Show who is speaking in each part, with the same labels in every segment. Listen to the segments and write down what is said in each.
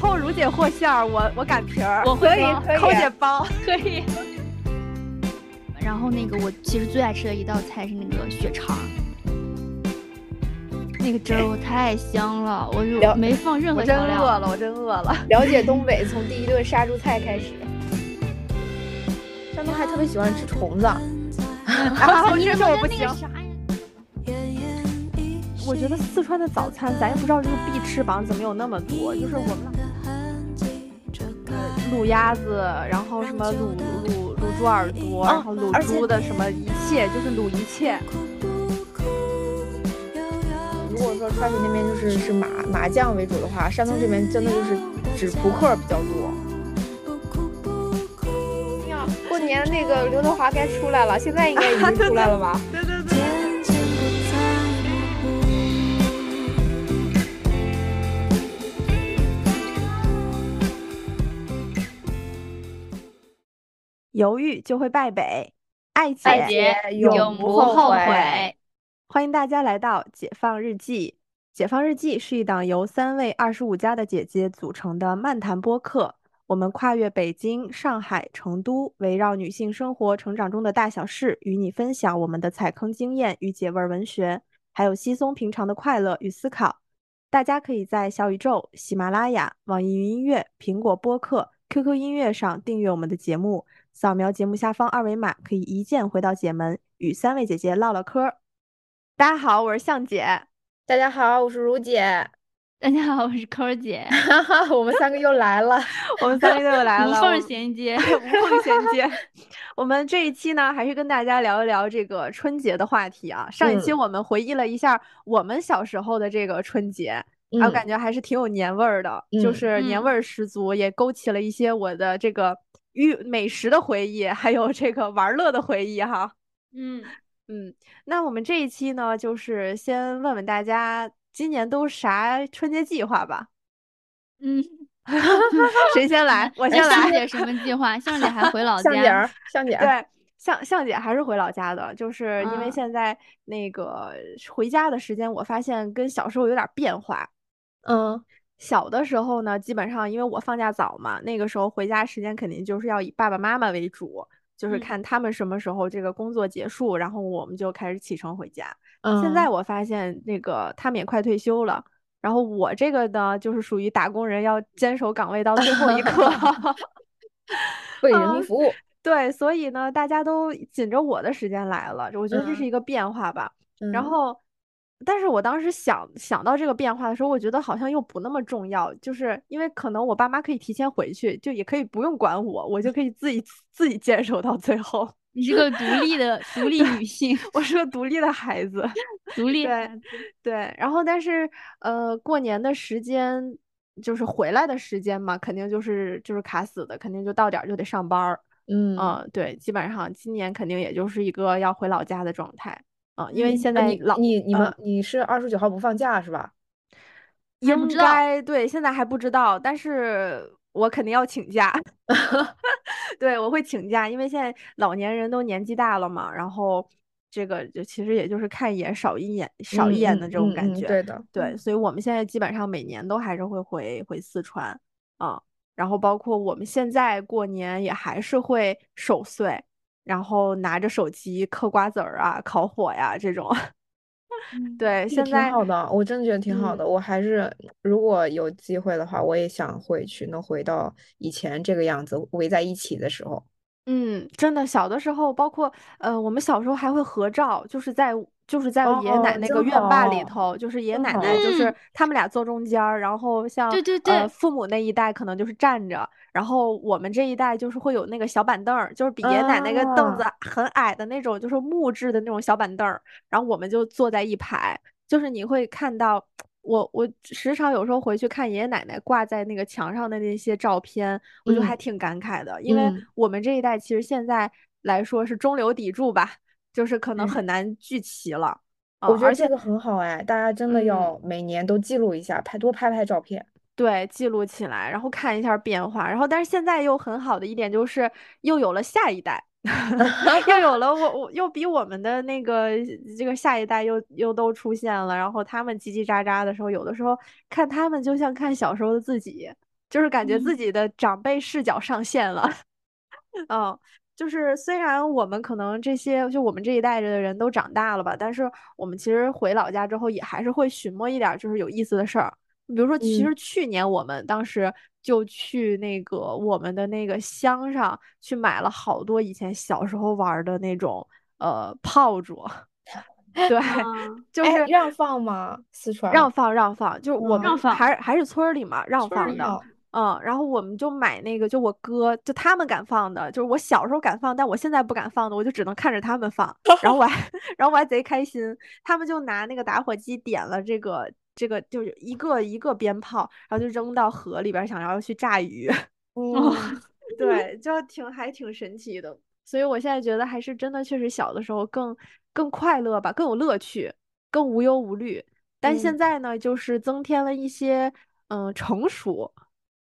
Speaker 1: 后如姐和馅儿，我我擀皮儿，
Speaker 2: 我会
Speaker 1: 可以
Speaker 2: 包可以
Speaker 1: 抠姐包。
Speaker 2: 可以。
Speaker 3: 然后那个我其实最爱吃的一道菜是那个血肠，那个汁儿我太香了，我
Speaker 4: 了
Speaker 3: 就没放任
Speaker 1: 我
Speaker 3: 何
Speaker 1: 真
Speaker 3: 调
Speaker 1: 饿
Speaker 3: 料。
Speaker 1: 了，我真饿了。
Speaker 4: 了解东北，从第一顿杀猪菜开始。山东还特别喜欢吃虫子，
Speaker 1: 然后
Speaker 3: 你
Speaker 1: 这
Speaker 3: 怎
Speaker 1: 是
Speaker 3: 么
Speaker 1: 我
Speaker 3: 跟
Speaker 1: 不
Speaker 3: 那
Speaker 1: 行
Speaker 3: 个。啥呀？
Speaker 1: 我觉得四川的早餐，咱也不知道这个必吃榜怎么有那么多，就是我们呃
Speaker 2: 嗯
Speaker 1: 卤鸭子，然后什么卤卤卤猪耳
Speaker 2: 哦
Speaker 1: 朵，然后卤
Speaker 4: 而且
Speaker 1: 猪的什么一切，就是卤一切。
Speaker 4: 如果说川渝那边就是是麻麻酱为主的话，山东这边真的就是只扑克比较多。过年那个刘德华该出来了，现在应该已经出来了吧？
Speaker 1: 对对对。
Speaker 5: 渐渐不再模糊。
Speaker 1: 犹豫就会败北，爱姐
Speaker 2: 爱姐
Speaker 4: 永
Speaker 2: 不后悔。
Speaker 1: 欢迎大家来到《解放日记》。《解放日记》是一档由三位二十五加的姐姐组成的漫谈播客。我们跨越北京、上海、成都，围绕女性生活成长中的大小事，与你分享我们的踩坑经验与解味儿文学，还有稀松平常的快乐与思考。大家可以在小宇宙、喜马拉雅、网易云音乐、苹果播客、QQ 音乐上订阅我们的节目，扫描节目下方二维码，可以一键回到姐门，与三位姐姐唠唠嗑儿。大家好，我是向姐。
Speaker 4: 大家好，我是如姐，
Speaker 3: 大家好，我是抠儿姐，
Speaker 4: 哈哈，我们三个又来了。
Speaker 1: 我们三个又来
Speaker 3: 无
Speaker 1: 了，
Speaker 3: 缝衔接。
Speaker 1: 接，无缝衔接。 我们这一期呢，还是跟大家聊一聊这个春节的话题啊。上一
Speaker 3: 嗯
Speaker 1: 期我们回忆了一下我们小时候的这个春节，啊，我
Speaker 4: 嗯
Speaker 1: 感觉还是挺有年味儿的，就
Speaker 4: 嗯
Speaker 1: 是年
Speaker 3: 嗯
Speaker 1: 味儿十足，也勾起了一些我的这个欲美食的回忆，还有这个玩儿乐的回忆哈。
Speaker 2: 嗯，
Speaker 1: 嗯，那我们这一期呢，就是先问问大家今年都啥春节计划吧？
Speaker 3: 嗯，
Speaker 1: 谁先来？我先
Speaker 3: 哎
Speaker 1: 来。
Speaker 3: 向姐什么计划？向姐还 回老
Speaker 4: 向姐
Speaker 3: 家
Speaker 4: 儿，，向姐儿，
Speaker 1: 对，向向姐还是回老家的，就是因为
Speaker 3: 嗯
Speaker 1: 现在那个回家的时间，我发现跟小时候有点儿变化。
Speaker 4: 嗯，
Speaker 1: 小的时候呢，基本上因为我放假早嘛，那个时候回家时间肯定就是要以爸爸妈妈为主，就是
Speaker 2: 嗯
Speaker 1: 看他们什么时候这个工作结束，然后我们就开始启程回家。
Speaker 4: 嗯
Speaker 1: 现在我发现那个他们也快退休了，然后我这个呢，就是属于打工人，要坚守岗位到最后一刻。
Speaker 4: 为人民服务，
Speaker 1: 对，所以呢，大家都紧着我的时间来了，我觉得这是
Speaker 4: 嗯
Speaker 1: 一个变化吧。然
Speaker 4: 嗯
Speaker 1: 后，但是我当时想想到这个变化的时候，我觉得好像又不那么重要，就是因为可能我爸妈可以提前回去，就也可以不用管我，我就可以自己自己坚守到最后。
Speaker 3: 你是个独立的独立女性，
Speaker 1: 我是个独立的孩子，
Speaker 3: 独立
Speaker 1: 对对。然后，但是呃，过年的时间就是回来的时间嘛，肯定就是就是卡死的，肯定就到点儿就得上班儿。
Speaker 4: 嗯
Speaker 1: 嗯，对，基本上今年肯定也就是一个要回老家的状态。嗯，因为
Speaker 3: 嗯
Speaker 1: 现
Speaker 4: 那
Speaker 1: 在
Speaker 4: 你
Speaker 1: 老
Speaker 4: 你你们
Speaker 1: 嗯
Speaker 4: 你是二十九号不放假是吧？
Speaker 3: 还不
Speaker 1: 应
Speaker 3: 知道
Speaker 1: 该对，现在还不知道，但是我肯定要请假。 对，我会请假，因为现在老年人都年纪大了嘛，然后这个就其实也就是看一眼少一眼少一眼
Speaker 4: 嗯
Speaker 1: 的
Speaker 4: 嗯
Speaker 1: 这种
Speaker 4: 嗯
Speaker 1: 感
Speaker 4: 嗯
Speaker 1: 觉。
Speaker 4: 对的，
Speaker 1: 对，所以我们现在基本上每年都还是会回回四川啊、然后包括我们现在过年也还是会守岁，然后拿着手机嗑瓜子儿啊、烤火呀这种。
Speaker 3: 嗯
Speaker 1: 对，
Speaker 4: 这
Speaker 1: 现
Speaker 4: 挺
Speaker 1: 在
Speaker 4: 好的，我真的觉得挺好
Speaker 1: 嗯
Speaker 4: 的。我还是如果有机会的话，我也想回去，能回到以前这个样子，围在一起的时候。
Speaker 1: 嗯，真的小的时候，包括呃，我们小时候还会合照，就是在。就是在爷爷奶
Speaker 4: 哦
Speaker 1: 奶那
Speaker 4: 真
Speaker 1: 个院坝里
Speaker 4: 好
Speaker 1: 头，就是爷爷
Speaker 4: 真
Speaker 1: 奶
Speaker 4: 好
Speaker 1: 奶，就是
Speaker 3: 嗯
Speaker 1: 他们俩坐中间儿，然后像
Speaker 3: 对对
Speaker 1: 呃
Speaker 3: 对
Speaker 1: 父母那一代可能就是站着，然后我们这一代就是会有那个小板凳儿，就是比爷爷奶奶那个凳
Speaker 4: 啊
Speaker 1: 子很矮的那种，就是木质的那种小板凳儿，然后我们就坐在一排，就是你会看到我我时常有时候回去看爷爷奶奶挂在那个墙上的那些照片，我就还
Speaker 4: 嗯
Speaker 1: 挺感慨的，因为
Speaker 4: 嗯
Speaker 1: 我们这一代其实现在来说是中流砥柱吧，就是可能很难聚齐了。啊
Speaker 4: 嗯我觉
Speaker 1: 而
Speaker 4: 得这
Speaker 1: 且
Speaker 4: 个很好哎，大家真的
Speaker 1: 嗯
Speaker 4: 要每年都记录一下，拍多拍拍照片。
Speaker 1: 对记录起来，然后看一下变化，然后但是现在又很好的一点就是又有了下一 代，又有了我我又比我们的那个这个下一代又又都出现了，然后他们叽叽喳喳的时候，有的时候看他们就像看小时候的自己，就是感觉自
Speaker 3: 嗯
Speaker 1: 己的长辈视角上线了。 嗯，就是虽然我们可能这些就我们这一代的人都长大了吧，但是我们其实回老家之后也还是会寻摸一点儿就是有意思的事儿。比如说，其
Speaker 4: 嗯
Speaker 1: 实去年我们当时就去那个我们的那个乡上去买了好多以前小时候玩儿的那种呃炮竹， 对，
Speaker 3: 啊
Speaker 1: 就是
Speaker 4: 哎让放吗？四川
Speaker 1: 让放让放，就是我
Speaker 4: 嗯
Speaker 1: 们
Speaker 3: 让放
Speaker 1: 还是还是村儿里嘛让
Speaker 3: 村儿
Speaker 1: 放
Speaker 3: 里
Speaker 1: 的
Speaker 4: 哦，
Speaker 1: 嗯，然后我们就买那个，就我哥就他们敢放的，就是我小时候敢放，但我现在不敢放的，我就只能看着他们放，然后我还然后我还贼开心，他们就拿那个打火机点了这个这个就是一个一个鞭炮，然后就扔到河里边儿，想要去炸鱼，
Speaker 3: 哦
Speaker 4: 嗯，
Speaker 1: 对，就挺还挺神奇的，所以我现在觉得还是真的确实小的时候更更快乐吧，更有乐趣，更无忧无虑。但现
Speaker 4: 嗯
Speaker 1: 在呢，就是增添了一些嗯成熟，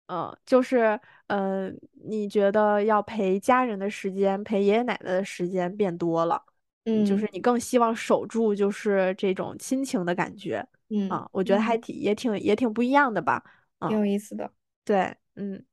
Speaker 1: 嗯，就是嗯，你觉得要陪家人的时间，陪爷爷奶奶的时间变多了，
Speaker 4: 嗯，
Speaker 1: 就是你更希望守住就是这种亲情的感觉
Speaker 4: 嗯，
Speaker 1: 啊，我觉得还挺也挺也挺不一样的吧，
Speaker 4: 挺有意思的。
Speaker 1: 对，嗯，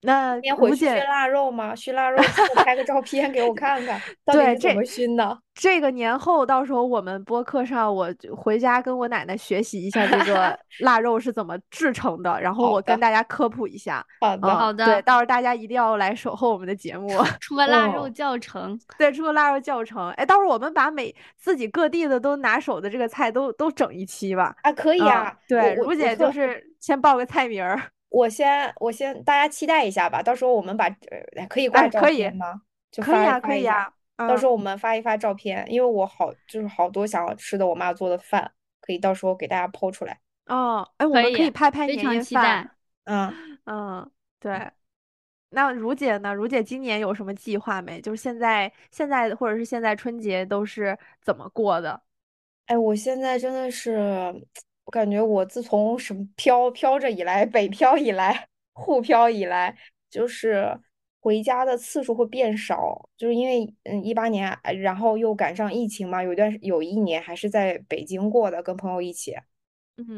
Speaker 1: 那
Speaker 4: 今天
Speaker 1: 吴
Speaker 4: 回去
Speaker 1: 姐。
Speaker 4: 熏腊肉吗？熏腊肉记得拍个照片给我看看，到底
Speaker 1: 对
Speaker 4: 是怎
Speaker 1: 这
Speaker 4: 么熏的？
Speaker 1: 这个年后，到时候我们播客上，我就回家跟我奶奶学习一下这 个腊肉是怎么制成的，然后
Speaker 4: 好
Speaker 1: 我跟
Speaker 4: 的
Speaker 1: 大家科普一下。
Speaker 4: 好的，
Speaker 1: 嗯
Speaker 3: 好的
Speaker 1: 对，到时候大家一定要来守候我们的节 目，
Speaker 3: 除了腊肉
Speaker 4: 哦
Speaker 3: 教程，
Speaker 1: 对，出个腊肉教程。哎，到时候我们把每自己各地的都拿手的这个菜都都整一期吧。
Speaker 4: 啊，可以
Speaker 1: 嗯
Speaker 4: 啊，我
Speaker 1: 对，
Speaker 4: 我
Speaker 1: 如
Speaker 4: 我
Speaker 1: 姐
Speaker 4: 特
Speaker 1: 就是先报个菜名儿。
Speaker 4: 我先我先大家期待一下吧，到时候我们把呃可以
Speaker 1: 哎
Speaker 4: 挂照
Speaker 1: 可以
Speaker 4: 片吗？就
Speaker 1: 可以
Speaker 4: 发一
Speaker 1: 啊，
Speaker 4: 发
Speaker 1: 可
Speaker 4: 一
Speaker 1: 以
Speaker 4: 下，
Speaker 1: 啊。
Speaker 4: 到
Speaker 1: 嗯，
Speaker 4: 时候我们发一发照片，因为我好就是好多想要吃的我妈做的饭，可以到时候给大家剖出来。
Speaker 1: 哦，哎，我
Speaker 3: 可
Speaker 1: 们可
Speaker 3: 以
Speaker 1: 以拍拍
Speaker 3: 非
Speaker 1: 年
Speaker 3: 常
Speaker 1: 夜
Speaker 3: 期
Speaker 1: 饭。
Speaker 3: 待。
Speaker 4: 嗯，
Speaker 1: 嗯，对。那如姐呢？如姐今年有什么计划没？就是现在，现在或者是现在春节都是怎么过的？
Speaker 4: 哎，我现在真的是，我感觉我自从什么飘飘着以来，北漂以来，沪漂以来，就是回家的次数会变少，就是因为嗯一八年，哎然后又赶上疫情嘛，有一段有一年还是在北京过的，跟朋友一起。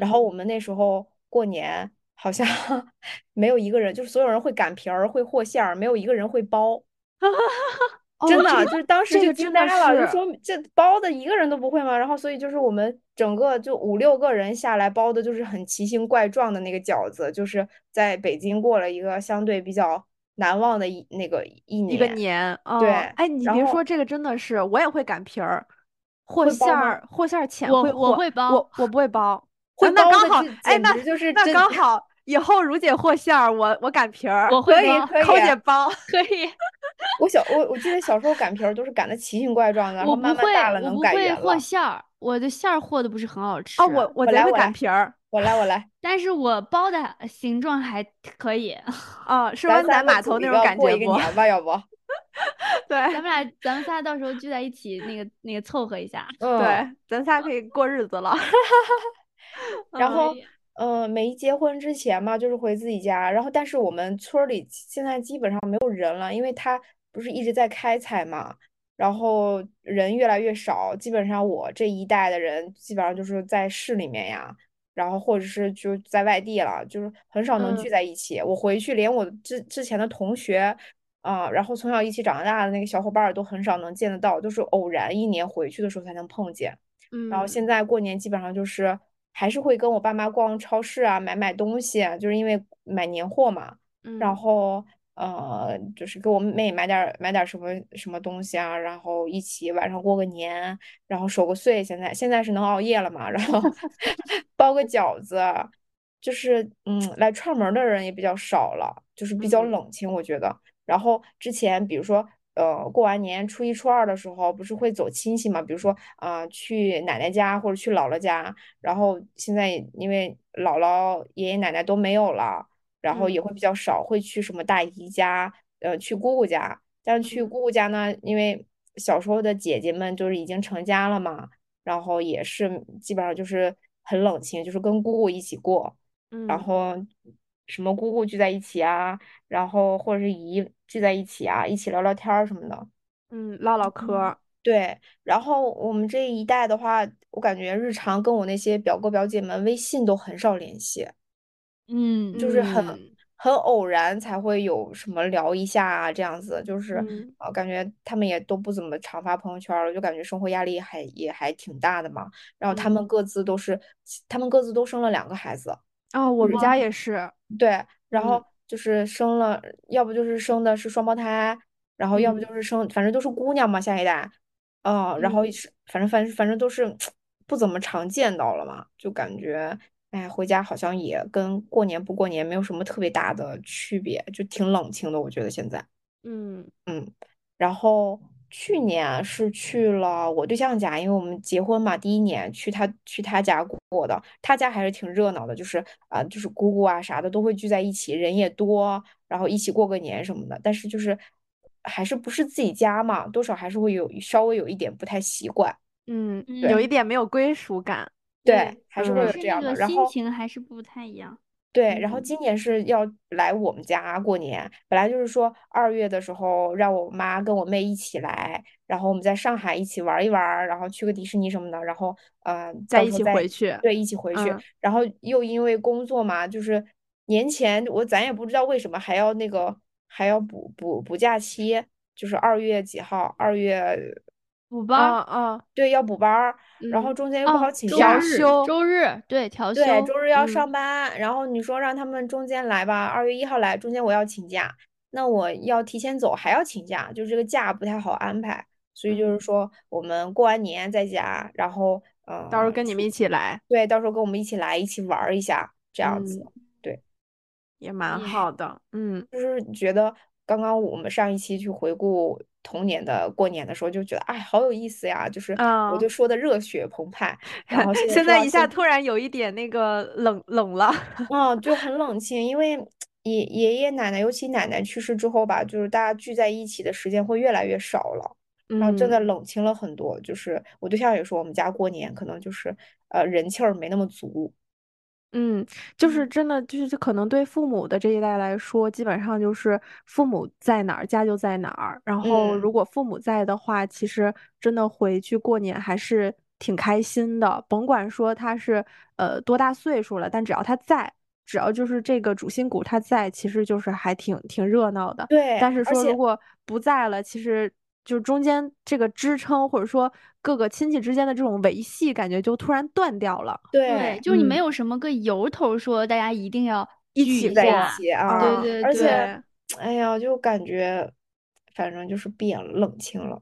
Speaker 4: 然
Speaker 1: 嗯，
Speaker 4: 后我们那时候过年好像 没有一个人，就是所有人会擀皮儿、会和馅儿，没有一个人会包。
Speaker 1: 哦
Speaker 4: 真的
Speaker 1: 这
Speaker 4: 啊
Speaker 1: 个
Speaker 4: 就是当时
Speaker 1: 这
Speaker 4: 就
Speaker 1: 个
Speaker 4: 惊
Speaker 1: 真的
Speaker 4: 呆了，就是说这包的一个人都不会吗？然后所以就是我们整个就五六个人下来包的，就是很奇形怪状的那个饺子，就是在北京过了一个相对比较难忘的一那个一
Speaker 1: 一个
Speaker 4: 年。
Speaker 1: 年
Speaker 4: 对，
Speaker 1: 哦。哎，你
Speaker 4: 然
Speaker 1: 别
Speaker 4: 后
Speaker 1: 说，这个真的是，我也会擀皮儿，和
Speaker 4: 会包
Speaker 1: 馅
Speaker 4: 吗
Speaker 1: 儿，和馅儿浅
Speaker 3: 我
Speaker 1: 会
Speaker 3: 我
Speaker 1: 和
Speaker 3: 会包
Speaker 1: 我我不会包。
Speaker 4: 会
Speaker 1: 啊那
Speaker 4: 包
Speaker 1: 刚
Speaker 4: 的
Speaker 1: 好
Speaker 4: 就，
Speaker 1: 哎，
Speaker 4: 简
Speaker 1: 那
Speaker 4: 直就是
Speaker 1: 那
Speaker 4: 真
Speaker 1: 刚好，以后如姐和馅儿，我我擀皮儿，
Speaker 3: 我会
Speaker 4: 可以
Speaker 3: 包
Speaker 4: 可
Speaker 1: 抠
Speaker 4: 以。啊
Speaker 1: 姐包。 啊
Speaker 3: 可以，
Speaker 4: 我小我我记得小时候擀皮儿都是擀的奇形怪状的，然
Speaker 3: 我
Speaker 4: 后
Speaker 3: 不
Speaker 4: 慢慢大
Speaker 3: 会
Speaker 4: 了
Speaker 3: 我
Speaker 4: 能
Speaker 3: 不
Speaker 4: 擀
Speaker 3: 会
Speaker 4: 圆
Speaker 3: 和
Speaker 4: 了。
Speaker 3: 馅儿，我的馅儿和的不是很好吃。
Speaker 1: 哦，我我
Speaker 4: 我
Speaker 1: 贼
Speaker 4: 来
Speaker 1: 会
Speaker 4: 我
Speaker 1: 擀
Speaker 4: 来
Speaker 1: 皮儿
Speaker 4: 我来我来，
Speaker 3: 但是我包的呃形状还可以。
Speaker 1: 啊，是
Speaker 4: 咱
Speaker 1: 湾
Speaker 4: 三
Speaker 1: 仔
Speaker 4: 个
Speaker 1: 码
Speaker 4: 组
Speaker 1: 头
Speaker 4: 一
Speaker 1: 那种
Speaker 4: 个
Speaker 1: 感
Speaker 4: 过
Speaker 1: 觉
Speaker 4: 一个
Speaker 1: 不？
Speaker 4: 年吧，要不？
Speaker 1: 对。
Speaker 3: 咱们俩，咱们仨到时候聚在一起，那个那个凑合一下。
Speaker 4: 嗯。
Speaker 1: 对，咱仨可以过日子了。
Speaker 4: 然
Speaker 1: 嗯
Speaker 4: 后
Speaker 3: 以，
Speaker 4: 呃，没结婚之前嘛，就是回自己家。然后，但是我们村儿里现在基本上没有人了，因为他不是一直在开采嘛，然后人越来越少。基本上我这一代的人，基本上就是在市里面呀，然后或者是就在外地了，就是很少能聚
Speaker 1: 嗯
Speaker 4: 在一起。我回去，连我之之前的同学。啊，然后从小一起长大的那个小伙伴儿都很少能见得到，都是偶然一年回去的时候才能碰见。然后
Speaker 1: 嗯，
Speaker 4: 现在过年基本上就是还是会跟我爸妈逛超市啊，买买东西啊，就是因为买年货嘛。然
Speaker 1: 嗯
Speaker 4: 后呃，就是给我妹买点儿买点儿什么什么东西啊，然后一起晚上过个年，然后守个岁。现在现在是能熬夜了嘛，然 后包个饺子，就是嗯，来串门儿的人也比较少了，就是比较
Speaker 1: 嗯
Speaker 4: 冷清，我觉得。然后之前比如说，呃，过完年初一、初二的时候，不是会走亲戚嘛？比如说，啊、去奶奶家或者去姥姥家。然后现在也因为姥姥、爷爷奶奶都没有了，然后也
Speaker 1: 嗯
Speaker 4: 会比较少，会去什么大姨家，呃，去姑姑家。但是去
Speaker 1: 嗯
Speaker 4: 姑姑家呢，因为小时候的姐姐们就是已经成家了嘛，然后也是基本上就是很冷清，就是跟姑姑一起过。然
Speaker 1: 嗯
Speaker 4: 后什么姑姑聚在一起啊，然后或者是姨聚在一起啊，一起聊聊天儿什么的。
Speaker 1: 嗯，唠唠嗑
Speaker 3: 嗯
Speaker 1: 儿。
Speaker 4: 对，然后我们这一代的话，我感觉日常嗯跟我那些表哥表姐们微信都很少联系，就是很
Speaker 1: 嗯
Speaker 4: 很偶然才会有什么聊一下啊，这样子，就是
Speaker 1: 嗯
Speaker 4: 呃，感觉他们也都不怎么常发朋友圈儿了，就感觉生活压力还也还挺大的嘛。然后他们
Speaker 1: 嗯
Speaker 4: 各自都是，他们各自都生了两个孩子，
Speaker 1: 哦，我们
Speaker 4: 哇
Speaker 1: 家也是，
Speaker 4: 对，然后
Speaker 1: 嗯
Speaker 4: 就是生了，要不就是生的是双胞胎，然后要
Speaker 1: 嗯
Speaker 4: 不就是生，反正都是姑娘嘛，下一代，嗯，然后
Speaker 1: 嗯
Speaker 4: 是反正反正反正都是不怎么常见到了嘛，就感觉哎，回家好像也跟过年不过年没有什么特别大的区别，就挺冷清的，我觉得现在。
Speaker 1: 嗯
Speaker 4: 嗯，然后去年是去了我对象家，因为我们结婚嘛，第一年去他去他家过的，他家还是挺热闹的，就是啊、就是姑姑啊啥的都会聚在一起，人也多，然后一起过个年什么的。但是就是还是不是自己家嘛，多少还是会有稍微有一点不太习惯，
Speaker 1: 嗯，
Speaker 3: 对
Speaker 1: 有一点没有归属感。
Speaker 4: 对，还是
Speaker 1: 嗯
Speaker 4: 会
Speaker 1: 还
Speaker 4: 有
Speaker 3: 是那
Speaker 4: 这样的。
Speaker 3: 个
Speaker 4: 然
Speaker 3: 心
Speaker 4: 后。
Speaker 3: 情还是不太一样。
Speaker 4: 对，然后
Speaker 1: 嗯
Speaker 4: 今年是要来我们家过年，本来就是说二月的时候让我妈跟我妹一起来，然后我们在上海一起玩一玩儿，然后去个迪士尼什么的，然后呃，
Speaker 1: 再
Speaker 4: 到
Speaker 1: 一
Speaker 4: 时候
Speaker 1: 起
Speaker 4: 再
Speaker 1: 回去。
Speaker 4: 对一起回去，
Speaker 1: 嗯
Speaker 4: 然后又因为工作嘛，就是年前我咱也不知道为什么还要那个还要补补补假期，就是二月几号，二月
Speaker 3: 补班
Speaker 1: 啊
Speaker 3: 儿，
Speaker 1: 啊，
Speaker 4: 对要补班儿，嗯然后
Speaker 1: 嗯
Speaker 4: 中间又不好
Speaker 3: 哦，
Speaker 4: 请
Speaker 3: 周
Speaker 4: 假。
Speaker 3: 日
Speaker 1: 休
Speaker 3: 周日对调休，
Speaker 4: 对，周日要
Speaker 1: 嗯
Speaker 4: 上班，然后你说让他们中间来吧，二月一号来，中间我要请假，那我要提前走还要请假，就这个假不太好安排，所以就是
Speaker 1: 嗯，
Speaker 4: 说我们过完年在家，然后嗯、
Speaker 1: 到时候
Speaker 4: 呃
Speaker 1: 跟你们一起来，
Speaker 4: 对，到时候跟我们一起来一起玩儿一下，这样子，
Speaker 1: 嗯，
Speaker 4: 对，
Speaker 1: 也蛮
Speaker 3: 也
Speaker 1: 好的。嗯
Speaker 4: 就是觉得刚刚我们上一期去回顾童年的过年的时候，就觉得哎好有意思呀，就是我就
Speaker 1: 啊，
Speaker 4: 说的热血澎湃，然后现在
Speaker 1: 现
Speaker 4: 说
Speaker 1: 在
Speaker 4: 到
Speaker 1: 一下
Speaker 4: 现。
Speaker 1: 突然有一点那个冷冷了。
Speaker 4: 嗯，就很冷清，因为爷爷爷奶奶，尤其奶奶去世之后吧，就是大家聚在一起的时间会越来越少了，然后真的
Speaker 1: 嗯
Speaker 4: 冷清了很多。就是我对象也说，我们家过年可能就是呃人气儿没那么足。
Speaker 1: 嗯，就是真的，就是可能对父母的这一代来说，基本上就是父母在哪儿，家就在哪儿。然后如
Speaker 4: 嗯，
Speaker 1: 果父母在的话，其实真的回去过年还是挺开心的，甭管说他是呃多大岁数了，但只要他在，只要就是这个主心骨他在，其实就是还挺挺热闹的。
Speaker 4: 对，
Speaker 1: 但是
Speaker 4: 而
Speaker 1: 说如
Speaker 4: 且
Speaker 1: 果不在了，其实就中间这个支撑或者说各个亲戚之间的这种维系，感觉就突然断掉了。
Speaker 3: 对，
Speaker 4: 对。
Speaker 3: 就你没
Speaker 1: 嗯。
Speaker 3: 有什么个由头说大家一定要
Speaker 1: 一
Speaker 3: 聚
Speaker 1: 起
Speaker 3: 一
Speaker 4: 在一
Speaker 1: 过
Speaker 3: 下，
Speaker 4: 起
Speaker 3: 对
Speaker 4: 啊，
Speaker 1: 啊，
Speaker 3: 对
Speaker 4: 而且，
Speaker 3: 对，
Speaker 1: 对，
Speaker 4: 哎呀，就感觉，反正就是变了，冷清了。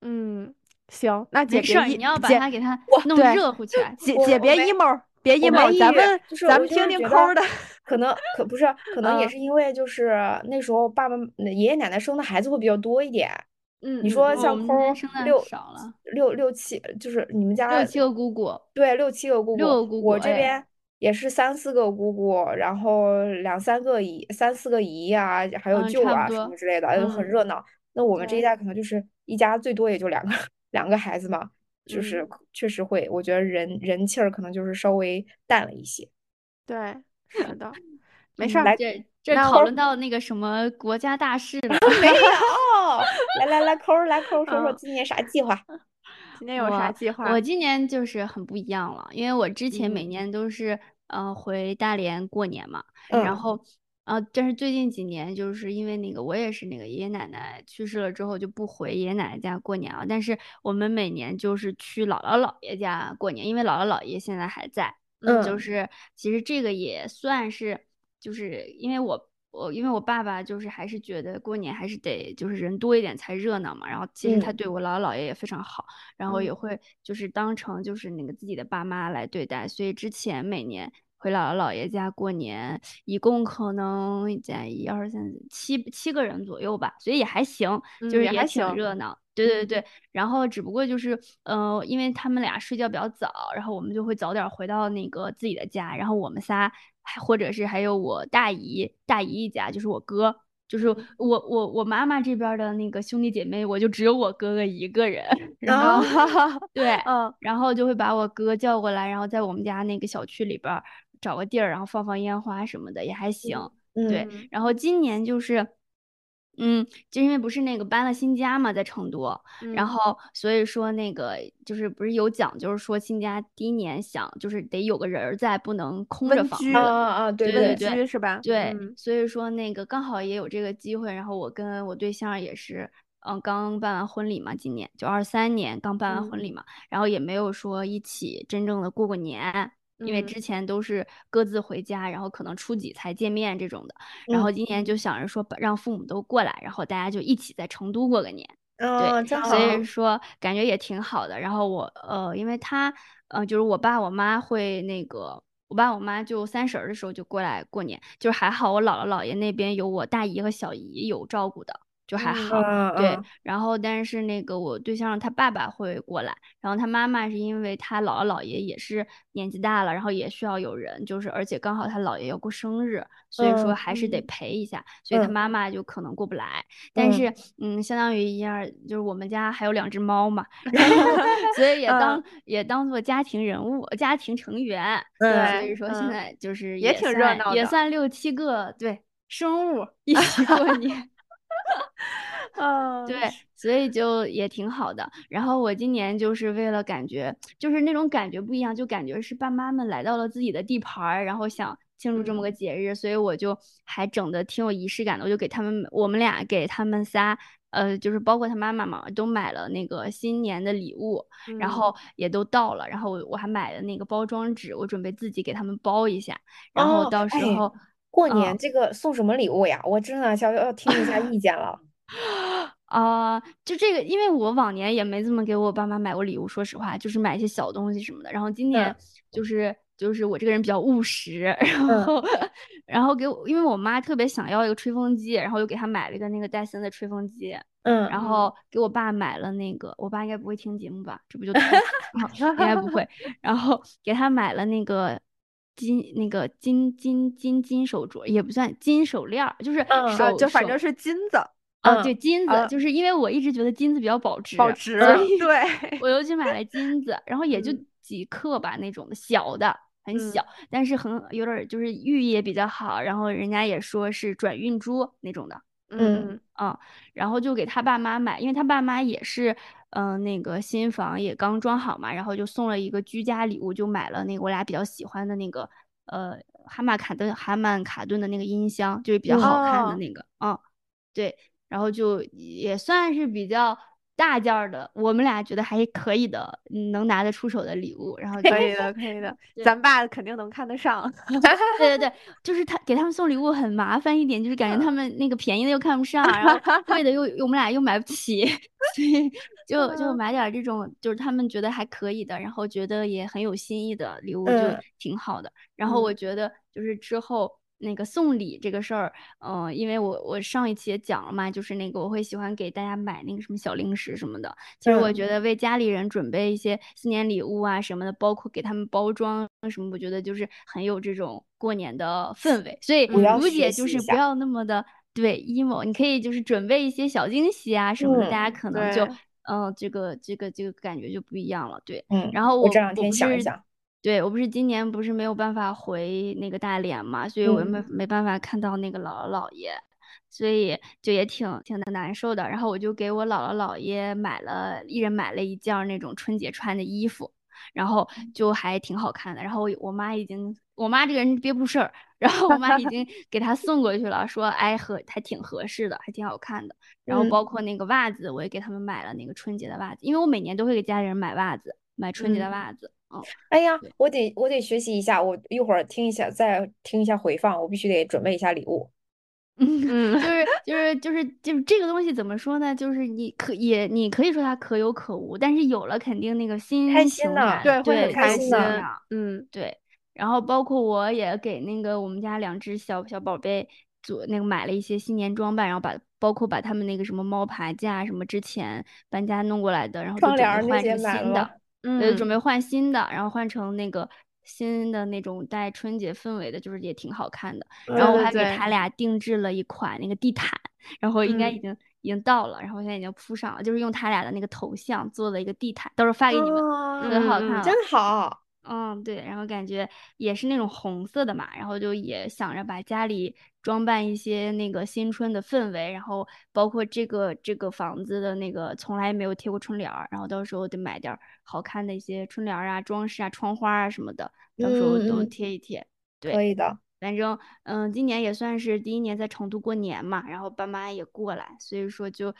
Speaker 1: 嗯，行，那姐
Speaker 3: 没事
Speaker 1: 别
Speaker 3: 儿，
Speaker 1: 一
Speaker 3: 你要把
Speaker 1: 姐，
Speaker 3: 它给它
Speaker 4: 我
Speaker 3: 弄
Speaker 1: 对，
Speaker 3: 热乎起 来。
Speaker 1: 姐
Speaker 4: 我
Speaker 1: 姐
Speaker 4: 我
Speaker 1: 别
Speaker 4: 没
Speaker 1: emo，别
Speaker 4: 我没
Speaker 1: emo，
Speaker 4: 抑
Speaker 1: 咱
Speaker 4: 郁，
Speaker 1: 们
Speaker 4: 就是
Speaker 1: 咱
Speaker 4: 我
Speaker 1: 们
Speaker 4: 就
Speaker 1: 听
Speaker 4: 是
Speaker 1: 听
Speaker 4: 觉
Speaker 1: 抠儿
Speaker 4: 得，
Speaker 1: 的，
Speaker 4: 可能可不是， 可能也
Speaker 1: 嗯
Speaker 4: 是因为就是那时候爸爸爷爷奶奶生的孩子会比较多一点。
Speaker 1: 嗯
Speaker 4: 你
Speaker 1: 嗯
Speaker 4: 说
Speaker 3: 我
Speaker 4: 像
Speaker 1: 嗯
Speaker 4: 抠
Speaker 3: 们家
Speaker 4: 儿
Speaker 3: 生的
Speaker 4: 六
Speaker 3: 少了，
Speaker 4: 六六七，就是你们
Speaker 3: 六
Speaker 4: 家
Speaker 3: 七个姑姑，
Speaker 4: 对六七个姑
Speaker 3: 六
Speaker 4: 姑，
Speaker 3: 个姑姑，
Speaker 4: 我这
Speaker 3: 哎，
Speaker 4: 边也是三四个姑姑，然后两三个姨、三四个姨呀、还有
Speaker 3: 嗯，
Speaker 4: 舅
Speaker 3: 差不
Speaker 4: 啊什么
Speaker 3: 多，
Speaker 4: 之类的，就很
Speaker 1: 嗯，
Speaker 4: 热闹。那我们这一
Speaker 3: 对，
Speaker 4: 代可能就是一家最多也就两个 两个孩子嘛，就是
Speaker 1: 嗯，
Speaker 4: 确实会，我觉得人人气儿可能就是稍微淡了一些。
Speaker 1: 对，是的，没事
Speaker 3: 嗯，
Speaker 1: 儿，
Speaker 4: 来，
Speaker 3: 这这
Speaker 1: 那
Speaker 3: 讨
Speaker 4: 抠
Speaker 1: 我，
Speaker 4: 儿
Speaker 3: 论到那个什么国家大事 了，
Speaker 4: 没有， 来来来，抠儿来抠儿说说
Speaker 1: 嗯，
Speaker 4: 今年啥计划？
Speaker 1: 今天有啥
Speaker 3: 我
Speaker 1: 计
Speaker 3: 我
Speaker 1: 划？
Speaker 3: 今年就是很不一样了，因为我之前每
Speaker 1: 嗯
Speaker 3: 年都是呃回大连过年嘛，哎然
Speaker 4: 嗯
Speaker 3: 后呃，但是最近几年就是因为那个我也是那个爷爷奶奶去世了之后就不回爷爷奶奶家过年了，但是我们每年就是去姥姥姥爷家过年，因为姥姥姥爷现在还在，嗯，就
Speaker 4: 嗯
Speaker 3: 是其实这个也算是就是因为我。我因为我爸爸就是还是觉得过年还是得就是人多一点才热闹嘛，然后其实他
Speaker 4: 嗯
Speaker 3: 对我姥姥姥爷也非常好，然后也
Speaker 1: 嗯
Speaker 3: 会就是当成就是那个自己的爸妈来对待，所以之前每年回姥姥姥爷家过年，一共可能在一二三四七七个人左右吧，所以也还行，就
Speaker 1: 嗯，
Speaker 3: 是
Speaker 1: 也
Speaker 3: 也
Speaker 1: 还
Speaker 3: 挺
Speaker 1: 行，
Speaker 3: 热闹。对对
Speaker 1: 嗯
Speaker 3: 对，然后只不过就是，呃，因为他们俩睡觉比较早，然后我们就会早点回到那个自己的家，然后我们仨，还或者是还有我大姨、大姨一家，就是我哥，就是我
Speaker 1: 嗯
Speaker 3: 我我妈妈这边儿的那个兄弟姐妹，我就只有我哥哥一个人， 然
Speaker 1: 啊，
Speaker 3: 后
Speaker 1: 哈哈，
Speaker 3: 对，
Speaker 1: 嗯
Speaker 3: 然后就会把我哥叫过来，然后在我们家那个小区里边儿找个地儿，然后放放烟花什么的也还行。
Speaker 1: 嗯
Speaker 3: 对，
Speaker 4: 嗯
Speaker 1: 嗯
Speaker 3: 然后今年就是。嗯，就因为不是那个搬了新家嘛，在成都，
Speaker 1: 嗯
Speaker 3: 然后所以说那个就是不是有讲，就是说新家第一年想就是得有个人儿在，不能空着
Speaker 1: 温
Speaker 3: 房
Speaker 1: 居
Speaker 3: 子
Speaker 4: 啊。啊啊，对
Speaker 3: 对
Speaker 1: 温
Speaker 4: 对
Speaker 3: 对
Speaker 1: 居是吧？
Speaker 3: 对，
Speaker 1: 嗯
Speaker 3: 所以说那个刚好也有这个机会，然后我跟我对象也是，嗯，刚办完婚礼嘛，今年就二三年刚办完
Speaker 1: 嗯
Speaker 3: 婚礼嘛，然后也没有说一起真正的过过年，因为
Speaker 1: 嗯
Speaker 3: 之前都是各自回家，然后可能初几才见面这种的，然
Speaker 1: 嗯
Speaker 3: 后今年就想着说把让父母都过来，然后大家就一起在成都过个年。
Speaker 4: 啊，真好
Speaker 3: 所，以说感觉也挺好的。然后我呃，因为他呃，就是我爸我妈会那个，我爸我妈就三十儿的时候就过来过年，就是还好我姥姥姥爷那边有我大姨和小姨有照顾的，就还
Speaker 1: 嗯
Speaker 3: 好。
Speaker 4: 啊
Speaker 3: 对
Speaker 4: 啊，
Speaker 3: 然后但是那个我对象他爸爸会过来，然后他妈妈是因为他姥姥姥爷也是年纪大了，然后也需要有人，就是而且刚好他姥爷要过生日，所以说
Speaker 4: 嗯
Speaker 3: 还是得
Speaker 1: 嗯
Speaker 3: 陪一下，所以他
Speaker 4: 嗯
Speaker 3: 妈妈就可能过不来。但
Speaker 4: 嗯
Speaker 3: 是嗯，相当于一样，就是我们家还有两只 猫嘛，然后所以也当
Speaker 1: 嗯
Speaker 3: 也当做家庭人物、家庭成员。所
Speaker 1: 对
Speaker 3: 以说现
Speaker 1: 嗯
Speaker 3: 在就是
Speaker 1: 也挺热
Speaker 3: 算
Speaker 1: 闹
Speaker 3: 也
Speaker 1: 的
Speaker 3: 算六七个对生物一起过年。
Speaker 1: 嗯，
Speaker 3: 对，所以就也挺好的。然后我今年就是为了感觉，就是那种感觉不一样，就感觉是爸妈们来到了自己的地盘儿，然后想庆祝这么个节日，所以我就还整的挺有仪式感的。我就给他们，我们俩给他们仨，呃，就是包括他妈妈嘛，都买了那个新年的礼物，
Speaker 1: 嗯
Speaker 3: 然后也都到了。然后我我还买了那个包装纸，我准备自己给他们包一下，然后
Speaker 4: 哦
Speaker 3: 到时
Speaker 4: 哎
Speaker 3: 候。
Speaker 4: 过
Speaker 3: 嗯
Speaker 4: 年这个送什么礼物呀？我真的想要听一下意见 了。
Speaker 3: 啊、就这个，因为我往年也没怎么给我爸妈买过礼物，说实话，就是买一些小东西什么的。然后今
Speaker 4: 嗯
Speaker 3: 年就是就是我这个人比较务实， 然
Speaker 4: 嗯
Speaker 3: 后、然后给我，因为我妈特别想要一个吹风机，然后又给她买了一个那个戴森的吹风机，
Speaker 4: 嗯
Speaker 3: 然后给我爸买了那个，我爸应该不会听节目吧？这不就太好应该不 会。然后给他买了那个金那个金金金金手镯，也不算金手链儿，就是
Speaker 4: 嗯啊
Speaker 3: 手、
Speaker 1: 啊，就反
Speaker 3: 手
Speaker 1: 正是金子
Speaker 3: 哦，
Speaker 4: 嗯
Speaker 3: 对，金子，
Speaker 1: 啊
Speaker 3: 就是因为我一直觉得金子比较保值，
Speaker 1: 保值，
Speaker 3: 所以
Speaker 1: 对，
Speaker 3: 我又去买了金子，然后也就
Speaker 1: 嗯
Speaker 3: 几克吧，那种的小的，很
Speaker 1: 嗯
Speaker 3: 小，但是很有点儿就是寓意也比较好，然后人家也说是转运珠那种的，
Speaker 1: 嗯嗯
Speaker 3: 嗯，然后就给他爸妈买，因为他爸妈也是，嗯、那个新房也刚装好嘛，然后就送了一个居家礼物，就买了那个我俩比较喜欢的那个，呃，哈曼卡顿哈曼卡顿的那个音箱，就是比较好看的
Speaker 1: 哦
Speaker 3: 那个，嗯，对，然后就也算是比较大件儿的，我们俩觉得还可以的，嗯能拿得出手的礼物，然后就
Speaker 1: 可以的，可以的，
Speaker 3: 对
Speaker 1: 咱爸肯定能看得上。
Speaker 3: 对对对，就是他给他们送礼物很麻烦一点，就是感觉他们那个便宜的又看不上，然后贵的又我们俩又买不起， 所以就就
Speaker 1: 嗯
Speaker 3: 买点儿这种就是他们觉得还可以的，然后觉得也很有新意的礼物就
Speaker 4: 嗯
Speaker 3: 挺好的。然后我觉得就是之后那个送礼这个事儿，嗯、因为我我上一期也讲了嘛，就是那个我会喜欢给大家买那个什么小零食什么的，其实我
Speaker 4: 嗯
Speaker 3: 觉得为家里人准备一些新年礼物啊什么的，包括给他们包装啊什么，我觉得就是很有这种过年的氛围。所以
Speaker 1: 我要
Speaker 3: 卢
Speaker 4: 学
Speaker 3: 姐
Speaker 4: 习
Speaker 3: 就
Speaker 4: 一
Speaker 3: 是不
Speaker 4: 下
Speaker 3: 要那么的对 emo，你可以就是准备一些小惊喜啊什么的，
Speaker 4: 嗯
Speaker 3: 大家可能就
Speaker 1: 对
Speaker 3: 嗯、呃这个这个这个感觉就不一样了。对，
Speaker 4: 嗯，
Speaker 3: 然后
Speaker 4: 我
Speaker 3: 我
Speaker 4: 这两
Speaker 3: 我
Speaker 4: 天
Speaker 3: 不
Speaker 4: 想一
Speaker 3: 是
Speaker 4: 想。
Speaker 3: 对我不是今年不是没有办法回那个大连嘛，所以我又
Speaker 4: 嗯
Speaker 3: 没、没办法看到那个姥姥姥爷，所以就也挺挺难受的。然后我就给我姥姥姥爷买了，一人买了一件儿那种春节穿的衣服，然后就还挺好看的。然后我我妈已经，我妈这个人憋不住事儿，然后我妈已经给她送过去了，说哎合还挺合适的，还挺好看的。然后
Speaker 4: 嗯
Speaker 3: 包括那个袜子，我也给他们买了那个春节的袜子，因为我每年都会给家里人买袜子，买春节的
Speaker 1: 嗯
Speaker 3: 袜子。嗯，
Speaker 4: 哎呀
Speaker 3: 对，
Speaker 4: 我得我得学习一下，我一会儿听一下，再听一下回放，我必须得准备一下礼物。
Speaker 3: 嗯，
Speaker 1: 嗯
Speaker 3: 就是就是就是就是这个东西怎么说呢？就是你可也你可以说它可有可无，但是有了肯定那个心
Speaker 4: 开心
Speaker 3: 情 感
Speaker 4: 呐
Speaker 1: 对，会
Speaker 3: 对
Speaker 1: 很
Speaker 4: 开
Speaker 1: 开
Speaker 4: 心
Speaker 3: 不一
Speaker 4: 的
Speaker 3: 样
Speaker 1: 嗯
Speaker 3: 对，然后包括我也给那个我们家两只小小宝贝做那个买了一些新年装扮，然后把包括把他们那个什么猫爬架什么之前搬家弄过来的，然后
Speaker 4: 窗
Speaker 3: 都准备
Speaker 4: 帘儿那
Speaker 3: 换
Speaker 4: 些
Speaker 3: 成
Speaker 4: 买了
Speaker 3: 新的，？
Speaker 4: 吗
Speaker 3: 呃，
Speaker 1: 嗯
Speaker 3: 准备换新的，然后换成那个新的那种带春节氛围的，就是也挺好看的。
Speaker 4: 嗯
Speaker 3: 然后我
Speaker 1: 对
Speaker 3: 还给
Speaker 1: 对
Speaker 3: 他俩定制了一款那个地毯，然后应该
Speaker 1: 嗯
Speaker 3: 已经已经到了，然后现在已经铺上了，就是用他俩的那个头像做了一个地毯，到时候发给你们，
Speaker 4: 啊
Speaker 3: 可好
Speaker 1: 嗯
Speaker 3: 看
Speaker 1: 嗯
Speaker 3: 了。
Speaker 4: 真好，
Speaker 3: 嗯，对，然后感觉也是那种红色的嘛，然后就也想着把家里装扮一些那个新春的氛围，然后包括这个这个房子的那个从来没有贴过春联儿，然后到时候得买点儿好看的一些春联儿啊、装饰啊、窗花啊什么的，到时候都
Speaker 4: 嗯嗯
Speaker 3: 贴一贴。对
Speaker 4: 可以的。
Speaker 3: 反正嗯，今年也算是第一年在成都过年嘛，然后爸妈也过来，所以说就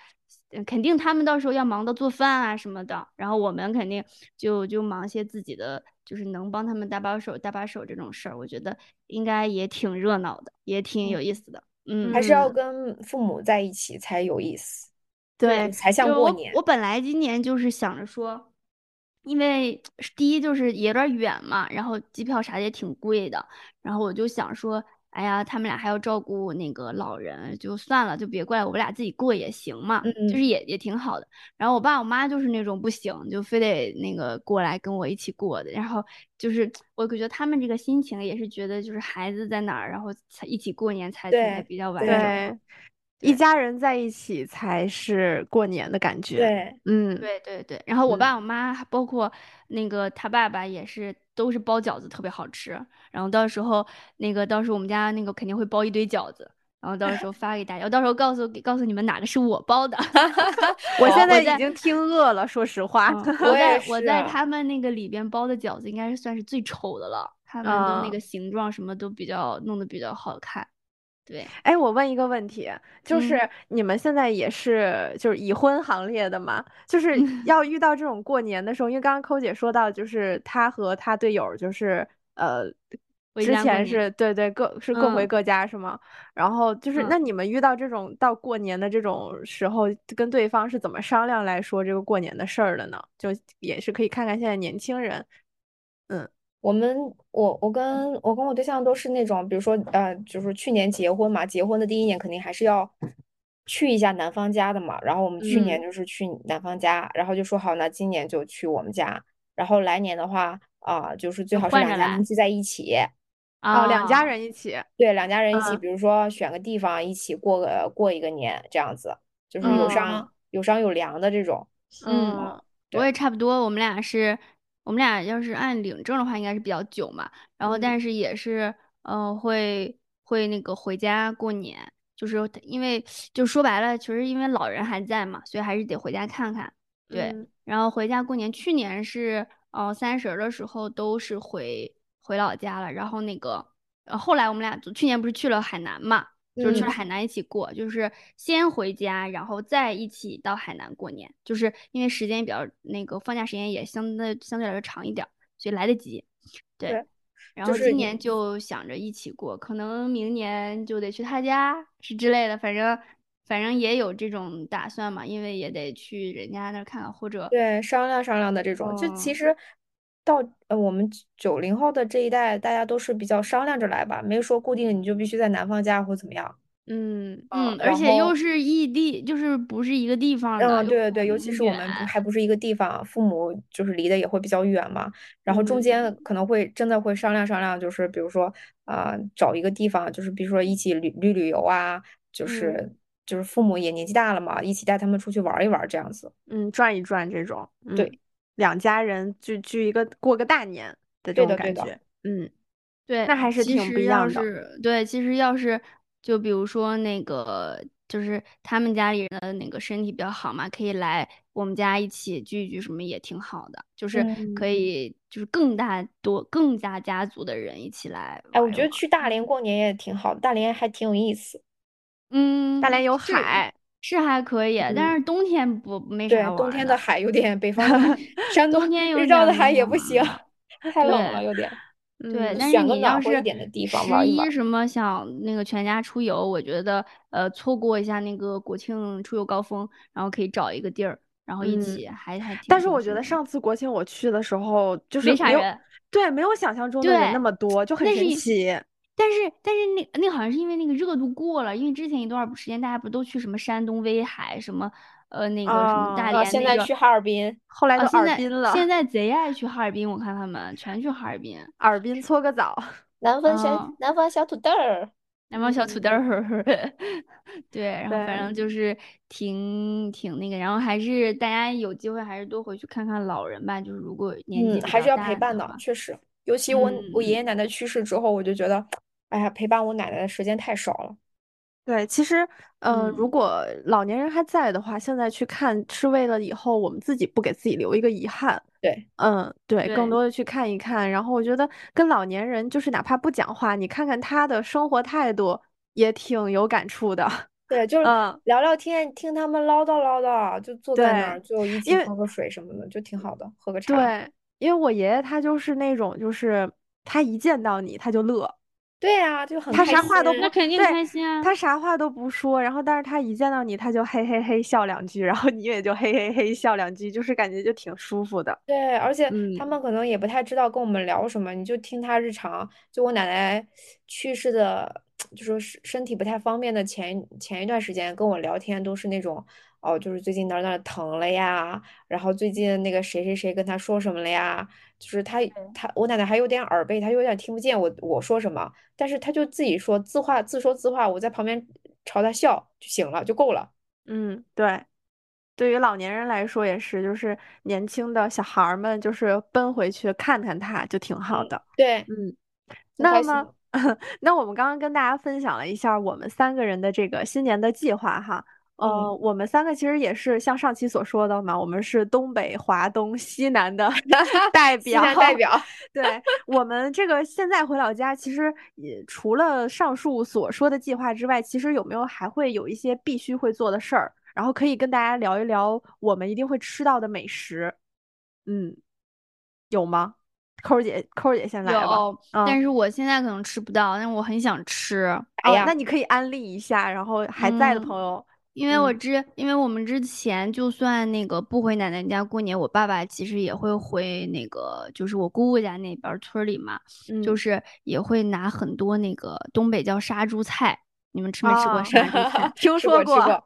Speaker 3: 嗯肯定他们到时候要忙到做饭啊什么的，然后我们肯定就就忙些自己的，就是能帮他们搭把手搭把手这种事儿，我觉得应该也挺热闹的，也挺有意思的。嗯，
Speaker 4: 还是要跟父母在一起才有意思，
Speaker 3: 对，
Speaker 4: 才像
Speaker 3: 就是
Speaker 4: 过
Speaker 3: 我
Speaker 4: 年
Speaker 3: 我本来今年就是想着说，因为是第一就是也有点儿远嘛，然后机票啥的也挺贵的，然后我就想说，哎呀，他们俩还要照顾那个老人，就算了，就别过来，我们俩自己过也行嘛，就
Speaker 4: 嗯
Speaker 3: 是也也挺好的。然后我爸我妈就是那种不行，就非得那个过来跟我一起过的，然后就是我觉得他们这个心情也是觉得就是孩子在哪儿，然后才一起过年才才
Speaker 4: 对
Speaker 3: 比较完
Speaker 4: 对
Speaker 3: 整。
Speaker 1: 对，一家人在一起才是过年的感觉。，
Speaker 4: 对，
Speaker 1: 嗯，
Speaker 3: 对对对，然后我
Speaker 1: 嗯
Speaker 3: 爸我妈还包括那个他爸爸也是，都是包饺子特别好吃。然后到时候那个到时候我们家那个肯定会包一堆饺子，然后到时候发给大家，我到时候告诉告诉你们哪个是我包的。
Speaker 1: 我现
Speaker 3: 我
Speaker 1: 在
Speaker 3: 在
Speaker 1: 已经听饿了，说实话。
Speaker 3: 嗯
Speaker 4: 我
Speaker 3: 我在
Speaker 4: 也
Speaker 3: 我
Speaker 4: 是
Speaker 1: 啊
Speaker 3: 在他们那个里边包的饺子应该是算是最丑的了，他们都那
Speaker 1: 嗯
Speaker 3: 个形状什么都比较弄得比较好看。对，
Speaker 1: 哎，我问一个问题，就
Speaker 3: 嗯
Speaker 1: 是你们现在也是就是已婚行列的吗？ 就是要遇到这种过年的时候，因为刚刚抠姐说到，就是她和她队友就是呃，
Speaker 3: 回
Speaker 1: 之
Speaker 3: 家
Speaker 1: 前
Speaker 3: 过年
Speaker 1: 是对对各是各回
Speaker 3: 嗯
Speaker 1: 各家是吗？然后就是
Speaker 3: 嗯
Speaker 1: 那你们遇到这种到过年的这种时候，跟对方是怎么商量来说这个过年的事儿的呢？就也是可以看看现在年轻人，
Speaker 4: 我们我我跟
Speaker 3: 嗯
Speaker 4: 我跟我对象都是那种，比如说呃，就是去年结婚嘛，结婚的第一年肯定还是要去一下男方家的嘛。然后我们去年
Speaker 1: 嗯
Speaker 4: 就是去男方家，然后就说好，那今年就去我们家，然后来年的话啊、就是最
Speaker 3: 就
Speaker 4: 好是
Speaker 3: 换
Speaker 4: 两
Speaker 3: 着
Speaker 4: 家
Speaker 3: 来
Speaker 4: 能聚在一起。
Speaker 1: 哦，两家
Speaker 3: 啊
Speaker 1: 人一起，
Speaker 4: 对，两家人一起，
Speaker 1: 嗯
Speaker 4: 比如说选个地方一起过个过一个年，这样子，就是有
Speaker 1: 嗯
Speaker 4: 商有商有量的这种。
Speaker 3: 嗯
Speaker 1: 嗯
Speaker 3: 我
Speaker 4: 对
Speaker 3: 也差不多，我们俩是，我们俩要是按领证的话，应该是比较久嘛。然后，
Speaker 4: 嗯
Speaker 3: 但是也是，嗯、会会那个回家过年，就是因为就说白了，其实因为老人还在嘛，所以还是得回家看看。对，
Speaker 1: 嗯
Speaker 3: 然后回家过年，去年是呃三十儿的时候都是回回老家了，然后那个呃后来我们俩就去年不是去了海南嘛，就是去了
Speaker 4: 嗯
Speaker 3: 海南一起过，就是先回家，然后再一起到海南过年，就是因为时间比较那个放假时间也相对相对来说长一点儿，所以来得及。对，
Speaker 4: 对
Speaker 3: 然
Speaker 4: 就
Speaker 3: 后
Speaker 4: 是
Speaker 3: 今
Speaker 4: 你
Speaker 3: 年就想着一起过，可能明年就得去他家是之类的，反正反正也有这种打算嘛，因为也得去人家那儿看看，或者
Speaker 4: 对，商量商量的这种，就其
Speaker 3: 嗯
Speaker 4: 实到呃我们九零后的这一代，大家都是比较商量着来吧，没说固定你就必须在男方家或怎么样。
Speaker 1: 嗯
Speaker 3: 嗯，而
Speaker 4: 然
Speaker 3: 且又
Speaker 4: 后
Speaker 3: 是异地，就是不是啊一个地方的，
Speaker 4: 嗯，
Speaker 3: 又
Speaker 4: 对对对，尤其
Speaker 3: 很
Speaker 4: 是我们不
Speaker 3: 远。啊
Speaker 4: 还不是一个地方，父母就是离得也会比较远嘛，然后中
Speaker 1: 嗯
Speaker 4: 间可能会真的会商量商量，就是比如说啊、呃找一个地方，就是比如说一起旅旅旅游啊，就是
Speaker 1: 嗯
Speaker 4: 就是父母也年纪大了嘛，一起带他们出去玩儿一玩儿这样子。
Speaker 1: 嗯，转一转这种，嗯
Speaker 4: 对，
Speaker 1: 两家人聚聚一个过个大年的这
Speaker 4: 对
Speaker 1: 种
Speaker 4: 的对
Speaker 1: 感
Speaker 4: 的，
Speaker 1: 觉，嗯，
Speaker 3: 对，
Speaker 1: 那还是
Speaker 3: 其
Speaker 1: 挺不
Speaker 3: 实
Speaker 1: 一
Speaker 3: 要
Speaker 1: 样的，
Speaker 3: 是对，其实要是就比如说那个，就是他们家里人的那个身体比较好嘛，可以来我们家一起聚一聚，什么也挺好的，就是可
Speaker 4: 嗯，
Speaker 3: 以就是更大多更加家族的人一起来
Speaker 4: 哎，我
Speaker 3: 玩一
Speaker 4: 觉得
Speaker 3: 玩。
Speaker 4: 去大连过年也挺好的，大连还挺有意思。
Speaker 3: 嗯，
Speaker 1: 大连有
Speaker 3: 是
Speaker 1: 海，
Speaker 3: 是还可以，但
Speaker 1: 嗯，
Speaker 3: 是冬天不没
Speaker 4: 对，
Speaker 3: 啥玩
Speaker 4: 冬
Speaker 3: 儿
Speaker 4: 天的
Speaker 3: 的，
Speaker 4: 海有点，北方的海，山东
Speaker 3: 冬天有
Speaker 4: 日照
Speaker 3: 点
Speaker 4: 的
Speaker 3: 没
Speaker 4: 海
Speaker 3: 啥
Speaker 4: 也不
Speaker 3: 玩
Speaker 4: 行，
Speaker 3: 儿的。
Speaker 4: 太冷
Speaker 3: 对
Speaker 4: 了，有点。
Speaker 3: 对，
Speaker 1: 嗯
Speaker 3: 但是
Speaker 4: 选个
Speaker 3: 你
Speaker 4: 暖
Speaker 3: 要
Speaker 4: 和一
Speaker 3: 是
Speaker 4: 点的地方
Speaker 3: 十
Speaker 4: 玩一
Speaker 3: 一
Speaker 4: 玩。
Speaker 3: 什么想那个全家出游，我觉得呃错过一下那个国庆出游高峰，然后可以找一个地儿，然后一
Speaker 1: 嗯。
Speaker 3: 起还还挺
Speaker 1: 但是
Speaker 3: 挺
Speaker 1: 我觉
Speaker 3: 挺
Speaker 1: 得
Speaker 3: 的，
Speaker 1: 上次国庆我去的时候，就是
Speaker 3: 没啥
Speaker 1: 没有，
Speaker 3: 人。
Speaker 1: 对，没有想象中的人那
Speaker 3: 对，
Speaker 1: 么多，就很
Speaker 3: 但是
Speaker 1: 神
Speaker 3: 一
Speaker 1: 奇。
Speaker 3: 但是但是那那好像是因为那个热度过了，因为之前一段时间大家不都去什么山东威海什么呃那个什么
Speaker 1: 啊、
Speaker 3: 大
Speaker 4: 啊，
Speaker 3: 连
Speaker 4: 现
Speaker 3: 那
Speaker 4: 在
Speaker 3: 个
Speaker 4: 去哈尔滨，
Speaker 1: 后来
Speaker 3: 啊，
Speaker 1: 都
Speaker 3: 现
Speaker 1: 耳
Speaker 3: 在
Speaker 1: 滨
Speaker 3: 现
Speaker 1: 了，
Speaker 3: 在贼爱去哈尔滨，我看他们全去哈尔滨。
Speaker 1: 耳滨搓个澡。
Speaker 4: 南方小
Speaker 3: 嗯，
Speaker 4: 南方小土豆儿。
Speaker 3: 两毛小土豆儿， 对，然后反
Speaker 1: 对
Speaker 3: 正就是挺挺那个，然后还是大家有机会还是多回去看看老人吧，就是如果年纪
Speaker 4: 嗯，
Speaker 3: 比
Speaker 4: 还是
Speaker 3: 较
Speaker 4: 要
Speaker 3: 大
Speaker 4: 陪伴
Speaker 3: 的
Speaker 4: 的
Speaker 3: 话，
Speaker 4: 确实。尤其我我
Speaker 3: 嗯
Speaker 4: 爷爷奶奶去世之后，我就觉得，哎呀，陪伴我奶奶的时间太少了。
Speaker 1: 对，其实，呃，如
Speaker 3: 嗯
Speaker 1: 果老年人还在的话，现在去看是为了以后我们自己不给自己留一个遗憾。
Speaker 4: 对，
Speaker 1: 嗯，对，更
Speaker 3: 对
Speaker 1: 多的去看一看。然后我觉得跟老年人，就是哪怕不讲话，你看看他的生活态度，也挺有感触的。
Speaker 4: 对，就是
Speaker 1: 嗯，
Speaker 4: 聊聊天，听他们唠叨唠叨，就坐在那
Speaker 1: 对
Speaker 4: 儿，就一起
Speaker 1: 因为
Speaker 4: 喝个水什么的，就挺好的，喝个茶。
Speaker 1: 对，因为我爷爷他就是那种，就是他一见到你他就乐，
Speaker 4: 对啊，就很
Speaker 1: 他
Speaker 4: 开
Speaker 1: 啥话都
Speaker 4: 心
Speaker 1: 不
Speaker 3: 那肯定
Speaker 1: 对
Speaker 3: 开心啊。
Speaker 1: 他啥话都不说，然后但是他一见到你，他就嘿嘿嘿笑两句，然后你也就嘿嘿嘿笑两句，就是感觉就挺舒服的。
Speaker 4: 对，而且
Speaker 1: 嗯，
Speaker 4: 他们可能也不太知道跟我们聊什么，你就听他日常。就我奶奶去世的，就说是身体不太方便的前前一段时间跟我聊天，都是那种哦，就是最近哪儿哪儿疼了呀，然后最近那个谁谁谁跟他说什么了呀，就是他他我奶奶还有点耳背，她有点听不见我我说什么，但是她就自己说自话自说自话，我在旁边朝她笑就行了，就够了。
Speaker 1: 嗯，对，对于老年人来说也是，就是年轻的小孩儿们，就是奔回去看看他，就挺好的。
Speaker 4: 对，
Speaker 1: 嗯，
Speaker 4: 很开
Speaker 1: 那
Speaker 4: 心
Speaker 1: 么
Speaker 4: 的。
Speaker 1: 那我们刚刚跟大家分享了一下我们三个人的这个新年的计划哈。呃，
Speaker 4: 嗯，
Speaker 1: 我们三个其实也是像上期所说的嘛，我们是东北、华东、西南 的代
Speaker 4: 西南代
Speaker 1: 表。
Speaker 4: 表。
Speaker 1: 对，我们这个现在回老家，其实也除了上述所说的计划之外，其实有没有还会有一些必须会做的事儿，然后可以跟大家聊一聊我们一定会吃到的美食。嗯，有吗？扣儿姐，扣儿姐先来吧。
Speaker 3: 有，
Speaker 1: 嗯，
Speaker 3: 但是我现在可能吃不到，但是我很想吃。
Speaker 4: 哎
Speaker 1: 哦
Speaker 4: 呀。
Speaker 1: 那你可以安利一下，然后还在的
Speaker 3: 嗯
Speaker 1: 朋友，
Speaker 3: 因为我
Speaker 1: 嗯
Speaker 3: 之，因为我们之前就算那个不回奶奶家过年，我爸爸其实也会回那个，就是我姑姑家那边儿村儿里嘛，就
Speaker 1: 嗯，
Speaker 3: 是也会拿很多那个东北叫杀猪菜，你们吃没吃过
Speaker 1: 啊？
Speaker 3: 杀猪菜
Speaker 1: 听
Speaker 4: 吃
Speaker 1: 说
Speaker 4: 过吃
Speaker 1: 过，
Speaker 4: 过，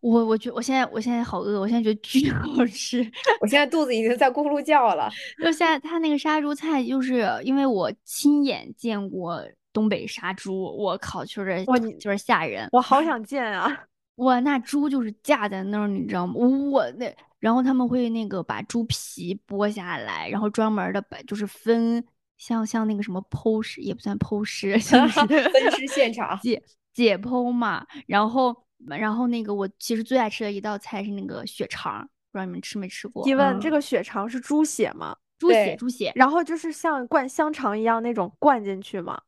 Speaker 3: 我我觉我现在我现在好饿，我现在觉得巨 好吃。
Speaker 4: 我现在肚子已经在咕噜叫了。
Speaker 3: 就现在他那个杀猪菜，就是因为我亲眼见过东北杀猪，我靠，就是
Speaker 1: 哇你
Speaker 3: 就是吓人。
Speaker 1: 我好 想见啊！
Speaker 3: 哇，那猪就是架在那儿，你知道吗？我那，然后他们会那个把猪皮剥下来，然后专门的把就是分，像像那个什么剖尸也不算剖尸， 就是
Speaker 4: 分尸现场，
Speaker 3: 解解剖嘛。然后然后那个我其实最爱吃的一道菜是那个血肠儿，不知道你们吃没吃过？啊
Speaker 1: 提问：这
Speaker 4: 嗯
Speaker 1: 个血肠是猪血吗？
Speaker 3: 猪血
Speaker 4: 对
Speaker 3: 猪血，
Speaker 1: 然后就是像灌香肠一样那种灌进去吗？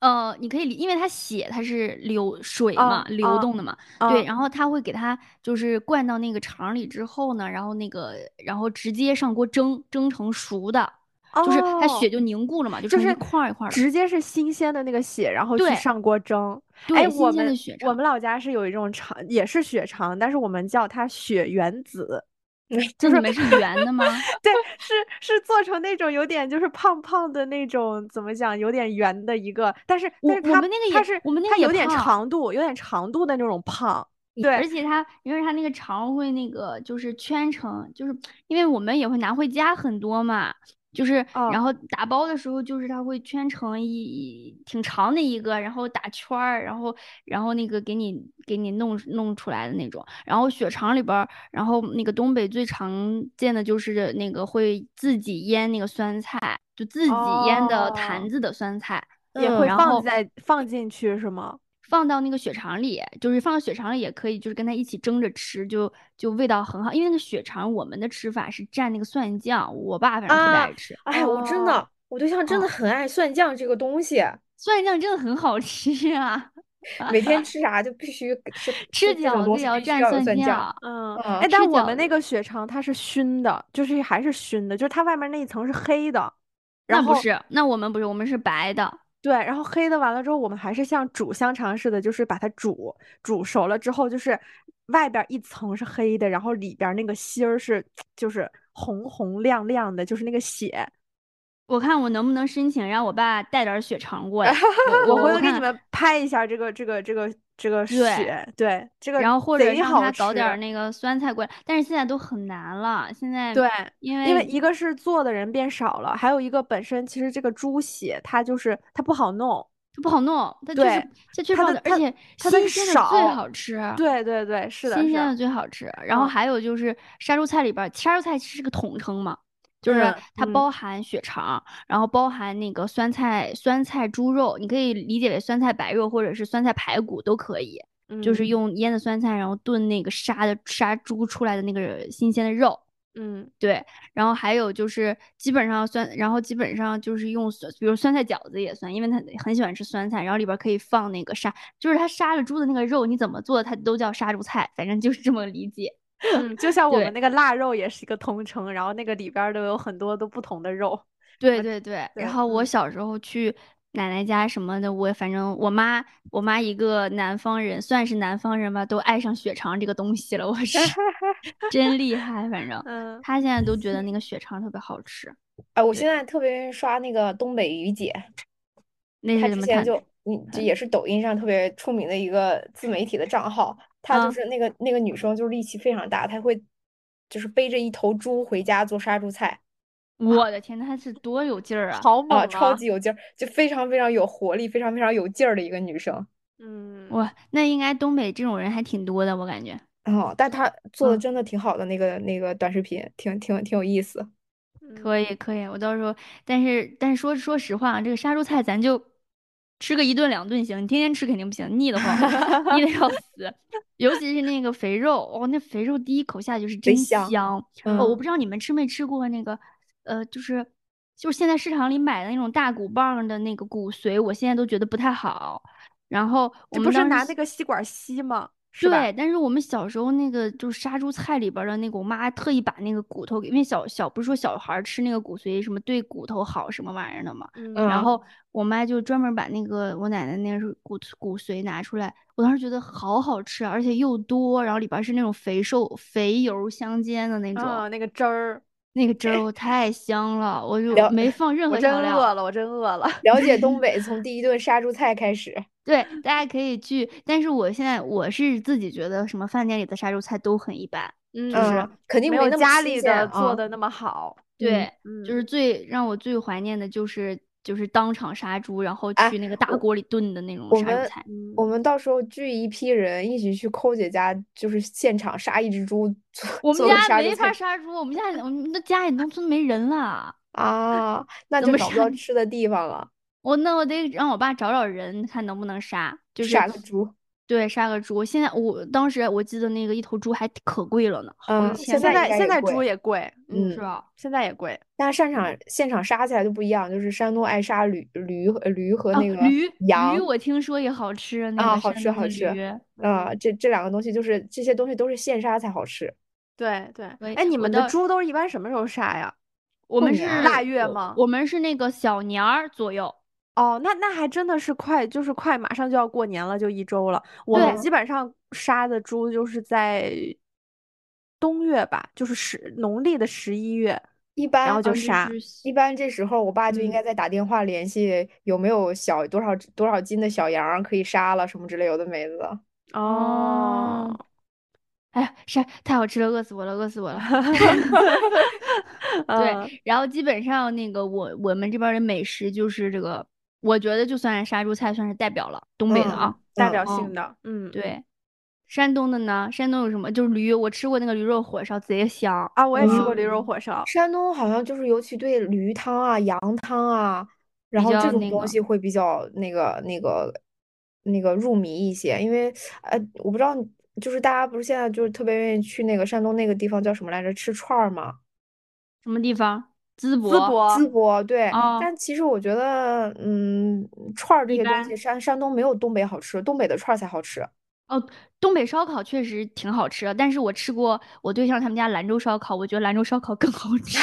Speaker 3: 呃，你可以理，因为它血它是流水
Speaker 1: 啊
Speaker 3: 嘛，流
Speaker 1: 啊
Speaker 3: 动的嘛，对，
Speaker 1: 啊
Speaker 3: 然后它会给它就是灌到那个肠里之后呢，然后那个然后直接上锅蒸，蒸成熟的，就是它
Speaker 1: 哦
Speaker 3: 血，就凝固了嘛，就
Speaker 1: 就
Speaker 3: 成一
Speaker 1: 是
Speaker 3: 块儿一块儿的。
Speaker 1: 直接是新鲜的那个血，然后去
Speaker 3: 对
Speaker 1: 上锅蒸。哎，
Speaker 3: 对，
Speaker 1: 我
Speaker 3: 新鲜的
Speaker 1: 们
Speaker 3: 血
Speaker 1: 我
Speaker 3: 肠，
Speaker 1: 们老家是有一种肠，也是血肠，但是我们叫它血原子。
Speaker 3: 就你们是圆的吗？
Speaker 1: 对，是是做成那种有点就是胖胖的那种，怎么讲，有点圆的一个，但是但
Speaker 3: 我
Speaker 1: 是
Speaker 3: 我
Speaker 1: 它
Speaker 3: 们那个
Speaker 1: 它
Speaker 3: 也
Speaker 1: 是
Speaker 3: 我们那
Speaker 1: 它
Speaker 3: 个也
Speaker 1: 有点
Speaker 3: 胖
Speaker 1: 长度，有点长度的那种胖，对
Speaker 3: 而且它，因为它那个肠会那个就是圈成，就是因为我们也会拿回家很多嘛，就是
Speaker 1: 啊，
Speaker 3: 然后打包的时候，就是它会圈成一一挺长的一个，然后打圈儿，然后然后那个给你给你弄弄出来的那种。然后血肠里边儿，然后那个东北最常见的就是那个会自己腌那个酸菜，就自己腌的坛
Speaker 1: 哦
Speaker 3: 子的酸菜，
Speaker 1: 也会
Speaker 3: 然
Speaker 4: 嗯，
Speaker 1: 放
Speaker 3: 后。
Speaker 1: 在放进去是吗？
Speaker 3: 放到那个血肠里，就是放到血肠里也可以，就是跟它一起蒸着吃，就就味道很好。因为那个血肠，我们的吃法是蘸那个蒜酱，我爸反正特别
Speaker 4: 啊，
Speaker 3: 爱吃，
Speaker 4: 哎，我真
Speaker 1: 哦
Speaker 4: 的，我对象真的
Speaker 3: 嗯
Speaker 4: 很爱蒜酱这个东 西，
Speaker 3: 蒜酱真的很好吃啊，
Speaker 4: 每天吃啥就必须吃
Speaker 3: 吃
Speaker 4: 吃这种
Speaker 3: 饺
Speaker 4: 东
Speaker 3: 子
Speaker 4: 西
Speaker 3: 也要
Speaker 4: 必须
Speaker 3: 蘸
Speaker 4: 要有
Speaker 3: 蒜
Speaker 4: 蒜酱。
Speaker 3: 酱。
Speaker 1: 嗯，哎，
Speaker 4: 嗯，
Speaker 1: 但
Speaker 3: 吃
Speaker 1: 我们
Speaker 3: 饺
Speaker 1: 那
Speaker 3: 子
Speaker 1: 个血肠它是熏的，就是还是熏的，就是它外面那一层是黑的，然
Speaker 3: 那不
Speaker 1: 后
Speaker 3: 是，那我们不是，我们是白的。
Speaker 1: 对，然后黑的完了之后，我们还是像煮香肠似的，就是把它煮煮熟了之后，就是外边一层是黑的，然后里边那个芯儿是就是红红亮亮的，就是那个 血。
Speaker 3: 我看我能不能申请让我爸带点儿血肠 过来，
Speaker 1: 我
Speaker 3: 我我
Speaker 1: 回
Speaker 3: 我
Speaker 1: 头给
Speaker 3: 看
Speaker 1: 你
Speaker 3: 看。
Speaker 1: 们拍一下这个这个这个这个
Speaker 3: 对
Speaker 1: 血，对，这个
Speaker 3: 然后或者
Speaker 1: 贼
Speaker 3: 让
Speaker 1: 好
Speaker 3: 他搞
Speaker 1: 吃。
Speaker 3: 点儿那个酸菜过来，但是现在都很难了。现在
Speaker 1: 对，
Speaker 3: 因
Speaker 1: 因为
Speaker 3: 为
Speaker 1: 一个是做的人变少了，还有一个本身其实这个猪血它就是它不好弄，
Speaker 3: 它不好弄，它就是
Speaker 1: 对
Speaker 3: 这确实
Speaker 1: 它
Speaker 3: 不好
Speaker 1: 的
Speaker 3: 弄
Speaker 1: 它
Speaker 3: 而且
Speaker 1: 它的
Speaker 3: 新鲜的最
Speaker 1: 少
Speaker 3: 好吃。
Speaker 1: 对对对，是的，
Speaker 3: 啊新
Speaker 1: 是
Speaker 3: 鲜
Speaker 1: 的
Speaker 3: 的最好吃。然后
Speaker 1: 嗯
Speaker 3: 还有就是杀猪菜里边儿，杀猪菜是个统称嘛，就是
Speaker 1: 嗯
Speaker 3: 它
Speaker 1: 嗯
Speaker 3: 包含血肠，然后包含那个酸菜酸菜猪肉，你可以理解为酸菜白肉或者是酸菜排骨都可以，就是
Speaker 1: 嗯
Speaker 3: 用腌的酸菜，然后炖那个杀的杀猪出来的那个新鲜的肉。
Speaker 1: 嗯
Speaker 3: 对，然后还有就是基本上酸，然后基本上就是用酸，比如酸菜饺子也算，因为他很喜欢吃酸菜，然后里边儿可以放那个杀，就是他杀了猪的那个肉，你怎么做它都叫杀猪菜，反正就是这么理解。
Speaker 1: 嗯，就像我
Speaker 3: 对
Speaker 1: 们那个腊肉也是一个通称，然后那个里边儿都有很多都不同的肉。
Speaker 3: 对
Speaker 4: 啊
Speaker 3: 对对，
Speaker 1: 对
Speaker 3: 然后我
Speaker 1: 嗯
Speaker 3: 小时候去奶奶家什么的，我反正我妈我妈一个南方人，算是南方人吧，都爱上血肠这个东西了，我是 真厉害，反正
Speaker 1: 嗯，
Speaker 3: 她现在都觉得那个血肠特别好吃，
Speaker 4: 哎，我现在特别愿意刷那个东北于姐，
Speaker 3: 那
Speaker 4: 她
Speaker 3: 是什
Speaker 4: 之
Speaker 3: 么
Speaker 4: 前
Speaker 3: 菜？
Speaker 4: 就嗯，这也是抖音上特别出名的一个自媒体的账号，她
Speaker 3: 啊
Speaker 4: 就是那个那个女生，就是力气非常大，她会就是背着一头猪回家做杀猪菜
Speaker 3: 我的天呐，她是多有劲儿啊！
Speaker 1: 好猛
Speaker 4: 啊，超
Speaker 1: 啊！
Speaker 4: 级有劲儿，就非常非常有活力，非常非常有劲儿的一个女生。
Speaker 1: 嗯，
Speaker 3: 哇，那应该东北这种人还挺多的，我感觉。
Speaker 4: 哦，但她做的
Speaker 3: 嗯
Speaker 4: 真的挺好的，那个那个短视频挺挺挺有意 思。
Speaker 3: 可
Speaker 1: 嗯
Speaker 3: 以可以，我到时候，但是但是说说实话啊，这个杀猪菜咱就吃个一顿两顿行，你天天吃肯定不行，腻得慌，腻 得要死。尤其是那个肥肉，哦，那肥肉第一口下去是
Speaker 4: 贼
Speaker 3: 真
Speaker 4: 香
Speaker 3: 哦，我
Speaker 4: 嗯
Speaker 3: 不知道你们吃没吃过那个，呃，就是就是现在市场里买的那种大骨棒儿的那个骨髓，我现在都觉得不太好。然后我
Speaker 1: 这
Speaker 3: 们
Speaker 1: 不是
Speaker 3: 当时
Speaker 1: 拿
Speaker 3: 小
Speaker 1: 那个吸管吸吗？是吧？
Speaker 3: 对，但是我们小时候那个就是杀猪菜里边儿的那个，我妈特意把那个骨头给，因为小小不是说小孩儿吃那个骨髓什么对骨头好什么玩意儿的嘛，
Speaker 1: 嗯
Speaker 3: 然
Speaker 4: 嗯
Speaker 3: 后我妈就专门儿把那个我奶奶那是骨骨髓拿出来，我当时觉得好好吃啊，而且又多，然后里边儿是那种肥瘦肥油相间的那种，
Speaker 1: 嗯，那个汁儿，
Speaker 3: 那个汁儿我太香了，我就
Speaker 4: 了
Speaker 3: 没放任
Speaker 1: 我
Speaker 3: 何
Speaker 1: 真
Speaker 3: 调料。
Speaker 1: 饿了，我真饿了。
Speaker 4: 了解东北，从第一顿杀猪菜开始。
Speaker 3: 对，大家可以去，但是我现在我是自己觉得什么饭店里的杀猪菜都很一般。
Speaker 1: 嗯，
Speaker 4: 嗯，肯定
Speaker 1: 没
Speaker 4: 没
Speaker 1: 有
Speaker 4: 那么
Speaker 1: 家
Speaker 4: 新
Speaker 1: 里
Speaker 4: 鲜
Speaker 1: 的
Speaker 4: 啊
Speaker 1: 做的那么好。
Speaker 3: 对，
Speaker 1: 嗯，
Speaker 3: 就是最让我最怀念的就是就是当场杀猪，然后
Speaker 4: 哎
Speaker 3: 去那个大
Speaker 4: 我
Speaker 3: 锅里炖的那种
Speaker 4: 我
Speaker 3: 杀
Speaker 4: 们
Speaker 3: 猪菜。
Speaker 1: 嗯
Speaker 4: 我们到时候聚一批人一起去抠姐家，就是现场杀一只猪，做
Speaker 3: 我们
Speaker 4: 做个
Speaker 3: 家
Speaker 4: 杀猪
Speaker 3: 没
Speaker 4: 菜
Speaker 3: 法杀猪，我们家我们的家里农村没人了，
Speaker 4: 啊，那
Speaker 3: 怎
Speaker 4: 就
Speaker 3: 么
Speaker 4: 找不
Speaker 3: 杀
Speaker 4: 到吃的地方了，
Speaker 3: 我那我得让我爸找找人看能不能杀，就是
Speaker 4: 杀个猪。
Speaker 3: 对杀个猪。现在我当时我记得那个一头猪还可贵了呢，好
Speaker 4: 嗯
Speaker 3: 几
Speaker 1: 现
Speaker 3: 千
Speaker 4: 现在
Speaker 1: 在
Speaker 3: 块
Speaker 4: 应该
Speaker 1: 现
Speaker 4: 也
Speaker 1: 在
Speaker 4: 贵
Speaker 1: 猪也贵，
Speaker 3: 是
Speaker 4: 嗯，
Speaker 3: 吧？
Speaker 1: 现在也贵。
Speaker 4: 但现场现场杀起来就不一样，就是山东爱杀驴驴和驴和
Speaker 3: 啊
Speaker 4: 那，个
Speaker 3: 驴
Speaker 4: 羊
Speaker 3: 驴我听说也好吃，那
Speaker 4: 啊，
Speaker 3: 个
Speaker 4: 好
Speaker 3: 山
Speaker 4: 吃
Speaker 3: 东
Speaker 4: 好
Speaker 3: 的
Speaker 4: 吃
Speaker 3: 驴。嗯
Speaker 4: 啊，这这两个东西就是这些东西都是现杀才好吃。
Speaker 1: 对对，
Speaker 3: 喂
Speaker 1: 哎，你
Speaker 3: 我
Speaker 1: 们的
Speaker 3: 到
Speaker 1: 猪都是一般什么时候啊杀呀？
Speaker 3: 我
Speaker 4: 过
Speaker 3: 们是
Speaker 4: 年儿
Speaker 1: 腊月
Speaker 3: 我
Speaker 1: 吗
Speaker 3: 我们是那个小年儿左右。
Speaker 1: 哦，那那还真的是快，就是快，马上就要过年了，就一周了。我们
Speaker 3: 对
Speaker 1: 基本上杀的猪就是在冬月吧，就是十农历的十一 月，
Speaker 4: 一
Speaker 1: 然
Speaker 4: 般嗯
Speaker 1: 后就
Speaker 3: 啊
Speaker 1: 杀。
Speaker 3: 是
Speaker 4: 一般这时候，我爸就应
Speaker 1: 嗯
Speaker 4: 该再打电话联系有没有小多少多少斤的小羊儿可以杀了什么之类有的没的。
Speaker 1: 哦，
Speaker 3: 哎呀，是太好吃了，饿死我了，饿死我了。
Speaker 1: 嗯
Speaker 3: 对，然后基本上那个我我们这边儿的美食就是这个，我觉得就算是杀猪菜算是代表了东北的啊。
Speaker 1: 代
Speaker 4: 嗯
Speaker 1: 表
Speaker 3: 嗯
Speaker 1: 性的，嗯，。
Speaker 3: 对，山东的呢，山东有什么？就是驴，我吃过那个驴肉火烧，贼香。
Speaker 1: 啊，我也吃过
Speaker 4: 嗯
Speaker 1: 驴肉火烧，
Speaker 4: 山东好像就是尤其对驴汤啊、羊汤啊，然
Speaker 3: 比
Speaker 4: 后这
Speaker 3: 较
Speaker 4: 种
Speaker 3: 那
Speaker 4: 东
Speaker 3: 个
Speaker 4: 西会比较那个、那个、那个入迷一些，因为呃，我不知道，就是大家不是现在就是特别愿意去那个山东那个地方叫什么来着，吃串儿嘛，
Speaker 3: 什么地方？淄
Speaker 1: 淄
Speaker 3: 博。
Speaker 4: 淄
Speaker 1: 博，
Speaker 4: 博对。
Speaker 3: 啊、
Speaker 4: 但其实我觉得，嗯，串儿这
Speaker 3: 一
Speaker 4: 些东
Speaker 3: 般
Speaker 4: 西，山山东没有东北好吃，东北的串儿才好吃。
Speaker 3: 哦，东北烧烤确实挺好吃的，但是我吃过我对象他们家兰州烧烤，我觉得兰州烧烤更好吃。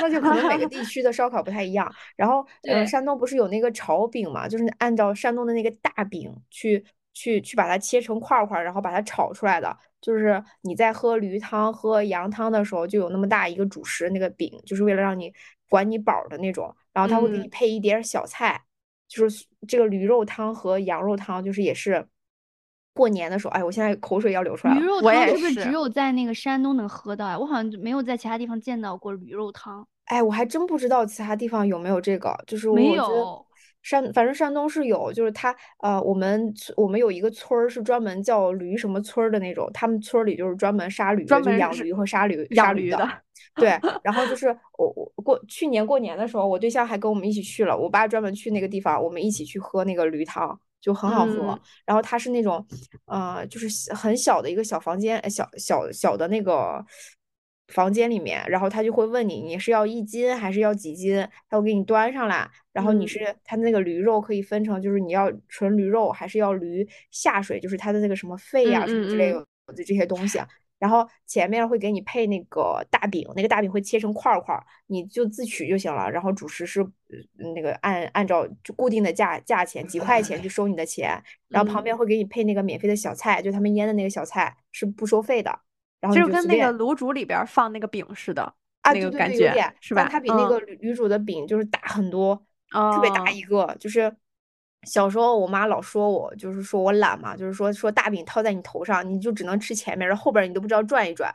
Speaker 4: 那就可能每个地区的烧烤不太一样。然后，
Speaker 3: 对
Speaker 4: 呃，山东不是有那个炒饼嘛，就是按照山东的那个大饼去去去把它切成块儿块儿，然后把它炒出来的。就是你在喝驴汤、喝羊汤的时候，就有那么大一个主食，那个饼就是为了让你管你饱儿的那种。然后它会给你
Speaker 1: 嗯
Speaker 4: 配一碟儿小菜，就是这个驴肉汤和羊肉汤，就是也是过年的时候，哎，我现在口水要流出来
Speaker 3: 驴
Speaker 4: 了。
Speaker 3: 肉
Speaker 1: 我
Speaker 3: 汤
Speaker 1: 也
Speaker 3: 是不是只
Speaker 1: 是
Speaker 3: 有在那个山东能喝到呀、我好像就没有在其他地方见到过驴肉汤，
Speaker 4: 哎，我还真不知道其他地方有没有这个，就是
Speaker 3: 没
Speaker 4: 我觉得
Speaker 3: 有。
Speaker 4: 山，反正山东是有，就是它呃，我们村我们有一个村儿是专门叫驴什么村儿的那种，他们村儿里就是专门杀驴的，
Speaker 1: 专
Speaker 4: 就
Speaker 1: 门
Speaker 4: 养
Speaker 1: 是
Speaker 4: 驴和杀驴
Speaker 1: 养
Speaker 4: 杀驴
Speaker 1: 驴
Speaker 4: 的。
Speaker 1: 的，
Speaker 4: 对，然后就是我我过去年过年的时候，我对象还跟我们一起去了，我爸专门去那个地方，我们一起去喝那个驴汤，就很好喝。
Speaker 3: 嗯
Speaker 4: 然后它是那种，呃，就是小很小的一个小房间，呃小小小的那个房间里面，然后他就会问你，你是要一斤还是要几斤，他会给你端上来，然后你
Speaker 3: 嗯
Speaker 4: 是它那个驴肉可以分成，就是你要纯驴肉还是要驴下水，就是它的那个什么肺呀、什么之类
Speaker 3: 嗯嗯
Speaker 4: 的这些东西啊。然后前面会给你配那个大饼，那个大饼会切成块儿块儿，你就自取就行了。然后主食是呃那个按按照就固定的价价钱几块钱去收你 的钱，然后旁
Speaker 1: 嗯
Speaker 4: 边会给你配那个免费的小菜，就他们腌的那个小菜是不收费的，然后
Speaker 1: 就
Speaker 4: 你
Speaker 1: 是跟
Speaker 4: 随
Speaker 1: 那
Speaker 4: 便
Speaker 1: 个卤煮里边儿放那个饼似的，那
Speaker 4: 啊，对
Speaker 1: 个
Speaker 4: 对
Speaker 1: 感
Speaker 4: 对，
Speaker 1: 觉
Speaker 4: 有点，
Speaker 1: 是
Speaker 4: 但
Speaker 1: 吧
Speaker 4: 它比那
Speaker 1: 嗯
Speaker 4: 个驴驴煮的饼就是大很多，特别大
Speaker 1: 哦
Speaker 4: 一个。就是小时候我妈老说我，就是说我懒嘛，就是说说大饼套在你头上，你就只能吃前面，然后后边儿你都不知道转一 转。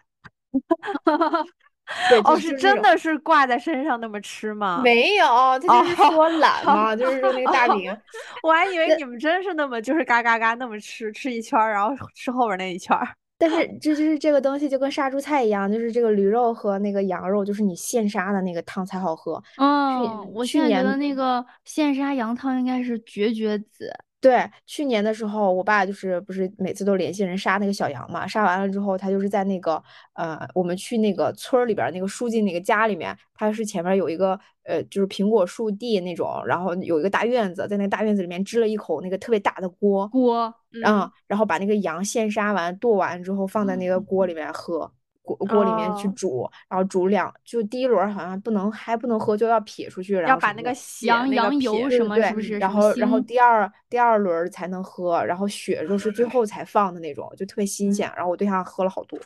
Speaker 4: 对，就
Speaker 1: 哦，
Speaker 4: 就是是那
Speaker 1: 真
Speaker 4: 种。
Speaker 1: 的是挂在身上那么吃吗？
Speaker 4: 没有，他就是说我 懒
Speaker 1: 哦
Speaker 4: 嘛，就是说那个大饼，
Speaker 1: 我还以为
Speaker 4: 那
Speaker 1: 你们真是那么就是嘎嘎嘎那么吃，吃一圈儿，然后吃后边儿那一圈儿。
Speaker 4: 但是这就是这个东西就跟杀猪菜一样，就是这个驴肉和那个羊肉，就是你现杀的那个汤才好喝。
Speaker 3: 嗯，我
Speaker 4: 去
Speaker 3: 现在觉
Speaker 4: 年
Speaker 3: 得那个现杀羊汤应该是绝绝子。
Speaker 4: 对，去年的时候，我爸就是不是每次都联系人杀那个小羊嘛？杀完了之后，他就是在那个呃，我们去那个村儿里边儿那个书记那个家里面，他是前面儿有一个呃，就是苹果树地那种，然后有一个大院子，在那个大院子里面支了一口那个特别大的锅，
Speaker 3: 锅，
Speaker 1: 嗯
Speaker 4: 啊、然后把那个羊现杀完、剁完之后放在那个锅里面喝，锅锅里面去
Speaker 1: 嗯哦
Speaker 4: 煮，然后煮两，就第一轮儿好像不能还不能喝，就要撇出去，然
Speaker 1: 要
Speaker 4: 后什
Speaker 1: 把
Speaker 4: 么
Speaker 1: 那
Speaker 4: 的
Speaker 1: 个血
Speaker 3: 羊
Speaker 1: 那个
Speaker 3: 羊油
Speaker 1: 撇
Speaker 3: 什
Speaker 4: 对对
Speaker 3: 么
Speaker 4: 对，
Speaker 3: 是不是
Speaker 4: 然
Speaker 3: 什么
Speaker 4: 后然后
Speaker 3: 腥
Speaker 4: 第二第二轮儿才能喝，然后血肉是最后才放的那种，就特别新
Speaker 3: 嗯
Speaker 4: 鲜。然后我对象喝了好多，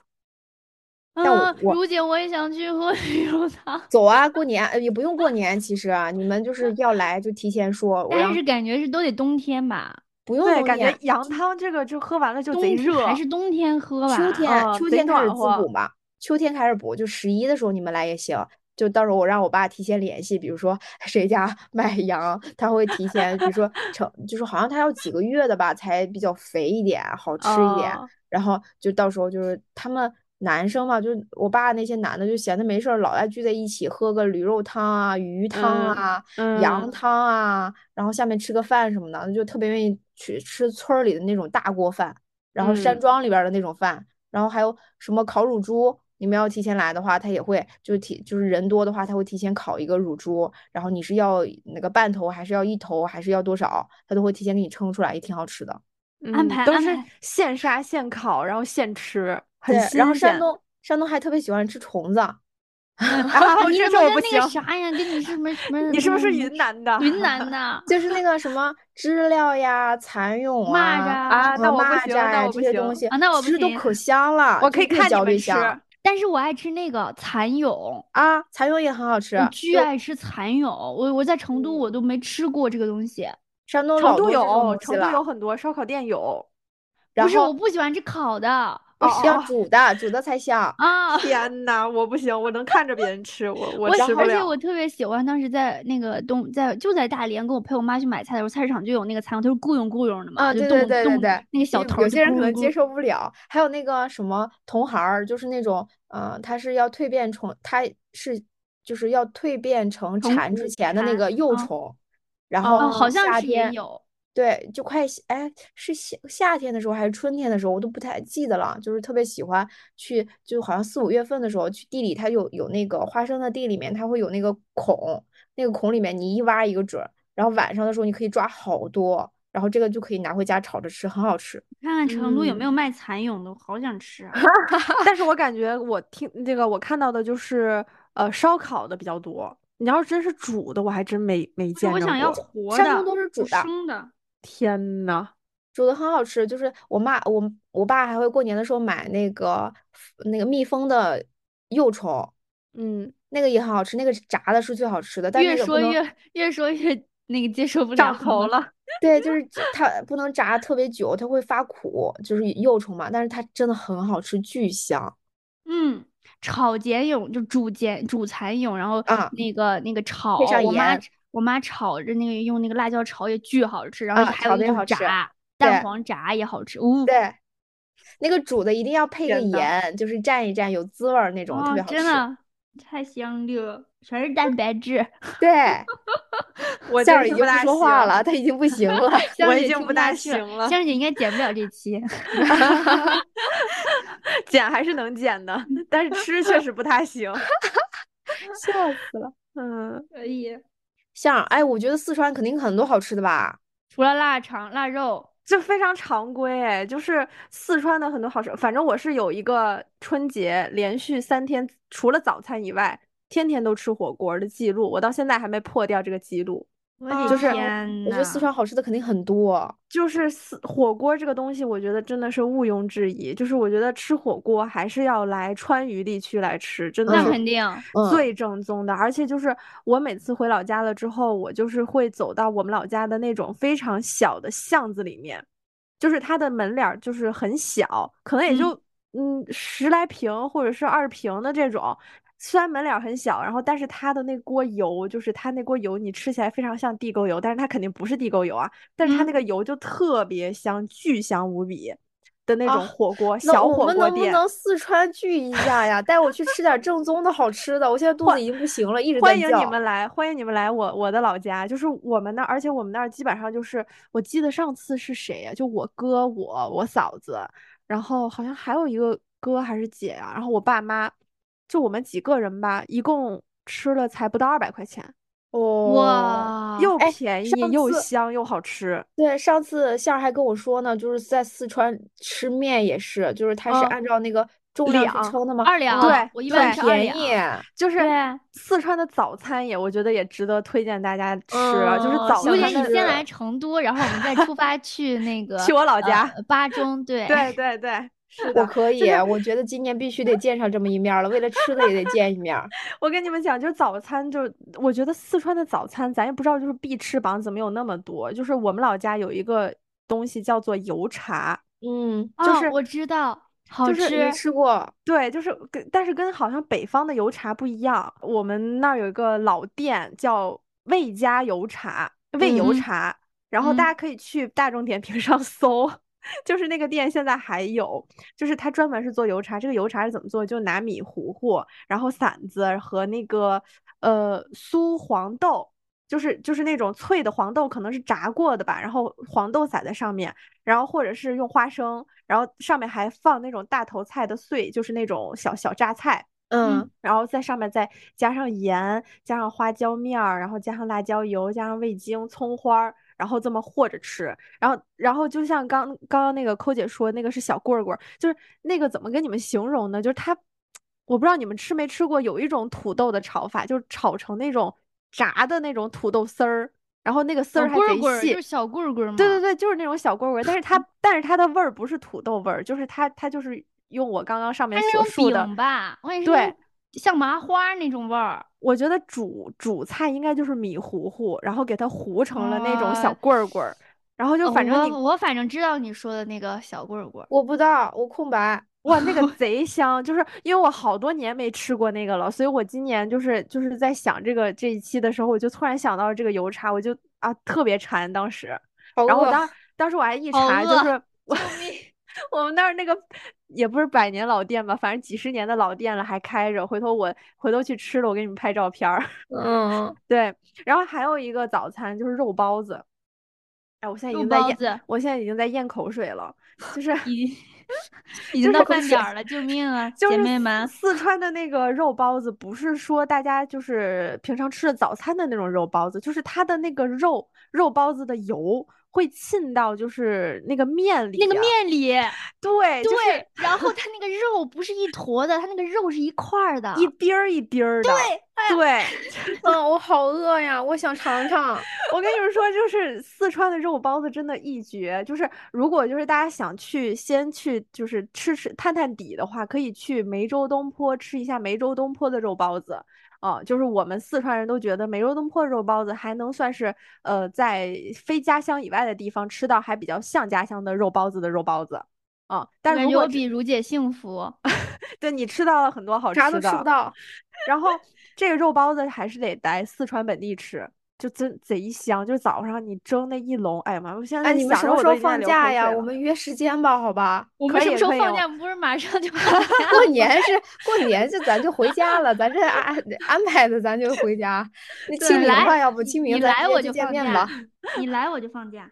Speaker 4: 但我
Speaker 3: 啊，
Speaker 4: 我
Speaker 3: 如姐，我也想去喝鱼肉 汤，
Speaker 4: 走啊，过年呃也不用过年，其实啊，你们就是要来就提前说，我
Speaker 3: 但
Speaker 4: 让
Speaker 3: 是感觉是都得冬天吧，
Speaker 4: 不用
Speaker 1: 对，
Speaker 4: 冬
Speaker 1: 感觉
Speaker 4: 天，
Speaker 1: 羊汤这个就喝完了就贼
Speaker 3: 冬天还
Speaker 1: 热，
Speaker 3: 是冬天哦喝吧。
Speaker 4: 秋 天
Speaker 1: 嗯
Speaker 4: 秋
Speaker 1: 贼
Speaker 4: 天开始
Speaker 1: 暖
Speaker 4: 滋补
Speaker 1: 和。
Speaker 4: 嘛，秋天开始补，就十一的时候你们来也行。就到时候我让我爸提前联系，比如说 谁家买羊，他会提前，比如说成，就是好像他要几个月的吧，才比较肥一点，好吃一点。
Speaker 1: 哦，
Speaker 4: 然后就到时候就是他们男生嘛，就是我爸那些男的就闲的没事儿，老爱聚在一起喝个驴肉汤啊、鱼汤
Speaker 1: 嗯
Speaker 4: 啊、羊
Speaker 1: 嗯，
Speaker 4: 汤啊，然后下面吃个饭什么的，就特别愿意去吃村儿里的那种大锅饭，然后山
Speaker 1: 嗯
Speaker 4: 庄里边儿的那种饭，然后还有什么烤乳猪。你们要提前来的话，他也会就是提就是人多的话，他会提前烤一个乳猪，然后你是要那个半头，还是要一头，还是要多少，他都会提前给你称出来，也挺好吃的。
Speaker 3: 安
Speaker 1: 嗯
Speaker 3: 排
Speaker 1: 都
Speaker 3: 安
Speaker 1: 是
Speaker 3: 排
Speaker 1: 现杀现烤，然后现吃，很
Speaker 4: 对，然后
Speaker 1: 新
Speaker 4: 山
Speaker 1: 鲜。
Speaker 4: 东山东还特别喜欢吃虫子，
Speaker 1: 啊，
Speaker 3: 你
Speaker 1: 这
Speaker 3: 怎
Speaker 1: 个我
Speaker 3: 么跟
Speaker 1: 不行，
Speaker 3: 那个啥呀，跟你是什么什么
Speaker 1: 你是不
Speaker 3: 什
Speaker 1: 是
Speaker 3: 么什
Speaker 1: 云南的？
Speaker 3: 么 云南的
Speaker 4: 就是那个 什么知了呀、蚕蛹
Speaker 3: 蚂
Speaker 4: 啊、
Speaker 3: 蚱？
Speaker 1: 啊，
Speaker 4: 呃
Speaker 1: 那我不
Speaker 4: 蚂
Speaker 1: 行，那
Speaker 4: 蚱呀
Speaker 1: 我
Speaker 4: 这
Speaker 1: 不
Speaker 4: 些
Speaker 1: 行，
Speaker 4: 东西，
Speaker 3: 啊那我
Speaker 4: 其
Speaker 3: 不
Speaker 4: 实都
Speaker 3: 行
Speaker 4: 可香了，
Speaker 1: 我
Speaker 4: 就
Speaker 1: 可以
Speaker 4: 越
Speaker 1: 看你
Speaker 4: 嚼
Speaker 1: 们
Speaker 4: 越
Speaker 1: 吃。
Speaker 4: 香
Speaker 3: 但是我爱吃那个蚕蛹，
Speaker 4: 啊。蚕蛹也很好
Speaker 1: 嗯啊
Speaker 4: 吃，
Speaker 3: 我巨
Speaker 4: 就
Speaker 3: 爱吃蚕蛹，我我在成都我都没吃过这个东西。
Speaker 4: 山东
Speaker 1: 成
Speaker 4: 老
Speaker 1: 都
Speaker 4: 多这种
Speaker 1: 有，
Speaker 4: 东西
Speaker 1: 成都有
Speaker 4: 了。
Speaker 1: 很多烧烤店 有。
Speaker 4: 然
Speaker 3: 不是，我
Speaker 4: 后呃
Speaker 3: 不喜欢吃烤的，我
Speaker 1: 哦
Speaker 3: 喜
Speaker 1: 哦
Speaker 4: 要
Speaker 1: 哦，
Speaker 4: 煮的，煮的才香。
Speaker 3: 啊，
Speaker 1: 天呐，我不行，我能看着别人吃，我我
Speaker 3: 我喜
Speaker 1: 吃不
Speaker 3: 而且
Speaker 1: 了。
Speaker 3: 我特别喜欢，当时在那个东在就在大连，跟我陪我妈去买菜的时候，菜市场就有那个蚕蛹，它是雇佣雇佣的嘛，
Speaker 4: 啊，
Speaker 3: 就
Speaker 4: 对对
Speaker 3: 动
Speaker 4: 对对
Speaker 3: 动
Speaker 4: 对，
Speaker 3: 那个小
Speaker 4: 因为
Speaker 3: 头
Speaker 4: 嗯有
Speaker 3: 儿就
Speaker 4: 些人
Speaker 3: 咕
Speaker 4: 可
Speaker 3: 噜
Speaker 4: 能接
Speaker 3: 咕。
Speaker 4: 受不了。还有那个什么铜孩儿，就是那种，嗯、它是要蜕变成，它是就是要蜕变成
Speaker 3: 成
Speaker 4: 蝉之
Speaker 3: 虎
Speaker 4: 前的那
Speaker 3: 蝉
Speaker 4: 个幼
Speaker 3: 啊
Speaker 4: 虫，然
Speaker 3: 啊，
Speaker 4: 后
Speaker 3: 好
Speaker 1: 嗯哦
Speaker 3: 像
Speaker 4: 夏
Speaker 3: 是也
Speaker 4: 天，
Speaker 3: 有，
Speaker 4: 对，就快夏，哎，是夏夏天的时候还是春天的时候，我都不太记得了。就是特别喜欢去，就好像四五月份的时候去地里，它有有那个花生的地里面，它会有那个孔，那个孔里面你一挖一个准儿，然后晚上的时候你可以抓好多。然后这个就可以拿回家炒着吃，很好吃。
Speaker 3: 看看成都有没有
Speaker 1: 嗯
Speaker 3: 卖蚕蛹的，我好想吃啊！
Speaker 1: 但是我感觉我听这个我看到的就是呃烧烤的比较多。你要是真是煮的，我还真没没
Speaker 3: 不是，
Speaker 1: 见
Speaker 3: 我
Speaker 1: 着
Speaker 3: 想要
Speaker 1: 过。
Speaker 3: 活
Speaker 4: 山
Speaker 3: 的，
Speaker 4: 东都是
Speaker 3: 不
Speaker 4: 煮的，
Speaker 3: 生的。
Speaker 1: 天呐，
Speaker 4: 煮的很好吃。就是我妈，我我爸还会过年的时候买那个那个蜜蜂的幼虫，
Speaker 1: 嗯，
Speaker 4: 那个也很好吃，那个炸的是最好吃的，但
Speaker 3: 越
Speaker 4: 那个不
Speaker 3: 说
Speaker 4: 能，
Speaker 3: 越越说越那个接受不了
Speaker 1: 上头
Speaker 3: 了。
Speaker 1: 了。
Speaker 4: 对，就是这它不能炸特别久，它会发苦，就是幼虫嘛。但是它真的很好吃，巨香
Speaker 3: 嗯，炒茧蛹就煮茧煮蚕蛹，然后
Speaker 4: 啊！
Speaker 3: 那个那个炒，
Speaker 4: 配上
Speaker 3: 我妈
Speaker 4: 盐，
Speaker 3: 我妈炒着那个用那个辣椒炒也巨好吃，然后
Speaker 4: 啊
Speaker 3: 还
Speaker 4: 炒
Speaker 3: 有
Speaker 4: 的也
Speaker 3: 那
Speaker 4: 好
Speaker 3: 种
Speaker 4: 吃
Speaker 3: 炸蛋
Speaker 4: 对
Speaker 3: 黄炸也好吃，呜、
Speaker 4: 对，那个煮的一定要配个
Speaker 3: 真的
Speaker 4: 盐，就是蘸一蘸，有滋味儿那种，特
Speaker 1: 哦
Speaker 3: 哇
Speaker 4: 别好
Speaker 3: 真
Speaker 4: 吃。
Speaker 3: 的太香了，全是 蛋白质。
Speaker 4: 对，
Speaker 1: 我
Speaker 4: 馅
Speaker 1: 真
Speaker 4: 儿已
Speaker 1: 是
Speaker 4: 经
Speaker 1: 大
Speaker 4: 不说话
Speaker 1: 行
Speaker 4: 了，他已经不行 了。
Speaker 1: 我
Speaker 3: 香儿
Speaker 1: 已
Speaker 3: 姐
Speaker 1: 经
Speaker 3: 听
Speaker 1: 不大
Speaker 3: 下去
Speaker 1: 行了
Speaker 3: 香儿姐应该剪不了这 期。
Speaker 1: 减还是能减的，但是吃确实不太行。
Speaker 4: 笑死了。
Speaker 1: 嗯，
Speaker 3: 可以，
Speaker 4: 像，哎，我觉得四川肯定很多好吃的吧？
Speaker 3: 除了腊肠、腊肉，
Speaker 1: 就非常常规哎，就是四川的很多好吃，反正我是有一个春节连续三天，除了早餐以外，天天都吃火锅儿的记录，我到现在还没破掉这个记录。
Speaker 3: 我
Speaker 4: 啊
Speaker 3: 的
Speaker 4: 就是
Speaker 1: 嗯
Speaker 3: 天
Speaker 4: 我觉得
Speaker 3: 呐
Speaker 4: 四川好吃的肯定很多。
Speaker 1: 就是四火锅这个东西，我觉得真的是毋庸置疑。就是我觉得吃火锅还是要来川渝地区来吃，真的
Speaker 3: 那
Speaker 1: 是
Speaker 3: 肯定。
Speaker 4: 嗯，
Speaker 1: 最正宗的，而且就是我每次回老家了之后，我就是会走到我们老家的那种非常小的巷子里面，就是它的门脸儿就是很小，可能也
Speaker 3: 嗯
Speaker 1: 就嗯十来平或者是二十平的这种。虽然门脸儿很小，然后但是它的那锅油，就是它那锅油，你吃起来非常像地沟油，但是它肯定不是地沟油啊，但是它那
Speaker 3: 嗯
Speaker 1: 个油就特别香，巨香无比的那
Speaker 4: 啊
Speaker 1: 种火锅，
Speaker 4: 那
Speaker 1: 小
Speaker 4: 我
Speaker 1: 火
Speaker 4: 们
Speaker 1: 锅
Speaker 4: 能不
Speaker 1: 店。
Speaker 4: 能四川聚一下呀？带我去吃点正宗的好吃的，我现在肚子已经不行了，一直在
Speaker 1: 欢迎你
Speaker 4: 叫。
Speaker 1: 们来，欢迎你们来我我的老家，就是我们那儿，而且我们那儿基本上就是，我记得上次是谁呀、就我哥、我、我嫂子，然后好像还有一个哥还是姐呀、然后我爸妈，就我们几个人吧，一共吃了才不到二百块钱，
Speaker 4: 哦，
Speaker 3: 哇，
Speaker 1: 又
Speaker 4: 哎
Speaker 1: 便宜
Speaker 4: 上
Speaker 1: 又
Speaker 4: 次
Speaker 1: 香又好吃。
Speaker 4: 对，上次杏儿还跟我说呢，就是在四川吃面也是，就是它是
Speaker 1: 嗯
Speaker 4: 按照那个重量去
Speaker 1: 两
Speaker 4: 称的吗？
Speaker 3: 二两，
Speaker 1: 对
Speaker 3: 我一
Speaker 1: 对
Speaker 3: 般
Speaker 4: 很
Speaker 3: 吃二
Speaker 4: 便
Speaker 3: 两。
Speaker 4: 宜。
Speaker 1: 就是
Speaker 3: 对
Speaker 1: 四川的早餐也，我觉得也值得推荐大家吃啊，就是
Speaker 4: 嗯
Speaker 1: 早
Speaker 4: 小
Speaker 3: 苏
Speaker 1: 餐
Speaker 3: 姐，
Speaker 4: 韩
Speaker 3: 哦你
Speaker 1: 的
Speaker 4: 是
Speaker 3: 先来成都，然后我们再出发去 那个
Speaker 1: 去我老
Speaker 3: 呃
Speaker 1: 家，
Speaker 3: 巴中，对
Speaker 1: 对对对，是
Speaker 4: 我
Speaker 1: 的。
Speaker 4: 可以
Speaker 1: 是，
Speaker 4: 我觉得今年必须得见上这么一面儿了，为了吃的也得见一面儿。
Speaker 1: 我跟你们讲，就是早餐就，我觉得四川的早餐，咱也不知道就是必吃榜怎么有那么多。就是我们老家有一个东西叫做油茶，
Speaker 4: 嗯，
Speaker 1: 就
Speaker 3: 哦
Speaker 1: 是
Speaker 3: 我知道，好
Speaker 1: 就是
Speaker 3: 吃。
Speaker 4: 没吃过，
Speaker 1: 对，就是跟但是跟好像北方的油茶不一样，我们那儿有一个老店叫魏家油茶，魏油
Speaker 3: 嗯
Speaker 1: 茶，然后大
Speaker 3: 嗯
Speaker 1: 家可以去大众点评上 搜。就是那个店现在还有，就是它专门是做油茶。这个油茶是怎么做？就拿米糊糊，然后馓子和那个呃酥黄豆，就是就是那种脆的黄豆，可能是炸过的吧，然后黄豆撒在上面，然后或者是用花生，然后上面还放那种大头菜的碎，就是那种小小榨菜，
Speaker 4: 嗯，
Speaker 1: 然后在上面再加上盐，加上花椒面儿，然后加上辣椒油，加上味精、葱花儿，然后这么和着吃。然后，然后就像刚刚刚那个抠姐说，那个是小棍儿棍儿，就是那个怎么跟你们形容呢？就是它，我不知道你们吃没吃过，有一种土豆的炒法，就是炒成那种炸的那种土豆丝儿，然后那个丝
Speaker 3: 小
Speaker 1: 儿还
Speaker 3: 棍儿
Speaker 1: 贼
Speaker 3: 棍儿
Speaker 1: 细，
Speaker 3: 就是小棍儿棍儿
Speaker 1: 对
Speaker 3: 嘛
Speaker 1: 对对，就是那种小棍儿棍儿，但是 它但是它的味儿不是土豆味儿，就是它它就是用我刚刚上
Speaker 3: 它
Speaker 1: 面
Speaker 3: 是
Speaker 1: 所
Speaker 3: 那
Speaker 1: 述
Speaker 3: 种
Speaker 1: 的，
Speaker 3: 饼吧，我也是
Speaker 1: 对
Speaker 3: 那种像麻花那种味儿。
Speaker 1: 我觉得煮煮菜应该就是米糊糊，然后给它糊成了那种小
Speaker 3: 啊
Speaker 1: 棍儿 棍儿，然后就
Speaker 3: 呃
Speaker 1: 反正你
Speaker 3: 我我反正知道你说的那个小棍儿 棍儿，
Speaker 4: 我不知道，我空白。
Speaker 1: 哇， 那个贼香！就是因为我好多年没吃过那个了，所以我今年就是就是在想这个这一期的时候，我就突然想到这个油茶，我就啊特别馋当时，
Speaker 4: 好
Speaker 1: 然后我
Speaker 4: 饿
Speaker 1: 当当时我还一
Speaker 3: 好
Speaker 1: 查，就
Speaker 3: 饿
Speaker 1: 是我 我们那儿那个也不是百年老店吧，反正几十年的老店了还开着，回头我回头去吃了，我给你们拍照片儿。
Speaker 4: 嗯，
Speaker 1: 对，然后还有一个早餐就是肉包子，哎，我现在已
Speaker 3: 肉
Speaker 1: 经在
Speaker 3: 包
Speaker 1: 咽，
Speaker 3: 子
Speaker 1: 我现在已经在咽口水 了，就是
Speaker 3: 已经已
Speaker 1: 就
Speaker 3: 经到
Speaker 1: 是
Speaker 3: 饭点儿了，救命啊，
Speaker 1: 就
Speaker 3: 姐
Speaker 1: 是
Speaker 3: 妹
Speaker 1: 四
Speaker 3: 们！
Speaker 1: 四川的那个肉包子，不是说大家就是平常吃的早餐的那种肉包子，就是它的那个肉肉包子的油会沁到就是那个面里
Speaker 3: 那个
Speaker 1: 呀，
Speaker 3: 面里，
Speaker 1: 对，就是
Speaker 3: 对，然后它那个肉不是一坨的，它那个肉是一块儿的。
Speaker 1: 一丁儿一丁儿的，
Speaker 3: 哎
Speaker 1: 对，
Speaker 4: 嗯，我好饿呀，我想尝 尝。
Speaker 1: 我跟你们说，就是四川的肉包子真的一绝。就是如果就是大家想去先去就是吃吃探探底的话，可以去梅州东坡吃一下梅州东坡的肉包子。啊，就是我们四川人都觉得梅州东坡的肉包子还能算是呃在非家乡以外的地方吃到还比较像家乡的肉包子的肉包子。啊，
Speaker 3: 我
Speaker 1: 但
Speaker 3: 感
Speaker 1: 如
Speaker 3: 觉
Speaker 1: 果
Speaker 3: 我
Speaker 1: 只
Speaker 3: 比如姐幸福。
Speaker 1: 对你吃到了很多好
Speaker 4: 啥
Speaker 1: 吃
Speaker 4: 都吃
Speaker 1: 的
Speaker 4: 不，到。
Speaker 1: 然后这个肉包子还是得来四川本地吃。就真贼香，就是早上你蒸那一笼，哎呀妈呀，我现在
Speaker 4: 哎，你们
Speaker 1: 想
Speaker 4: 什
Speaker 1: 着
Speaker 4: 么
Speaker 1: 我
Speaker 4: 时
Speaker 1: 都
Speaker 4: 候
Speaker 1: 已经在
Speaker 4: 放
Speaker 1: 流
Speaker 4: 假
Speaker 1: 口
Speaker 4: 呀？
Speaker 1: 水
Speaker 4: 我
Speaker 1: 了
Speaker 4: 们约时间吧，好吧？
Speaker 3: 我们
Speaker 1: 可
Speaker 3: 什么
Speaker 1: 以
Speaker 3: 时候
Speaker 1: 可以
Speaker 3: 放
Speaker 1: 我
Speaker 3: 假？不是马上就放假
Speaker 4: 过年是过年，就咱就回家了， 咱这安安排的，咱就回家。那
Speaker 3: 对
Speaker 4: 清明
Speaker 3: 来
Speaker 4: 吧，要不清明
Speaker 3: 你
Speaker 4: 咱
Speaker 3: 来
Speaker 4: 直接
Speaker 3: 我
Speaker 4: 去
Speaker 3: 就
Speaker 4: 见
Speaker 3: 放
Speaker 4: 面
Speaker 3: 假
Speaker 4: 吧。，
Speaker 3: 你来我就放假。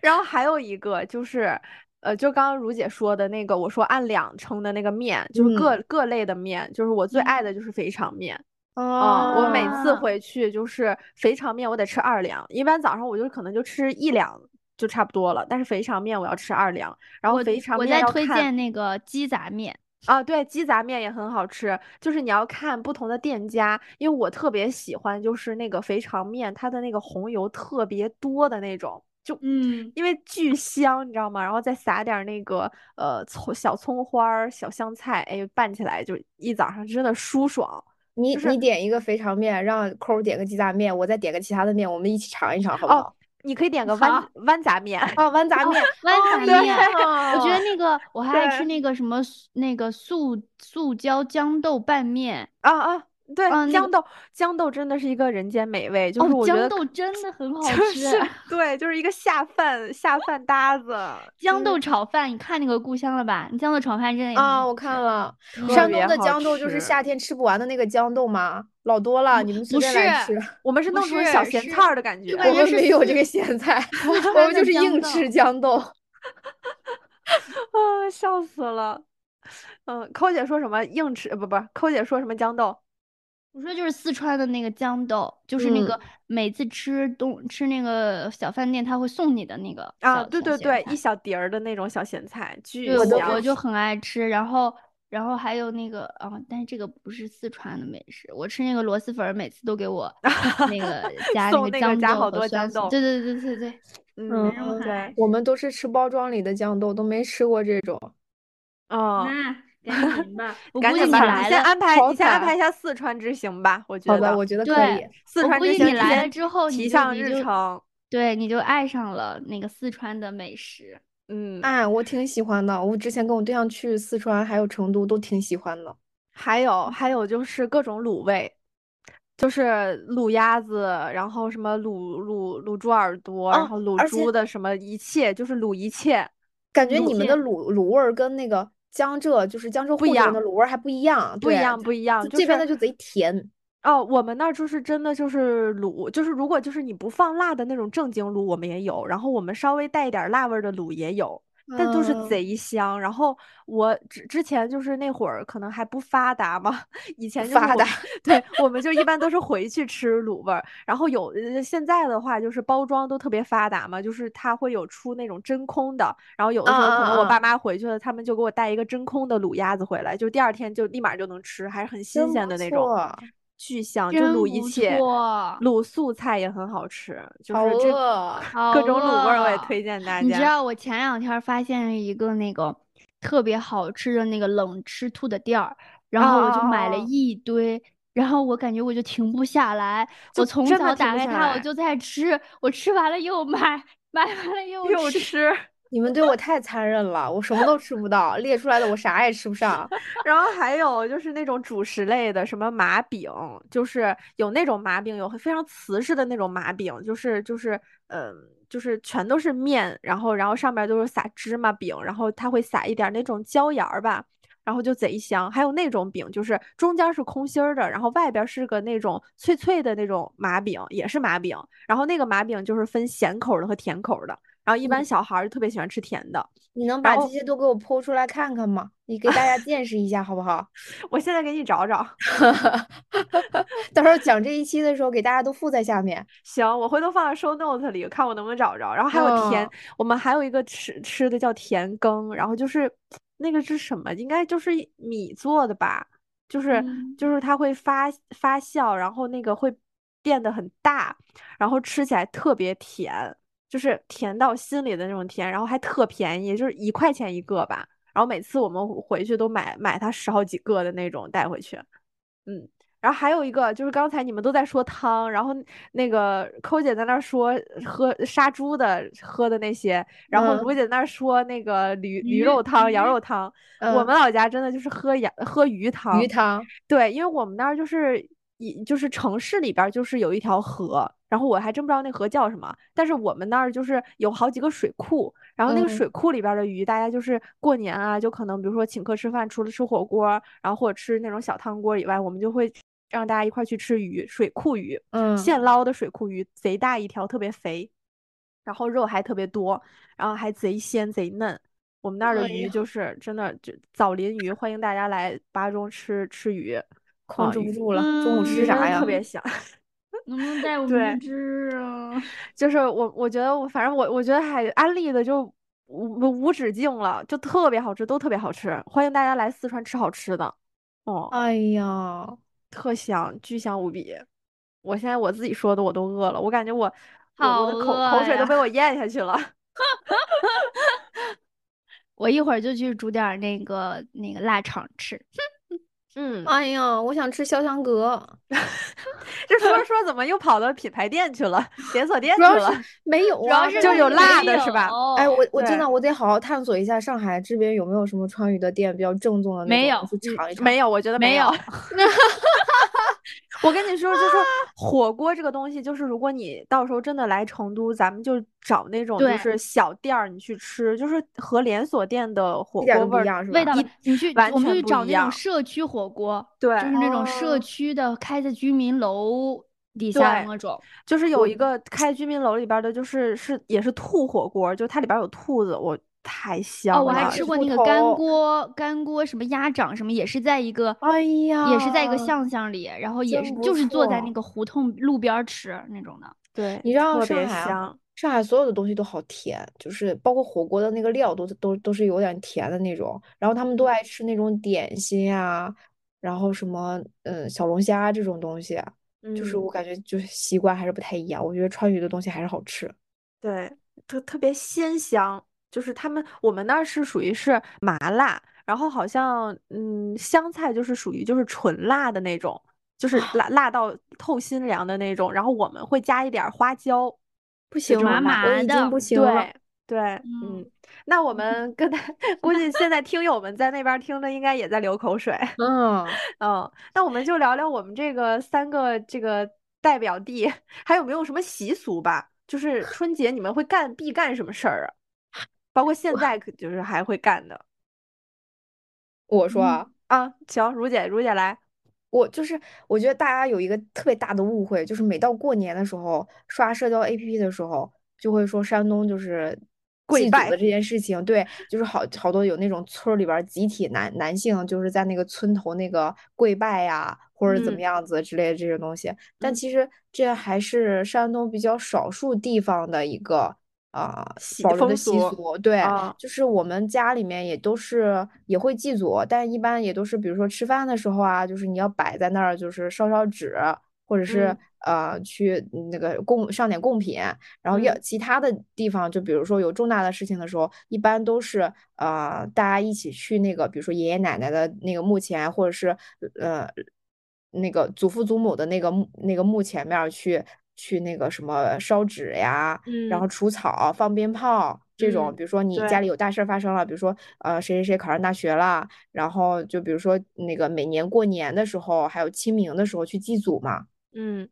Speaker 1: 然后还有一个就是，呃，就刚刚如姐说的那个，我说按两称的那个面，就是各、
Speaker 4: 嗯
Speaker 1: 各类的面，就是我最爱的就是肥肠面。
Speaker 4: 啊
Speaker 1: 嗯，我每次
Speaker 4: 哦
Speaker 3: 啊
Speaker 1: 回去就是肥肠面，我得吃二两。一般早上我就可能就吃一两就差不多了，但是肥肠面我要吃二两。然后
Speaker 3: 我
Speaker 1: 肥肠
Speaker 3: 我
Speaker 1: 面
Speaker 3: 在
Speaker 1: 要
Speaker 3: 推
Speaker 1: 看
Speaker 3: 荐那个鸡杂面，
Speaker 1: 啊，对，鸡杂面也很好吃，就是你要看不同的店家，因为我特别喜欢就是那个肥肠面，它的那个红油特别多的那种，就
Speaker 3: 嗯，
Speaker 1: 因为巨香，你知道吗？然后再撒点儿那个呃葱小葱花儿、小香菜，哎，拌起来就一早上真的舒爽。
Speaker 4: 你
Speaker 1: 就是
Speaker 4: 你点一个肥肠面，让抠儿点个鸡杂面，我再点个其他的面，我们一起尝一尝，好不
Speaker 1: 哦
Speaker 4: 好？，
Speaker 1: 你可以点个豌
Speaker 3: 好
Speaker 1: 豌杂面，
Speaker 3: 哦
Speaker 4: 啊，豌杂面，
Speaker 3: 豌杂
Speaker 4: 对 哦
Speaker 3: 面。我觉得那个我还爱吃
Speaker 4: 对
Speaker 3: 那个什么素那个素素椒豇豆拌面，
Speaker 1: 啊啊，对，
Speaker 3: 嗯那
Speaker 1: 豇
Speaker 3: 个
Speaker 1: 豆豇豆真的是一个人间美味，就是
Speaker 3: 哦
Speaker 1: 我觉
Speaker 3: 豇
Speaker 1: 得
Speaker 3: 豆真的 很好
Speaker 1: 就
Speaker 3: 吃啊
Speaker 1: 是对，就是一个下饭下饭搭 子。
Speaker 3: 豇豆炒饭，你看那个故乡了吧？你豇豆炒饭真的也很
Speaker 4: 啊，
Speaker 3: 好
Speaker 4: 我
Speaker 3: 吃
Speaker 4: 看了，
Speaker 1: 特
Speaker 4: 山
Speaker 1: 别
Speaker 4: 东的
Speaker 1: 好
Speaker 4: 豇豆就是
Speaker 1: 吃
Speaker 4: 夏天吃不完的那个豇豆吗？老多了，你们随
Speaker 3: 不
Speaker 4: 便来
Speaker 3: 是
Speaker 4: 吃。
Speaker 1: 我们是
Speaker 3: 不
Speaker 1: 弄成小
Speaker 3: 是
Speaker 1: 咸
Speaker 3: 是
Speaker 1: 菜儿的感觉
Speaker 3: 就，
Speaker 4: 我
Speaker 3: 感觉
Speaker 4: 们
Speaker 3: 是
Speaker 4: 没有这
Speaker 3: 四
Speaker 4: 个咸菜，我
Speaker 3: 川
Speaker 4: 们
Speaker 3: 的
Speaker 4: 就是
Speaker 3: 豇
Speaker 4: 硬
Speaker 3: 豆
Speaker 4: 吃豇豆。
Speaker 1: 啊，笑死了。嗯，抠姐说什么硬吃？呃不不，抠姐说什么豇豆？
Speaker 3: 我说就是四川的那个豇豆，就是那
Speaker 1: 嗯
Speaker 3: 个每次吃东吃那个小饭店他会送你的那个
Speaker 1: 啊，
Speaker 3: 小
Speaker 1: 对
Speaker 3: 小
Speaker 1: 对
Speaker 3: 咸
Speaker 1: 对，
Speaker 3: 菜
Speaker 1: 一小碟儿的那种小咸菜，巨
Speaker 3: 对我
Speaker 4: 都
Speaker 1: 香
Speaker 3: 我就很爱吃，然后然后还有那个啊、但是这个不是四川的美食，我吃那个螺蛳粉儿，每次都给 我那个加
Speaker 1: 送
Speaker 3: 个
Speaker 1: 那个
Speaker 3: 豇
Speaker 1: 加好
Speaker 3: 豆和
Speaker 1: 多
Speaker 3: 酸
Speaker 1: 豇
Speaker 3: 笋
Speaker 1: 豆
Speaker 3: 对对对对对，
Speaker 1: 嗯，
Speaker 3: 嗯
Speaker 1: 对，
Speaker 4: 我们都是吃包装里的豇豆，都没吃过这种。
Speaker 1: 嗯，
Speaker 3: 赶 紧吧，我
Speaker 1: 赶
Speaker 3: 估计
Speaker 1: 紧
Speaker 3: 你
Speaker 1: 吧，
Speaker 3: 来
Speaker 1: 你先
Speaker 3: 了，
Speaker 1: 安排，
Speaker 4: 好
Speaker 1: 你先安
Speaker 4: 惨
Speaker 1: 排一下四川之行吧，我觉
Speaker 4: 好
Speaker 1: 得
Speaker 4: 的，我觉得可
Speaker 3: 对
Speaker 4: 以。
Speaker 1: 四
Speaker 3: 我
Speaker 1: 川
Speaker 3: 估
Speaker 1: 之
Speaker 3: 计
Speaker 1: 行
Speaker 3: 你
Speaker 1: 提
Speaker 3: 来
Speaker 1: 前
Speaker 3: 了之后你
Speaker 1: 提
Speaker 3: 就
Speaker 1: 上
Speaker 3: 你
Speaker 1: 日
Speaker 3: 就
Speaker 1: 程，
Speaker 3: 对，你就爱上了那个四川的美食。
Speaker 1: 嗯，
Speaker 3: 啊
Speaker 4: 哎，我挺喜欢的。我之前跟我对象去四川还有成都都挺喜欢的。
Speaker 1: 还有还有就是各种卤味，就是卤鸭子，然后什么卤卤卤猪耳朵，然
Speaker 4: 哦
Speaker 1: 后卤
Speaker 4: 而且
Speaker 1: 猪的什么一切，就是卤一切。
Speaker 4: 感觉
Speaker 3: 卤
Speaker 4: 你们的
Speaker 3: 蟹
Speaker 4: 卤卤味儿跟那个江浙，就是江浙
Speaker 1: 不一
Speaker 4: 沪这边
Speaker 1: 样
Speaker 4: 的卤味儿还不一样，
Speaker 1: 不一
Speaker 4: 对
Speaker 1: 样，不一样，
Speaker 4: 这
Speaker 1: 就
Speaker 4: 这边
Speaker 1: 是
Speaker 4: 的就贼甜。
Speaker 1: 哦，我们那儿就是真的就是卤，就是如果就是你不放辣的那种正经卤，我们也有，然后我们稍微带一点儿辣味儿的卤也有，但都是
Speaker 4: 嗯
Speaker 1: 贼香。然后我之之前就是那会儿可能还不发达嘛，以前就是
Speaker 4: 发
Speaker 1: 我
Speaker 4: 达
Speaker 1: 对，我们就一般都是回去吃卤味儿。然后有呃现在的话就是包装都特别发达嘛，就是它会有出那种真空的，然后有的时候可能我
Speaker 4: 嗯嗯嗯
Speaker 1: 爸妈回去了，他们就给我带一个真空的卤鸭子回来，就第二天就立马就能吃，还是很新
Speaker 4: 真
Speaker 1: 鲜
Speaker 4: 不
Speaker 1: 的那种。
Speaker 4: 错
Speaker 1: 巨香，就
Speaker 3: 真
Speaker 1: 卤一
Speaker 3: 不
Speaker 1: 切，
Speaker 3: 错
Speaker 1: 卤素菜也很好吃，就
Speaker 4: 好
Speaker 1: 是这
Speaker 4: 饿。啊
Speaker 1: 各种
Speaker 3: 好哦
Speaker 1: 卤味儿我也
Speaker 3: 饿
Speaker 1: 推 荐大
Speaker 3: 你知
Speaker 1: 家。
Speaker 3: 道我前两天儿发现了一个那个特别好吃的那个冷吃兔的店儿，然后我就买了
Speaker 1: 哦哦哦
Speaker 3: 一堆，然后我感觉我就停不下来，
Speaker 1: 就
Speaker 3: 我从
Speaker 1: 真的
Speaker 3: 早
Speaker 1: 停
Speaker 3: 打
Speaker 1: 不
Speaker 3: 开
Speaker 1: 下
Speaker 3: 它，我
Speaker 1: 来
Speaker 3: 就在吃，我吃完了又买，买完了又
Speaker 1: 又
Speaker 3: 吃，
Speaker 1: 吃，
Speaker 4: 你们对我太残忍了，我什么都吃不到，列出来的我啥也吃 不上。
Speaker 1: 然后还有就是那种主食类的，什么麻饼，就是有那种麻饼，有非常瓷实的那种麻饼，就是就是嗯、呃就是全都是面，然后然后上面都是撒芝麻饼，然后它会撒一点儿那种椒盐儿吧，然后就贼香。还有那种饼，就是中间是空心儿的，然后外边是个那种脆脆的那种麻饼，也是麻饼，然后那个麻饼就是分咸口儿的和甜口儿的，然后一般
Speaker 4: 嗯
Speaker 1: 小孩儿就特别喜欢吃甜的。
Speaker 4: 你能把
Speaker 1: 然
Speaker 4: 这
Speaker 1: 后
Speaker 4: 些都给我剖出来看看吗？你给大家见识一下好 不好？
Speaker 1: 我现在给你找找。
Speaker 4: 到时候讲这一期的时候，给大家都附在下面。
Speaker 1: 行，我回头放在 show note 里，看我能不能找着。然后还有甜，
Speaker 4: 嗯
Speaker 1: 我们还有一个吃吃的叫甜羹，然后就是那个是什么？应该就是一米做的吧，就是、
Speaker 3: 嗯
Speaker 1: 就是它会发发酵，然后那个会变得很大，然后吃起来特别甜，就是甜到心里的那种甜，然后还特便宜，就是一块钱一个吧。然后每次我们回去都买买它十好几个的那种带回去，嗯。然后还有一个就是刚才你们都在说汤，然后那个抠姐在那儿说喝杀猪的喝的那些，然后
Speaker 4: 嗯
Speaker 1: 卢姐在那儿说那个驴驴
Speaker 3: 鱼
Speaker 1: 肉汤、羊
Speaker 3: 鱼
Speaker 1: 肉汤。
Speaker 4: 嗯
Speaker 1: 我们老家真的就是喝羊喝鱼汤，
Speaker 4: 鱼汤，
Speaker 1: 对，因为我们那儿就是一就是城市里边儿就是有一条河，然后我还真不知道那河叫什么，但是我们那儿就是有好几个水库，然后那个
Speaker 4: 嗯
Speaker 1: 水库里边儿的鱼，大家就是过年啊，就可能比如说请客吃饭，除了吃火锅，然后或者吃那种小汤锅以外，我们就会让大家一块儿去吃鱼，水库鱼，
Speaker 4: 嗯
Speaker 1: 现捞的水库鱼，贼大一条，特别肥，然后肉还特别多，然后还贼鲜贼嫩。我们那儿的
Speaker 4: 哎
Speaker 1: 鱼
Speaker 4: 呀
Speaker 1: 就是真的，就枣林鱼，欢迎大家来巴中吃吃鱼。
Speaker 4: 控
Speaker 1: 啊
Speaker 4: 制
Speaker 1: 鱼
Speaker 4: 不住了，中午
Speaker 3: 嗯
Speaker 4: 吃
Speaker 1: 鱼真
Speaker 4: 啥
Speaker 1: 的
Speaker 4: 呀
Speaker 1: 特？别香，
Speaker 3: 能不能带我
Speaker 1: 对
Speaker 3: 们去吃啊？
Speaker 1: 就是我我觉得我反正我我觉得海安利的就无无止境了，就特别好吃，都特别好吃，欢迎大家来四川吃好吃的，哦，
Speaker 4: 哎呀，
Speaker 1: 特香，巨香无比。我现在我自己说的我都饿了，我感觉我我我的
Speaker 3: 好
Speaker 1: 口
Speaker 3: 饿
Speaker 1: 口水都
Speaker 3: 呀
Speaker 1: 被我咽下去了。
Speaker 3: 我一会儿就去煮点儿那个那个腊肠吃。
Speaker 1: 嗯，
Speaker 4: 哎呀，我想吃潇湘阁，
Speaker 1: 这说着说着怎么又跑到品牌店去了，连锁店
Speaker 4: 主
Speaker 1: 去
Speaker 4: 要
Speaker 1: 了？
Speaker 4: 没有
Speaker 3: 主
Speaker 4: 啊，
Speaker 3: 要是
Speaker 1: 就
Speaker 3: 它
Speaker 1: 有
Speaker 3: 没
Speaker 1: 辣的是吧
Speaker 3: 有哦
Speaker 4: 哎，我我真
Speaker 1: 对
Speaker 4: 的我得好好探索一下上海这边有没有什么川渝的店比较正宗的那
Speaker 3: 没
Speaker 4: 种
Speaker 3: 有
Speaker 4: 我去尝一 尝。
Speaker 1: 没有，我觉得没
Speaker 3: 没有
Speaker 1: 我跟你说，就是火锅这个东西，就是如果你到时候真的来成都，咱们就找那种就
Speaker 3: 对
Speaker 1: 是小店儿，你去吃，就是和连锁店的火
Speaker 4: 一点
Speaker 1: 锅
Speaker 4: 都不
Speaker 1: 味
Speaker 4: 一
Speaker 1: 儿。
Speaker 4: 样是吧？
Speaker 3: 味道
Speaker 1: 一
Speaker 3: 吧，你去
Speaker 1: 完
Speaker 3: 我们
Speaker 1: 全
Speaker 3: 就去
Speaker 1: 不
Speaker 3: 找
Speaker 1: 一
Speaker 3: 那种
Speaker 1: 样
Speaker 3: 社区火锅，
Speaker 1: 对
Speaker 3: 就是那种
Speaker 4: 哦
Speaker 3: 社区的开在居民楼底下的
Speaker 1: 对
Speaker 3: 那种。
Speaker 1: 就是有一个开居民楼里边儿的，就是是也是兔火锅，就它里边儿有兔子，我太香了。
Speaker 3: 哦，我还吃
Speaker 4: 吃
Speaker 3: 过
Speaker 4: 兔
Speaker 3: 那个干
Speaker 4: 头
Speaker 3: 锅，干锅什么鸭掌什么，也是在一个，
Speaker 4: 哎
Speaker 3: 也是在一个
Speaker 4: 呀
Speaker 3: 巷巷里，然后也
Speaker 4: 真
Speaker 3: 是
Speaker 4: 不
Speaker 3: 就是坐在
Speaker 4: 错
Speaker 3: 那个胡同路边儿吃那种的。
Speaker 1: 对，
Speaker 4: 你知道
Speaker 1: 特
Speaker 4: 上
Speaker 1: 别
Speaker 4: 海啊
Speaker 1: 香。
Speaker 4: 上海所有的东西都好甜，就是包括火锅的那个料都都都是有点甜的那种。然后他们都
Speaker 1: 嗯
Speaker 4: 爱吃那种点心啊，然后什么嗯小龙虾这种东西，啊就是
Speaker 1: 嗯，
Speaker 4: 我感觉就是习惯还是不太一样。我觉得川渝的东西还是好吃。
Speaker 1: 对，特特别鲜香，就是他们我们那儿是属于是麻辣，然后好像嗯香菜就是属于就是纯辣的那种，就是
Speaker 4: 啊
Speaker 1: 辣辣到透心凉的那种，然后我们会加一点儿花椒，
Speaker 4: 不
Speaker 1: 行了
Speaker 4: 了，
Speaker 3: 麻
Speaker 4: 我已
Speaker 3: 的
Speaker 4: 经不行了
Speaker 1: 对。。对，嗯
Speaker 3: 嗯，
Speaker 1: 那我们跟他 估计现在听友们在那边儿听的应该也在流口水，
Speaker 4: 嗯，
Speaker 1: 嗯，那我们就聊聊我们这个三个这个代表地，还有没有什么习俗吧？就是春节你们会干必干什么事儿啊？包括现在可就是还会干的
Speaker 4: 我说啊。
Speaker 1: 啊。行，如姐，如姐来，
Speaker 4: 我就是，我觉得大家有一个特别大的误会，就是每到过年的时候，刷社交 APP 的时候，就会说山东就是
Speaker 1: 跪
Speaker 4: 祭祖
Speaker 1: 拜
Speaker 4: 的这件事情，对，就是好好多有那种村儿里边儿集体男男性就是在那个村头那个跪拜呀，或者怎么
Speaker 1: 嗯
Speaker 4: 样子之类的这些东西，但
Speaker 1: 嗯
Speaker 4: 其实这还是山东比较少数地方的一个啊、
Speaker 1: 习
Speaker 4: 保留的
Speaker 1: 风
Speaker 4: 习
Speaker 1: 俗
Speaker 4: 俗，对，
Speaker 1: 啊，
Speaker 4: 就是我们家里面也都是也会祭祖，但一般也都是比如说吃饭的时候啊，就是你要摆在那儿，就是烧烧纸，或者是
Speaker 1: 嗯
Speaker 4: 呃去那个供上点贡品，然后要
Speaker 1: 嗯
Speaker 4: 其他的地方，就比如说有重大的事情的时候，一般都是呃大家一起去那个，比如说爷爷奶奶的那个墓前，或者是呃那个祖父祖母的那个墓那个墓前面儿去去那个什么烧纸呀。然后
Speaker 1: 嗯
Speaker 4: 除草、放鞭炮这种，
Speaker 1: 嗯
Speaker 4: 比如说你
Speaker 1: 对
Speaker 4: 家里有大事儿发生了，比如说呃谁谁谁考上大学啦，然后就比如说那个每年过年的时候，还有清明的时候去祭祖嘛。
Speaker 1: 嗯，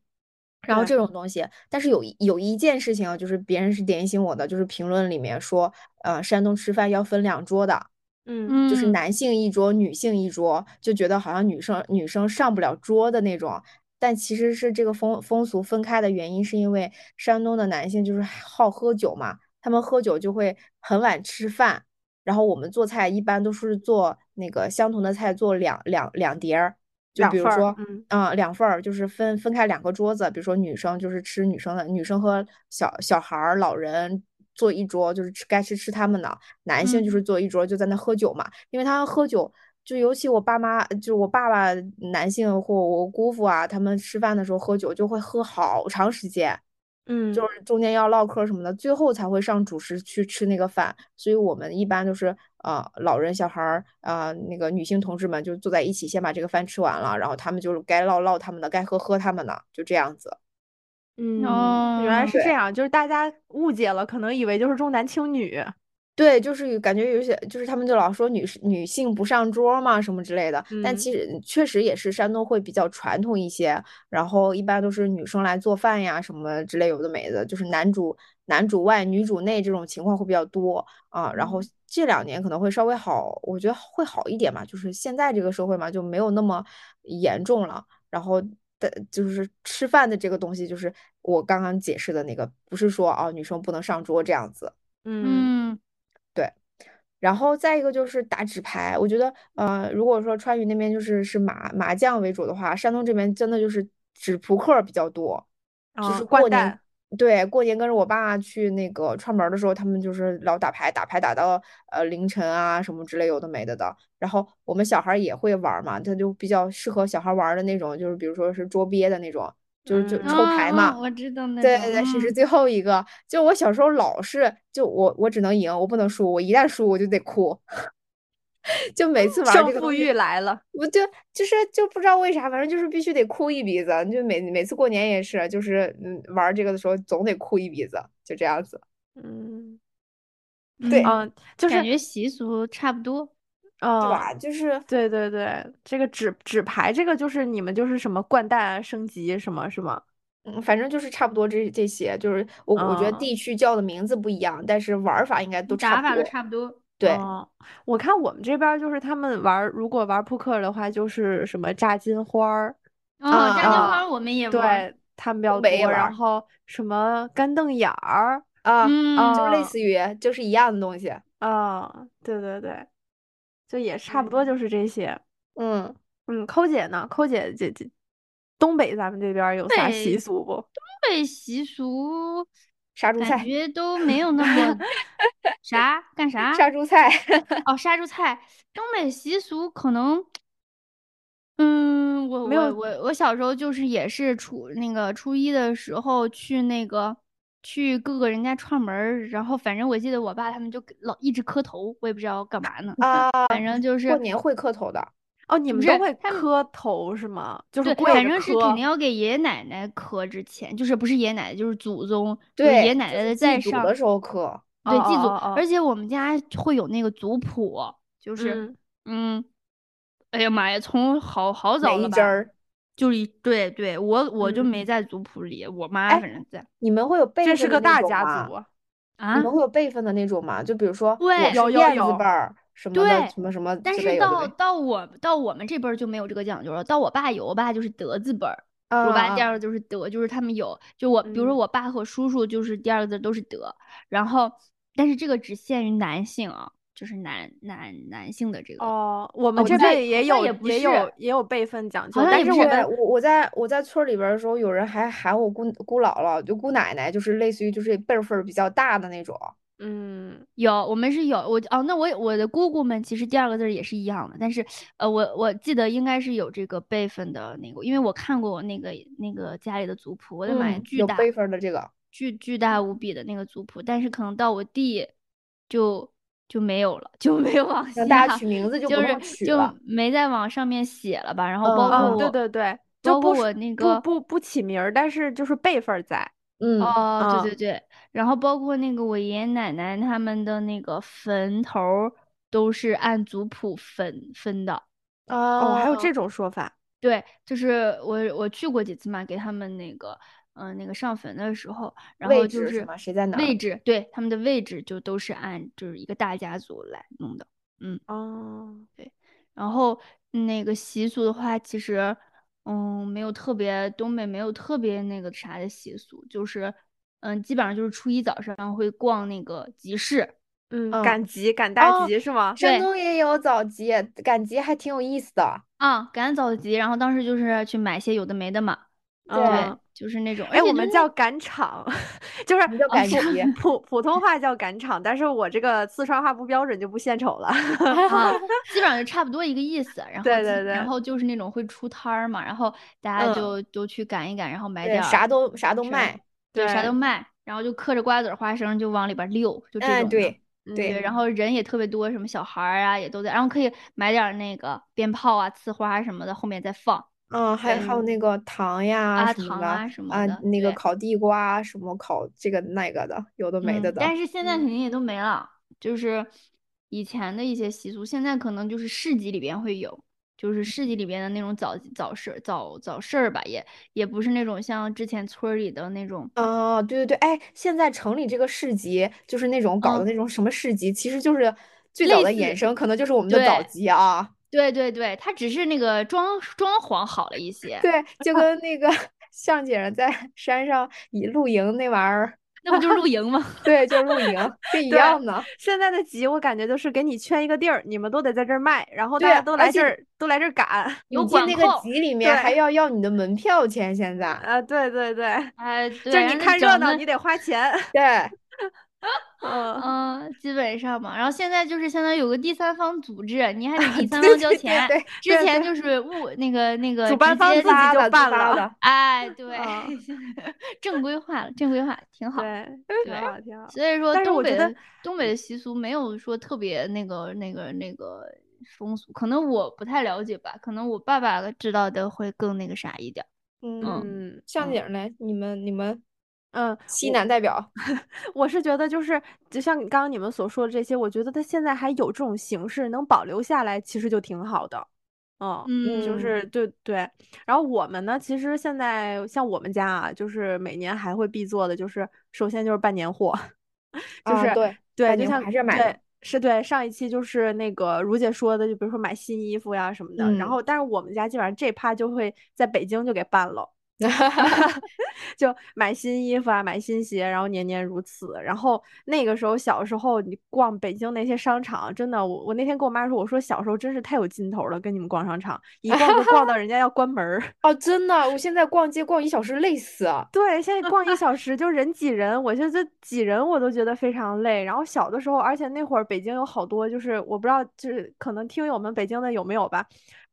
Speaker 4: 然后
Speaker 1: 对
Speaker 4: 这种东西，但是有一有一件事情啊，就是别人是点醒我的，就是评论里面说，呃，山东吃饭要分两桌的，
Speaker 1: 嗯
Speaker 4: 就是
Speaker 3: 嗯，
Speaker 4: 男性一桌，女性一桌，就觉得好像女生女生上不了桌的那种。但其实是这个风风俗分开的原因，是因为山东的男性就是好喝酒嘛，他们喝酒就会很晚吃饭，然后我们做菜一般都是做那个相同的菜做两两两碟儿，就
Speaker 1: 两
Speaker 4: 比如
Speaker 1: 份儿，
Speaker 4: 说，
Speaker 1: 嗯
Speaker 4: 啊、两份儿就是分分开两个桌子，比如说女生就是吃女生的，女生和小小孩儿、老人坐一桌，就是吃该吃吃他们的，男性就是
Speaker 3: 嗯
Speaker 4: 坐一桌就在那喝酒嘛，因为他喝酒，就尤其我爸妈，就我爸爸男性或我姑父啊，他们吃饭的时候喝酒就会喝好长时间，就
Speaker 1: 嗯
Speaker 4: 是中间要唠嗑儿什么的，最后才会上主食去吃那个饭。所以我们一般就是呃，老人、小孩儿啊、呃那个女性同志们就坐在一起，先把这个饭吃完了，然后他们就是该唠唠他们的，该喝喝他们的，就这样子。
Speaker 1: 嗯，原来
Speaker 3: 哦
Speaker 1: 是这
Speaker 4: 对
Speaker 1: 样，就是大家误解了，可能以为就是重男轻女，
Speaker 4: 对，就是有感觉有些，就是他们就老说女士女性不上桌儿嘛，什么之类的。但
Speaker 3: 嗯
Speaker 4: 其实确实也是山东会比较传统一些，然后一般都是女生来做饭呀，什么之类有的没的，就是男主男主外女主内这种情况会比较多啊。然后这两年可能会稍微好，我觉得会好一点嘛，就是现在这个社会嘛，就没有那么严重了。然后的，就是吃饭的这个东西，就是我刚刚解释的那个，不是说啊女生不能上桌这样子。
Speaker 1: 嗯
Speaker 3: 嗯，
Speaker 4: 然后再一个就是打纸牌，我觉得，呃，如果说川渝那边就是是麻麻将为主的话，山东这边真的就是纸扑克儿比较多，就
Speaker 1: 啊
Speaker 4: 是
Speaker 1: 掼
Speaker 4: 过年，
Speaker 1: 蛋
Speaker 4: 对，过年跟着我爸去那个串门儿的时候，他们就是老打牌，打牌打到呃凌晨啊什么之类有的没的的。然后我们小孩儿也会玩儿嘛，他就比较适合小孩儿玩儿的那种，就是比如说是捉鳖的那种，就是就
Speaker 1: 嗯
Speaker 4: 抽牌嘛。
Speaker 3: 啊，我知道那
Speaker 4: 对
Speaker 3: 种
Speaker 4: 对对，谁是
Speaker 3: 嗯
Speaker 4: 最后一个？就我小时候老是，就我我只能赢，我不能输，我一旦输我就得哭， 就每次玩儿
Speaker 1: 胜
Speaker 4: 这个
Speaker 1: 负
Speaker 4: 东西
Speaker 1: 欲来了。
Speaker 4: 我就就是就不知道为啥，反正就是必须得哭一鼻子，就每每次过年也是，就是嗯玩儿这个的时候总得哭一鼻子，就这样子。
Speaker 1: 嗯
Speaker 4: 对
Speaker 3: 嗯
Speaker 1: 嗯，就是
Speaker 3: 感觉习俗差不多。
Speaker 4: 对
Speaker 1: 嗯，
Speaker 3: 哦
Speaker 4: 吧？就是
Speaker 1: 对对对，这个纸纸牌这个就是你们就是什么掼蛋升级什么是吗？
Speaker 4: 嗯，反正就是差不多这这些，就是我我觉得
Speaker 1: 嗯
Speaker 4: 地区叫的名字不一样，但是玩儿法应该都差
Speaker 3: 哦嗯打法
Speaker 4: 不
Speaker 3: 都
Speaker 4: 多。
Speaker 3: 差不多。
Speaker 4: 对，
Speaker 1: 哦，我看我们这边儿就是他们玩儿，如果玩儿扑克的话，就是什么炸金花儿，
Speaker 3: 哦，
Speaker 4: 啊
Speaker 3: 炸金
Speaker 1: 啊
Speaker 3: 花我们也玩儿，
Speaker 1: 对，他们比较
Speaker 4: 东北也
Speaker 1: 多，
Speaker 4: 玩
Speaker 1: 然
Speaker 4: 儿
Speaker 1: 后什么干瞪眼儿
Speaker 4: 啊，
Speaker 3: 嗯
Speaker 4: 就类
Speaker 1: 啊
Speaker 4: 似于就是一样的东西。
Speaker 1: 啊，对对对，就也差不多就是这些。
Speaker 4: 嗯，
Speaker 1: 嗯，抠姐呢？抠姐姐姐，东北咱们这边儿有啥习
Speaker 3: 对
Speaker 1: 俗不？
Speaker 3: 东北习俗
Speaker 4: 杀猪
Speaker 3: 感
Speaker 4: 菜，
Speaker 3: 觉都没有那么啥干啥
Speaker 4: 杀猪菜，
Speaker 3: 哦，杀猪菜。东北习俗可能，嗯，我
Speaker 1: 没有
Speaker 3: 我我我小时候就是也是初那个初一的时候去那个去各个人家串门儿，然后反正我记得我爸他们就给老一直磕头，我也不知道干嘛呢，
Speaker 4: 啊，
Speaker 3: 反正就是
Speaker 4: 过年会磕头的。
Speaker 1: 哦，你们
Speaker 3: 是
Speaker 1: 都会
Speaker 3: 他们
Speaker 1: 磕头是吗？就是
Speaker 3: 对，
Speaker 1: 跪
Speaker 3: 反
Speaker 1: 着
Speaker 3: 正是
Speaker 1: 磕
Speaker 3: 肯定要给爷爷奶奶磕之前，就是不是爷爷奶奶就是祖宗，就是爷
Speaker 4: 对，
Speaker 3: 爷奶
Speaker 4: 就
Speaker 3: 奶
Speaker 4: 是
Speaker 3: 的
Speaker 4: 祭
Speaker 3: 在
Speaker 4: 祖
Speaker 3: 上，
Speaker 4: 的时候磕。
Speaker 3: 对
Speaker 1: 哦
Speaker 3: 祭祖，
Speaker 1: 哦哦哦
Speaker 3: 而且我们家会有那个族谱，就是
Speaker 1: 嗯
Speaker 3: 嗯哎呀妈呀，从好好早
Speaker 4: 每
Speaker 3: 了
Speaker 4: 一家
Speaker 3: 吧，
Speaker 4: 儿，
Speaker 3: 就是一对对，我我就没
Speaker 1: 嗯
Speaker 3: 在族谱里，我妈
Speaker 4: 哎
Speaker 3: 反正在
Speaker 4: 你们会有辈
Speaker 1: 这
Speaker 4: 分
Speaker 1: 是
Speaker 4: 的
Speaker 1: 个
Speaker 4: 那
Speaker 1: 大
Speaker 4: 种
Speaker 1: 家
Speaker 4: 吗
Speaker 1: 族啊，
Speaker 3: 啊
Speaker 4: 你们会有辈分的那种吗？就比如说我
Speaker 3: 对
Speaker 4: 是
Speaker 1: 有有
Speaker 4: 燕子
Speaker 1: 有
Speaker 4: 辈儿什么的，
Speaker 3: 对
Speaker 4: 什么什么
Speaker 3: 但
Speaker 4: 之
Speaker 3: 是
Speaker 4: 类有的
Speaker 3: 到
Speaker 4: 没。
Speaker 3: 到我到我们这辈儿就没有这个讲究了。到我爸有，我爸就是德字辈儿，
Speaker 4: 啊
Speaker 3: 我爸第
Speaker 4: 啊
Speaker 3: 二个就是德，就是他们有，就我比如说
Speaker 1: 嗯
Speaker 3: 我爸和叔叔就是第二个字都是德，然后但是这个只限于男性啊，就是男男男性的这个。
Speaker 1: 哦，我们
Speaker 4: 我
Speaker 1: 这
Speaker 4: 在
Speaker 1: 边也
Speaker 3: 好像
Speaker 1: 有
Speaker 3: 也不
Speaker 1: 有
Speaker 3: 是
Speaker 1: 也有辈分讲究，
Speaker 3: 好像
Speaker 1: 但
Speaker 3: 也
Speaker 1: 是
Speaker 3: 不
Speaker 1: 我
Speaker 3: 是
Speaker 4: 对
Speaker 1: 们
Speaker 4: 我我在我在村儿里边儿的时候，有人还喊我姑姑姥姥，就姑奶奶，就是类似于就是辈儿分儿比较大的那种。
Speaker 1: 嗯
Speaker 3: 有，我们是有我哦，那我也我的姑姑们其实第二个字儿也是一样的，但是呃，我我记得应该是有这个辈分的那个，因为我看过我那个那个家里的族谱，我的妈呀，
Speaker 4: 嗯，
Speaker 3: 巨
Speaker 4: 有
Speaker 3: 大，
Speaker 4: 辈分儿的这个。
Speaker 3: 巨巨大无比的那个族谱，但是可能到我弟就就没有了，就没有往下，
Speaker 4: 让 大家取名字就
Speaker 3: 就
Speaker 4: 不用
Speaker 3: 是
Speaker 4: 取
Speaker 3: 就
Speaker 4: 了
Speaker 3: 没再往上面写了吧，然后包括
Speaker 4: 嗯
Speaker 1: 啊，
Speaker 3: 我，
Speaker 1: 对对对，就
Speaker 3: 包括
Speaker 1: 不是
Speaker 3: 我那
Speaker 1: 不
Speaker 3: 哦个
Speaker 1: 不不起名儿，但是就是辈分儿在。
Speaker 4: 嗯，
Speaker 3: 哦，
Speaker 1: 嗯
Speaker 3: 对对对，然后包括那个我爷爷奶奶他们的那个坟头儿都是按族谱分分的。
Speaker 1: 哦，还有
Speaker 4: 哦
Speaker 1: 这种说法。
Speaker 3: 对，就是我我去过几次嘛，给他们那个，嗯、那个上坟的时候，然
Speaker 4: 位
Speaker 3: 后就
Speaker 4: 置是
Speaker 3: 是
Speaker 4: 吗谁在哪儿
Speaker 3: 位置，对，他们的位置就都是按就是一个大家族来弄的。
Speaker 1: 哦，
Speaker 3: 然后那个习俗的话，其实，嗯，没有特别，东北没有特别那个啥的习俗，就是，嗯，基本上就是初一早上会逛那个集市，
Speaker 1: 嗯，
Speaker 4: 嗯
Speaker 1: 赶集赶大
Speaker 4: 哦
Speaker 1: 集是吗？
Speaker 4: 山
Speaker 3: 对
Speaker 4: 东也有早集，赶集还挺有意思的。
Speaker 3: 啊，赶早集，然后当时就是去买些有的没的嘛，
Speaker 4: 对
Speaker 3: 对
Speaker 1: 嗯，，
Speaker 3: 就是那种，
Speaker 1: 哎，
Speaker 3: 而且
Speaker 1: 我
Speaker 3: 就
Speaker 1: 们
Speaker 3: 是那
Speaker 1: 叫赶场， 就是啊
Speaker 4: 我们叫赶
Speaker 1: 普
Speaker 4: 集
Speaker 1: 普普通话叫赶场，但是我这个四川话不标准就不献丑了。
Speaker 3: 啊，基本上就差不多一个意思。然后
Speaker 1: 对
Speaker 3: 基
Speaker 1: 对对
Speaker 3: 然后就是那种会出摊儿嘛，然后大家
Speaker 4: 嗯
Speaker 3: 就都去赶一赶，然后买
Speaker 4: 对，
Speaker 3: 点儿
Speaker 4: 啥都啥都
Speaker 3: 是
Speaker 4: 卖。
Speaker 3: 对啥都
Speaker 1: 对
Speaker 3: 卖，然后就嗑着瓜子儿花生就往里边儿溜，就这种
Speaker 4: 哎，
Speaker 3: 的。
Speaker 4: 对
Speaker 3: 对
Speaker 4: 对，
Speaker 3: 然后人也特别多，什么小孩儿啊也都在，然后可以买点儿那个鞭炮啊、呲花什么的，后面再放
Speaker 4: 嗯，还还有那个糖呀
Speaker 3: 啊
Speaker 4: 什么
Speaker 3: 糖
Speaker 4: 的，
Speaker 3: 啊什么
Speaker 4: 啊
Speaker 3: 的，
Speaker 4: 那个
Speaker 3: 对
Speaker 4: 啊烤地瓜，什么烤这个那个的，有的没的
Speaker 3: 嗯
Speaker 4: 的。
Speaker 3: 但是现在肯定也都没了。就是以前的一些习俗，现在可能就是市集里边会有，就是市集里边的那种早早市早早市儿吧，也也不是那种像之前村儿里的那种，
Speaker 4: 哦，对对对，哎，现在城里这个市集，就是那种搞的那种什么市集，其实就是最早
Speaker 3: 嗯类
Speaker 4: 的衍
Speaker 3: 似
Speaker 4: 生，可能就是我们的早
Speaker 3: 对
Speaker 4: 集啊。
Speaker 3: 对对对，它只是那个装装潢好了一些，
Speaker 4: 对，就跟那个 向姐儿在山上以露营那玩意儿，
Speaker 3: 那不就是露营 吗？
Speaker 4: 对，就是露营是一
Speaker 1: 对
Speaker 4: 样的。
Speaker 1: 现在的集，我感觉就是给你圈一个地儿，你们都得在这儿卖，然后大
Speaker 4: 对
Speaker 1: 家都
Speaker 4: 而
Speaker 1: 来
Speaker 4: 且
Speaker 1: 这儿，都来这儿赶。
Speaker 3: 有
Speaker 4: 你进
Speaker 3: 管
Speaker 4: 那个
Speaker 3: 控
Speaker 4: 集里面还
Speaker 1: 对
Speaker 4: 要要你的门票钱，现在
Speaker 1: 啊，对对对，
Speaker 3: 哎，
Speaker 1: 就
Speaker 3: 对，
Speaker 1: 是
Speaker 3: 然
Speaker 1: 你
Speaker 3: 后那
Speaker 1: 看热
Speaker 3: 整
Speaker 1: 闹，
Speaker 3: 的
Speaker 1: 你得花钱。
Speaker 4: 对，
Speaker 1: 嗯，
Speaker 3: 嗯，基本上嘛。然后现在就是相当于有个第三方组织，你还
Speaker 1: 啊
Speaker 3: 得第三
Speaker 4: 对
Speaker 3: 方交
Speaker 4: 对
Speaker 3: 钱。
Speaker 4: 对
Speaker 3: 之
Speaker 4: 对
Speaker 3: 前
Speaker 4: 对
Speaker 3: 就是物那个那个
Speaker 1: 主办
Speaker 3: 直
Speaker 1: 方
Speaker 3: 接
Speaker 1: 自己
Speaker 4: 发
Speaker 1: 就
Speaker 4: 了自
Speaker 1: 办
Speaker 4: 发
Speaker 1: 了
Speaker 4: 了，
Speaker 3: 哎，对
Speaker 1: 嗯，
Speaker 3: 正规化了，正规化挺嗯好。
Speaker 1: 对，挺
Speaker 3: 对
Speaker 1: 好挺好。
Speaker 3: 所以说，
Speaker 1: 但是
Speaker 3: 东
Speaker 1: 我觉
Speaker 3: 北
Speaker 1: 得
Speaker 3: 的东北的习俗没有说特别那个那个那个风俗，可能我不太了解吧，可能我爸爸知道的会更那个啥一点儿。
Speaker 4: 嗯，
Speaker 1: 嗯
Speaker 4: 向
Speaker 3: 嗯
Speaker 4: 姐儿呢？你们你们
Speaker 1: 嗯，
Speaker 4: 西
Speaker 1: 我
Speaker 4: 南代表，
Speaker 1: 我是觉得就是，就像刚刚你们所说的这些，我觉得它现在还有这种形式能保留下来，其实就挺好的。嗯，就
Speaker 4: 嗯
Speaker 1: 是对对。然后我们呢，其实现在像我们家啊，就是每年还会必做的，就是首先就是办年货，就
Speaker 4: 啊
Speaker 1: 是
Speaker 4: 对
Speaker 1: 对，
Speaker 4: 办
Speaker 1: 就
Speaker 4: 年货
Speaker 1: 像
Speaker 4: 还是要买的
Speaker 1: 对。是对，上一期就是那个如姐说的，就比如说买新衣服呀什么的，然
Speaker 4: 嗯
Speaker 1: 后但是我们家基本上这趴就会在北京就给办 了， 就买新衣服啊，买新鞋，然后年年如此。然后那个时候小时候，你逛北京那些商场，真的，我我那天跟我妈说，我说小时候真是太有劲头了，跟你们逛商场，一逛就逛到人家要关门儿。
Speaker 4: 哦，真的，我现在逛街逛一小时累死啊。
Speaker 1: 对，现在逛一小时就人挤人，我现在挤人我都觉得非常累。然后小的时候，而且那会儿北京有好多，就是我不知道，就是可能听友们北京的有没有吧，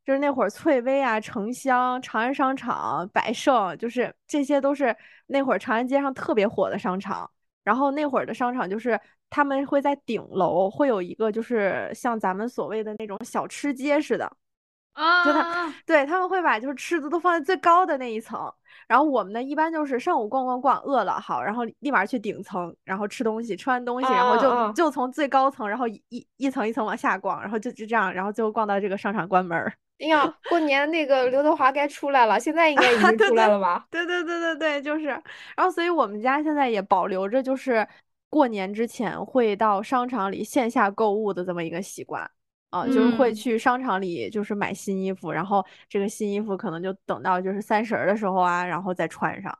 Speaker 1: 就是那会儿翠微啊、城乡、长安商场、百盛，就是这些都是那会儿长安街上特别火的商场。然后那会儿的商场就是他们会在顶楼会有一个就是像咱们所谓的那种小吃街似的，就他
Speaker 3: 啊，
Speaker 1: 对，他们会把就是吃的都放在最高的那一层，然后我们呢一般就是上午逛逛逛，饿了好，然后立马去顶层，然后吃东西，吃完东西，然后就
Speaker 4: 啊啊啊
Speaker 1: 就从最高层，然后一一一层一层往下逛，然后就就这样，然后最后逛到这个商场关门儿。
Speaker 4: 哎呀，过年那个刘德华该出来了，现在应该已经
Speaker 1: 对
Speaker 4: 出来
Speaker 1: 对
Speaker 4: 了吧？
Speaker 1: 对对对对对，就是，然后所以我们家现在也保留着就是过年之前会到商场里线下购物的这么一个习惯。啊，就是会
Speaker 3: 嗯
Speaker 1: 去商场里就是买新衣服，然后这个新衣服可能就等到就是三十儿的时候啊，然后再穿上。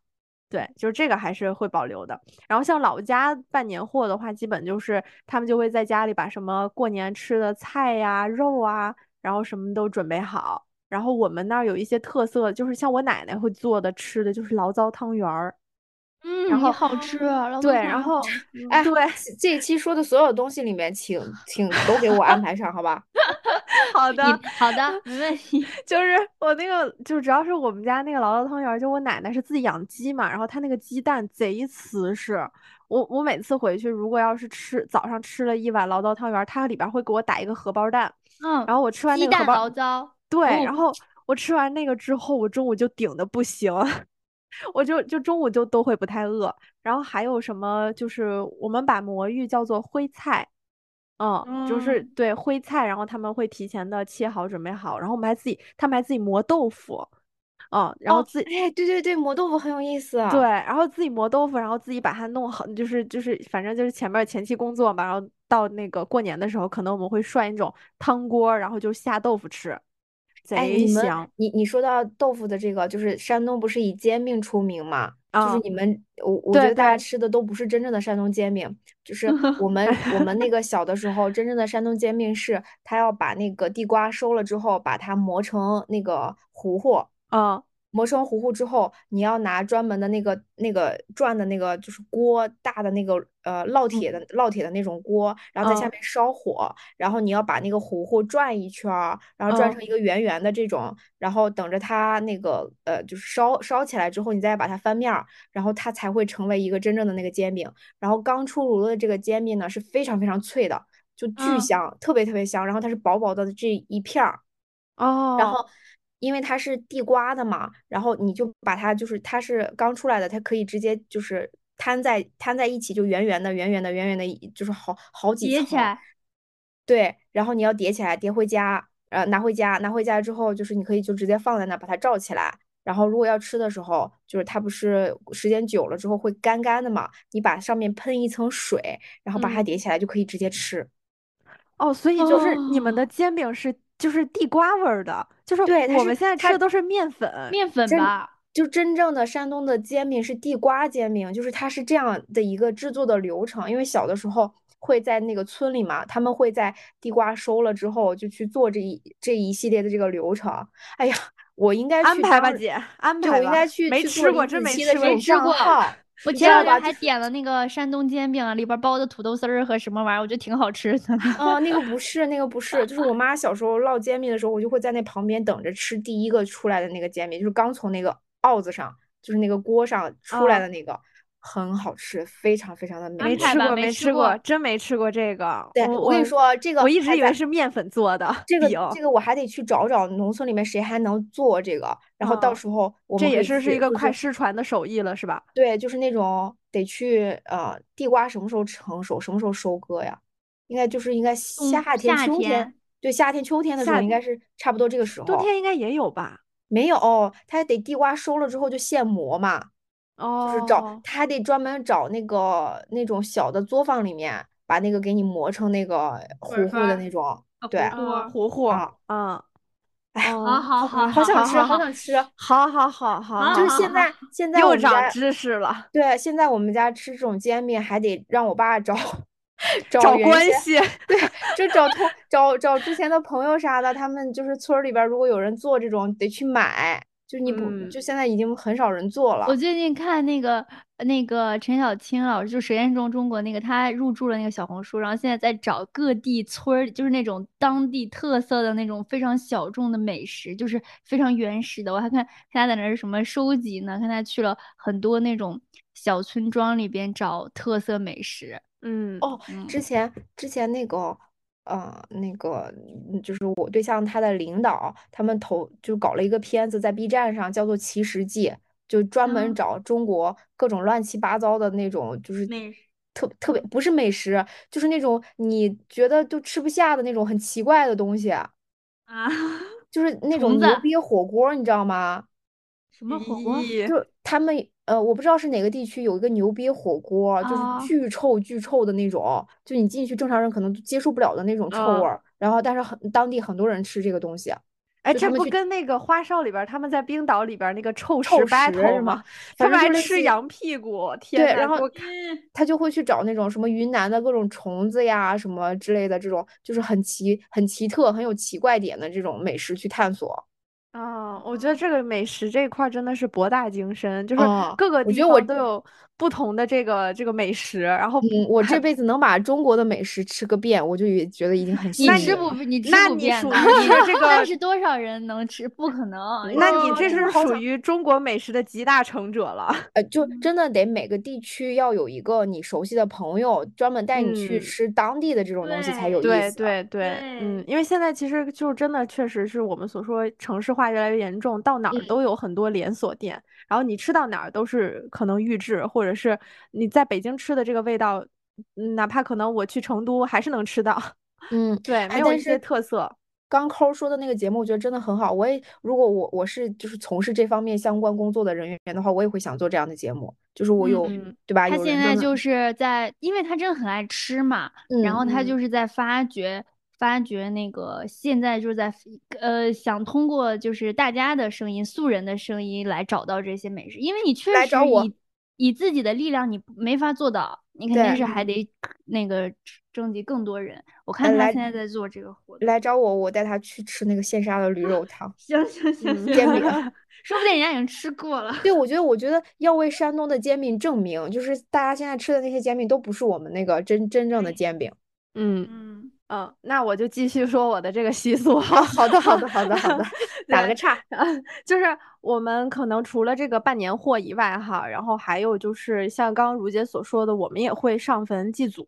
Speaker 1: 对，就是这个还是会保留的。然后像老家办年货的话，基本就是他们就会在家里把什么过年吃的菜呀、肉啊，然后什么都准备好。然后我们那儿有一些特色，就是像我奶奶会做的吃的，就是醪糟汤圆儿。然
Speaker 3: 嗯，也
Speaker 1: 后
Speaker 3: 好吃啊，老
Speaker 1: 对，
Speaker 3: 公
Speaker 1: 然后
Speaker 3: 嗯
Speaker 4: 哎，
Speaker 1: 对，
Speaker 4: 这这一期说的所有东西里面，请请都给我安排上，好吧？
Speaker 1: 好
Speaker 3: 你
Speaker 1: 的，
Speaker 3: 好的，没问题。
Speaker 1: 就是我那个，就主要是我们家那个醪糟汤圆儿，就我奶奶是自己养鸡嘛，然后她那个鸡蛋贼瓷实。我我每次回去，如果要是吃早上吃了一碗醪糟汤圆儿，它里边儿会给我打一个荷包蛋，
Speaker 3: 嗯，
Speaker 1: 然后我吃完
Speaker 3: 鸡
Speaker 1: 那个荷
Speaker 3: 蛋
Speaker 1: 包，
Speaker 3: 醪糟，
Speaker 1: 对，
Speaker 3: 哦
Speaker 1: 然后我吃完那个之后，我中午就顶的不行， 我就就中午就都会不太饿。然后还有什么，就是我们把魔芋叫做徽菜，嗯，就是
Speaker 3: 嗯
Speaker 1: 对徽菜，然后他们会提前的切好准备好，然后我们还自己，他们还自己磨豆腐，嗯，然后
Speaker 4: 哦
Speaker 1: 自己。
Speaker 4: 哎，对对对，磨豆腐很有意思啊。
Speaker 1: 对，然后自己磨豆腐，然后自己把它弄好，就是就是，反正就是前面儿前期工作嘛，然后到那个过年的时候，可能我们会涮一种汤锅儿，然后就下豆腐吃，
Speaker 4: 哎，
Speaker 1: 贼
Speaker 4: 你们，
Speaker 1: 香
Speaker 4: 你你说到豆腐的这个，就是山东不是以煎饼出名嘛？就是
Speaker 1: 啊！
Speaker 4: 你们，我我觉
Speaker 1: 对
Speaker 4: 得大家
Speaker 1: 对
Speaker 4: 吃的都不是真正的山东煎饼， 就是我们我们那个小的时候，真正的山东煎饼是他要把那个地瓜收了之后，把它磨成那个糊糊，
Speaker 1: 嗯
Speaker 4: 磨成糊糊之后，你要拿专门的那个那个转的那个就是锅大的那个呃烙铁的烙铁的那种锅，然后在下
Speaker 1: 嗯
Speaker 4: 面烧火，然后你要把那个糊糊转一圈儿，然后转
Speaker 1: 嗯
Speaker 4: 成一个圆圆的这种，然后等着它那个呃就是烧烧起来之后，你再把它翻面儿，然后它才会成为一个真正的那个煎饼。然后刚出炉的这个煎饼呢是非常非常脆的，就巨
Speaker 3: 嗯
Speaker 4: 香，特别特别香。然后它是薄薄的这一片儿。然
Speaker 1: 哦
Speaker 4: 后因为它是地瓜的嘛，然后你就把它就是它是刚出来的，它可以直接就是摊在摊在一起，就圆圆的、圆圆的、圆圆的一，就是好好几
Speaker 3: 叠
Speaker 4: 层
Speaker 3: 起来，
Speaker 4: 对，然后你要叠起来，叠回家，呃，拿回家，拿回家之后，就是你可以就直接放在那儿，把它罩起来。然后如果要吃的时候，就是它不是时间久了之后会干干的嘛，你把上面喷一层水，然后把它
Speaker 3: 嗯
Speaker 4: 叠起来就可以直接吃。
Speaker 1: 哦，所以就是你们的
Speaker 3: 哦
Speaker 1: 煎饼是就是地瓜味儿的，就是
Speaker 4: 对它
Speaker 1: 我
Speaker 4: 是
Speaker 1: 们现在吃
Speaker 4: 它
Speaker 1: 的都是面粉。
Speaker 3: 面粉
Speaker 4: 真
Speaker 3: 吧，
Speaker 4: 就真正的山东的煎饼是地瓜煎饼，就是它是这样的一个制作的流程。因为小的时候会在那个村里嘛，他们会在地瓜收了之后就去做这一这一系列的这个流程。哎呀，我应该
Speaker 1: 安
Speaker 4: 去
Speaker 1: 排吧，
Speaker 4: 当
Speaker 1: 姐，安
Speaker 4: 对，
Speaker 1: 排
Speaker 4: 我应
Speaker 1: 吧
Speaker 4: 该去
Speaker 1: 没
Speaker 4: 去
Speaker 1: 吃
Speaker 4: 做
Speaker 1: 过，
Speaker 4: 李
Speaker 1: 真
Speaker 4: 子
Speaker 1: 没
Speaker 4: 柒的
Speaker 1: 吃过。
Speaker 4: 这种
Speaker 3: 没吃
Speaker 4: 账
Speaker 3: 过
Speaker 4: 号。
Speaker 3: 我
Speaker 4: 你
Speaker 3: 前
Speaker 4: 知
Speaker 3: 两
Speaker 4: 道吧
Speaker 3: 天还点了那个山东煎饼，啊里边包的土豆丝儿和什么玩意儿，我觉得挺好吃的。
Speaker 1: 哦
Speaker 4: 啊，那个不是，那个不是，就是我妈小时候烙煎饼的时候，我就会在那旁边等着吃第一个出来的那个煎饼，就是刚从那个鏊子上，就是那个锅上出来
Speaker 1: 啊
Speaker 4: 的那个，很好吃，非常非常的
Speaker 1: 没
Speaker 3: 安排
Speaker 4: 美味。
Speaker 1: 吃
Speaker 3: 吧
Speaker 1: 过，
Speaker 3: 没
Speaker 1: 没
Speaker 3: 吃
Speaker 1: 吃
Speaker 3: 过
Speaker 1: 真没吃过这个。
Speaker 4: 对，
Speaker 1: 我
Speaker 4: 我跟你，说，这个
Speaker 1: 我一直
Speaker 4: 还
Speaker 1: 以为
Speaker 4: 在
Speaker 1: 是面粉做的
Speaker 4: 这个
Speaker 1: 饼，
Speaker 4: 这个我还得去找找农村里面谁还能做这个，然后到
Speaker 1: 嗯
Speaker 4: 时候我
Speaker 1: 这
Speaker 4: 们可
Speaker 1: 也
Speaker 4: 以
Speaker 1: 是是一
Speaker 4: 去，
Speaker 1: 个
Speaker 4: 就
Speaker 1: 快
Speaker 4: 是
Speaker 1: 失传的手艺了，是吧？
Speaker 4: 对，就是那种得去呃，地瓜什么时候成熟，什么时候收割呀？应该就是应该
Speaker 1: 嗯
Speaker 3: 冬
Speaker 4: 夏天、
Speaker 3: 夏
Speaker 4: 秋天，
Speaker 3: 天，
Speaker 4: 对，夏天、秋天的时候
Speaker 1: 夏
Speaker 4: 应该是差不多这个时
Speaker 1: 冬
Speaker 4: 候。
Speaker 1: 天应该也有吧？
Speaker 4: 没有，它得地瓜收了之后就现磨嘛，就是找，
Speaker 1: 哦，
Speaker 4: 它还得专门找那个那种小的作坊里面把那个给你磨成那个
Speaker 3: 粉
Speaker 4: 糊
Speaker 3: 儿
Speaker 4: 糊的
Speaker 3: 粉
Speaker 4: 那种，
Speaker 3: 啊
Speaker 4: 对
Speaker 3: 糊糊
Speaker 1: 嗯，糊糊，
Speaker 4: 啊，
Speaker 1: 嗯，
Speaker 4: 哎呀，
Speaker 3: 好
Speaker 1: 哦，
Speaker 3: 好
Speaker 4: 好
Speaker 3: 好
Speaker 4: 好想
Speaker 1: 好
Speaker 4: 吃，好
Speaker 1: 好
Speaker 4: 想吃。
Speaker 1: 好好好好
Speaker 4: 就是
Speaker 1: 好，
Speaker 4: 现在，现在
Speaker 1: 又
Speaker 4: 我们
Speaker 1: 长
Speaker 4: 家
Speaker 1: 知识了，
Speaker 4: 对，现在我们家吃这种煎饼还得让我爸找 找
Speaker 1: 找
Speaker 4: 原
Speaker 1: 关
Speaker 4: 先，
Speaker 1: 系。
Speaker 4: 对，就找同找找之前的朋友啥的，他们就是村儿里边儿如果有人做这种，得去买。就你不
Speaker 1: 嗯，
Speaker 4: 就现在已经很少人做
Speaker 3: 我
Speaker 4: 了。
Speaker 3: 最近看那个呃那个陈小青老师，就《舌尖中中国》那个，他入驻了那个小红书，然后现在在找各地村儿，就是那种当地特色的那种非常小众的美食，就是非常原始的。我还看看他在那儿什么收集呢，看他去了很多那种小村庄里边找特色美食。
Speaker 1: 嗯，
Speaker 4: 哦，
Speaker 3: 嗯，
Speaker 4: 之前之前那个，呃，那个嗯就是我对象他的领导，他们投就搞了一个片子在 B 站上，叫做《奇食记》，就专门
Speaker 3: 嗯
Speaker 4: 找中国各种乱七八糟的那种，就是
Speaker 3: 美食，
Speaker 4: 特特别不是美食，就是那种你觉得就吃不下的那种很奇怪的东西，
Speaker 3: 啊，
Speaker 4: 哦就是那
Speaker 3: 虫
Speaker 4: 种
Speaker 3: 子，
Speaker 4: 牛逼火锅，你知道吗？
Speaker 3: 什么火锅
Speaker 1: 咦，
Speaker 4: 就他们呃，我不知道是哪个地区有一个牛瘪火锅，就是
Speaker 3: 啊？
Speaker 4: 巨臭巨臭的那种，就你进去正常人可能都接受不了的那种臭味
Speaker 1: 嗯，
Speaker 4: 儿。然后，但是很当地很多人吃这个东西，
Speaker 1: 哎，
Speaker 4: 就他
Speaker 1: 这
Speaker 4: 们
Speaker 1: 不
Speaker 4: 去
Speaker 1: 跟那个花少里边儿他们在冰岛里边儿那个臭食
Speaker 4: 臭食
Speaker 1: battle
Speaker 4: 是吗？
Speaker 1: 吗？他
Speaker 4: 反
Speaker 1: 们
Speaker 4: 正
Speaker 1: 还
Speaker 4: 就类似
Speaker 1: 吃
Speaker 4: 于
Speaker 1: 羊屁股，
Speaker 4: 对，
Speaker 1: 天呐，
Speaker 4: 然后
Speaker 1: 给我看，
Speaker 3: 嗯，
Speaker 4: 他就会去找那种什么云南的各种虫子呀什么之类的这种，就是很奇很奇特、很有奇怪点的这种美食去探索。嗯
Speaker 1: 啊，我觉得这个美食这一块儿真的是博大精深，就是
Speaker 4: 啊、
Speaker 1: 各个
Speaker 4: 我
Speaker 1: 地
Speaker 4: 觉得我
Speaker 1: 方都有不同的这个这个美食，然后
Speaker 4: 嗯，我这辈子能把中国的美食吃个遍，我就也觉得已经很
Speaker 3: 你
Speaker 4: 幸
Speaker 1: 那
Speaker 4: 运
Speaker 3: 吃
Speaker 1: 你
Speaker 3: 不
Speaker 4: 了。
Speaker 3: 你吃
Speaker 1: 那
Speaker 3: 不
Speaker 1: 你
Speaker 3: 遍
Speaker 1: 属
Speaker 3: 的，
Speaker 1: 于这
Speaker 3: 那
Speaker 1: 个，
Speaker 3: 是多少人能吃？不可能，啊
Speaker 1: 那你
Speaker 4: 哇，
Speaker 1: 这
Speaker 4: 真
Speaker 1: 是
Speaker 4: 的嗯好
Speaker 1: 属
Speaker 4: 想。
Speaker 1: 于中国美食的集大成者了。
Speaker 4: 呃，就
Speaker 3: 嗯
Speaker 4: 真的得每个地区要有一个你熟悉的朋友，专门带你去
Speaker 1: 嗯，
Speaker 4: 吃当地的这种东西才有
Speaker 3: 对
Speaker 4: 意
Speaker 1: 对
Speaker 4: 思。啊
Speaker 1: 对对，嗯，
Speaker 3: 对，
Speaker 1: 因为现在其实就真的确实是我们所说城市化越来越严重，到哪儿
Speaker 4: 嗯，
Speaker 1: 都有很多连锁店，然后你吃到哪儿都是可能预制，或者是你在北京吃的这个味道，嗯哪怕可能我去成都还是能吃到。
Speaker 4: 嗯，
Speaker 1: 对，没
Speaker 4: 哎，
Speaker 1: 有
Speaker 4: 但
Speaker 1: 一些
Speaker 4: 是
Speaker 1: 特色。
Speaker 4: 刚抠儿说的那个节目，我觉得真的很好。我也如果我我是就是从事这方面相关工作的人员的话，我也会想做这样的节目，就是我
Speaker 3: 嗯，
Speaker 4: 有，
Speaker 1: 嗯
Speaker 4: 对吧？
Speaker 3: 他
Speaker 4: 有
Speaker 3: 现
Speaker 4: 人专
Speaker 3: 在
Speaker 4: 门，
Speaker 3: 就是在，因为他真的很爱吃嘛，然
Speaker 4: 嗯
Speaker 3: 后他
Speaker 1: 嗯
Speaker 3: 就是在发掘发掘那个现在就是在呃想通过就是大家的声音、素人的声音来找到这些美食，因为你确
Speaker 4: 来找
Speaker 3: 实
Speaker 4: 我，
Speaker 3: 以以自己的力量你不没法做到，你肯定
Speaker 4: 对，
Speaker 3: 是还
Speaker 1: 嗯，
Speaker 3: 得那个征集更多人。我
Speaker 4: 呃，
Speaker 3: 看他现
Speaker 4: 来嗯
Speaker 3: 在在做这个活动，
Speaker 4: 来找我，我带他去吃那个线下的驴肉汤
Speaker 3: 行行行
Speaker 1: 嗯，
Speaker 3: 行，
Speaker 4: 煎饼。
Speaker 3: 说不定人家已经吃过了。
Speaker 4: 对，我觉得，我觉得要为山东的煎饼证明，就是大家现在吃的那些煎饼都不是我们那个真真正的
Speaker 3: 对，
Speaker 4: 煎饼。
Speaker 1: 嗯
Speaker 3: 嗯。
Speaker 1: 嗯，那我就继续说我的这个习俗
Speaker 4: 啊，
Speaker 1: 哈。
Speaker 4: 好的，好的，好的，好的，打了
Speaker 1: 对，
Speaker 4: 个岔。
Speaker 1: 啊 就是我们可能除了这个办年货以外哈，然后还有就是像刚刚如姐所说的，我们也会上坟祭祖，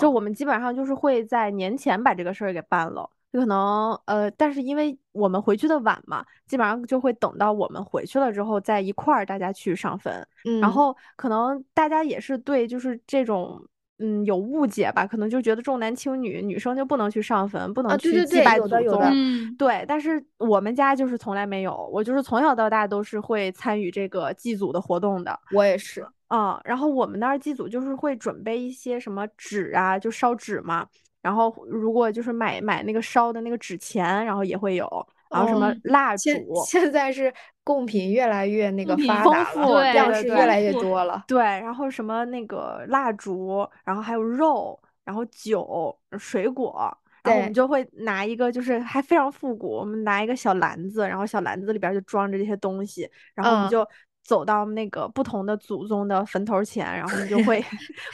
Speaker 1: 就
Speaker 4: 嗯
Speaker 1: 我们基本上就是会在年前把这个事儿给办了。就可能呃，但是因为我们回去的晚嘛，基本上就会等到我们回去了之后再一块儿大家去上坟。
Speaker 4: 嗯
Speaker 1: 然后可能大家也是对就是这种嗯有误解吧，可能就觉得重男轻女，女生就不能去上坟，不能
Speaker 4: 啊对
Speaker 1: 去
Speaker 4: 对
Speaker 1: 祭
Speaker 4: 对
Speaker 1: 拜
Speaker 4: 有
Speaker 1: 祖
Speaker 4: 的有的
Speaker 1: 宗。
Speaker 3: 嗯，
Speaker 1: 对，但是我们家就是从来没有，我就是从小到大都是会参与这个祭祖的活动的。
Speaker 4: 我也是，
Speaker 1: 啊、然后我们那儿祭祖就是会准备一些什么纸啊，就烧纸嘛。然后如果就是买买那个烧的那个纸钱，然后也会有，然后什么
Speaker 3: 嗯
Speaker 1: 蜡烛，
Speaker 4: 现现在是贡品越来越那个
Speaker 3: 贡品
Speaker 4: 发
Speaker 1: 丰
Speaker 4: 达
Speaker 1: 富
Speaker 4: 了，
Speaker 1: 对
Speaker 4: 样
Speaker 1: 对
Speaker 4: 式
Speaker 1: 对
Speaker 4: 越来越
Speaker 3: 丰富
Speaker 4: 多了。
Speaker 1: 对，然后什么那个蜡烛，然后还有肉，然后酒、水果，然后我们
Speaker 4: 对
Speaker 1: 就会拿一个，就是还非常复古，我们拿一个小篮子，然后小篮子里边儿就装着这些东西，然后我们
Speaker 4: 嗯
Speaker 1: 就走到那个不同的祖宗的坟头前，然后我们就 会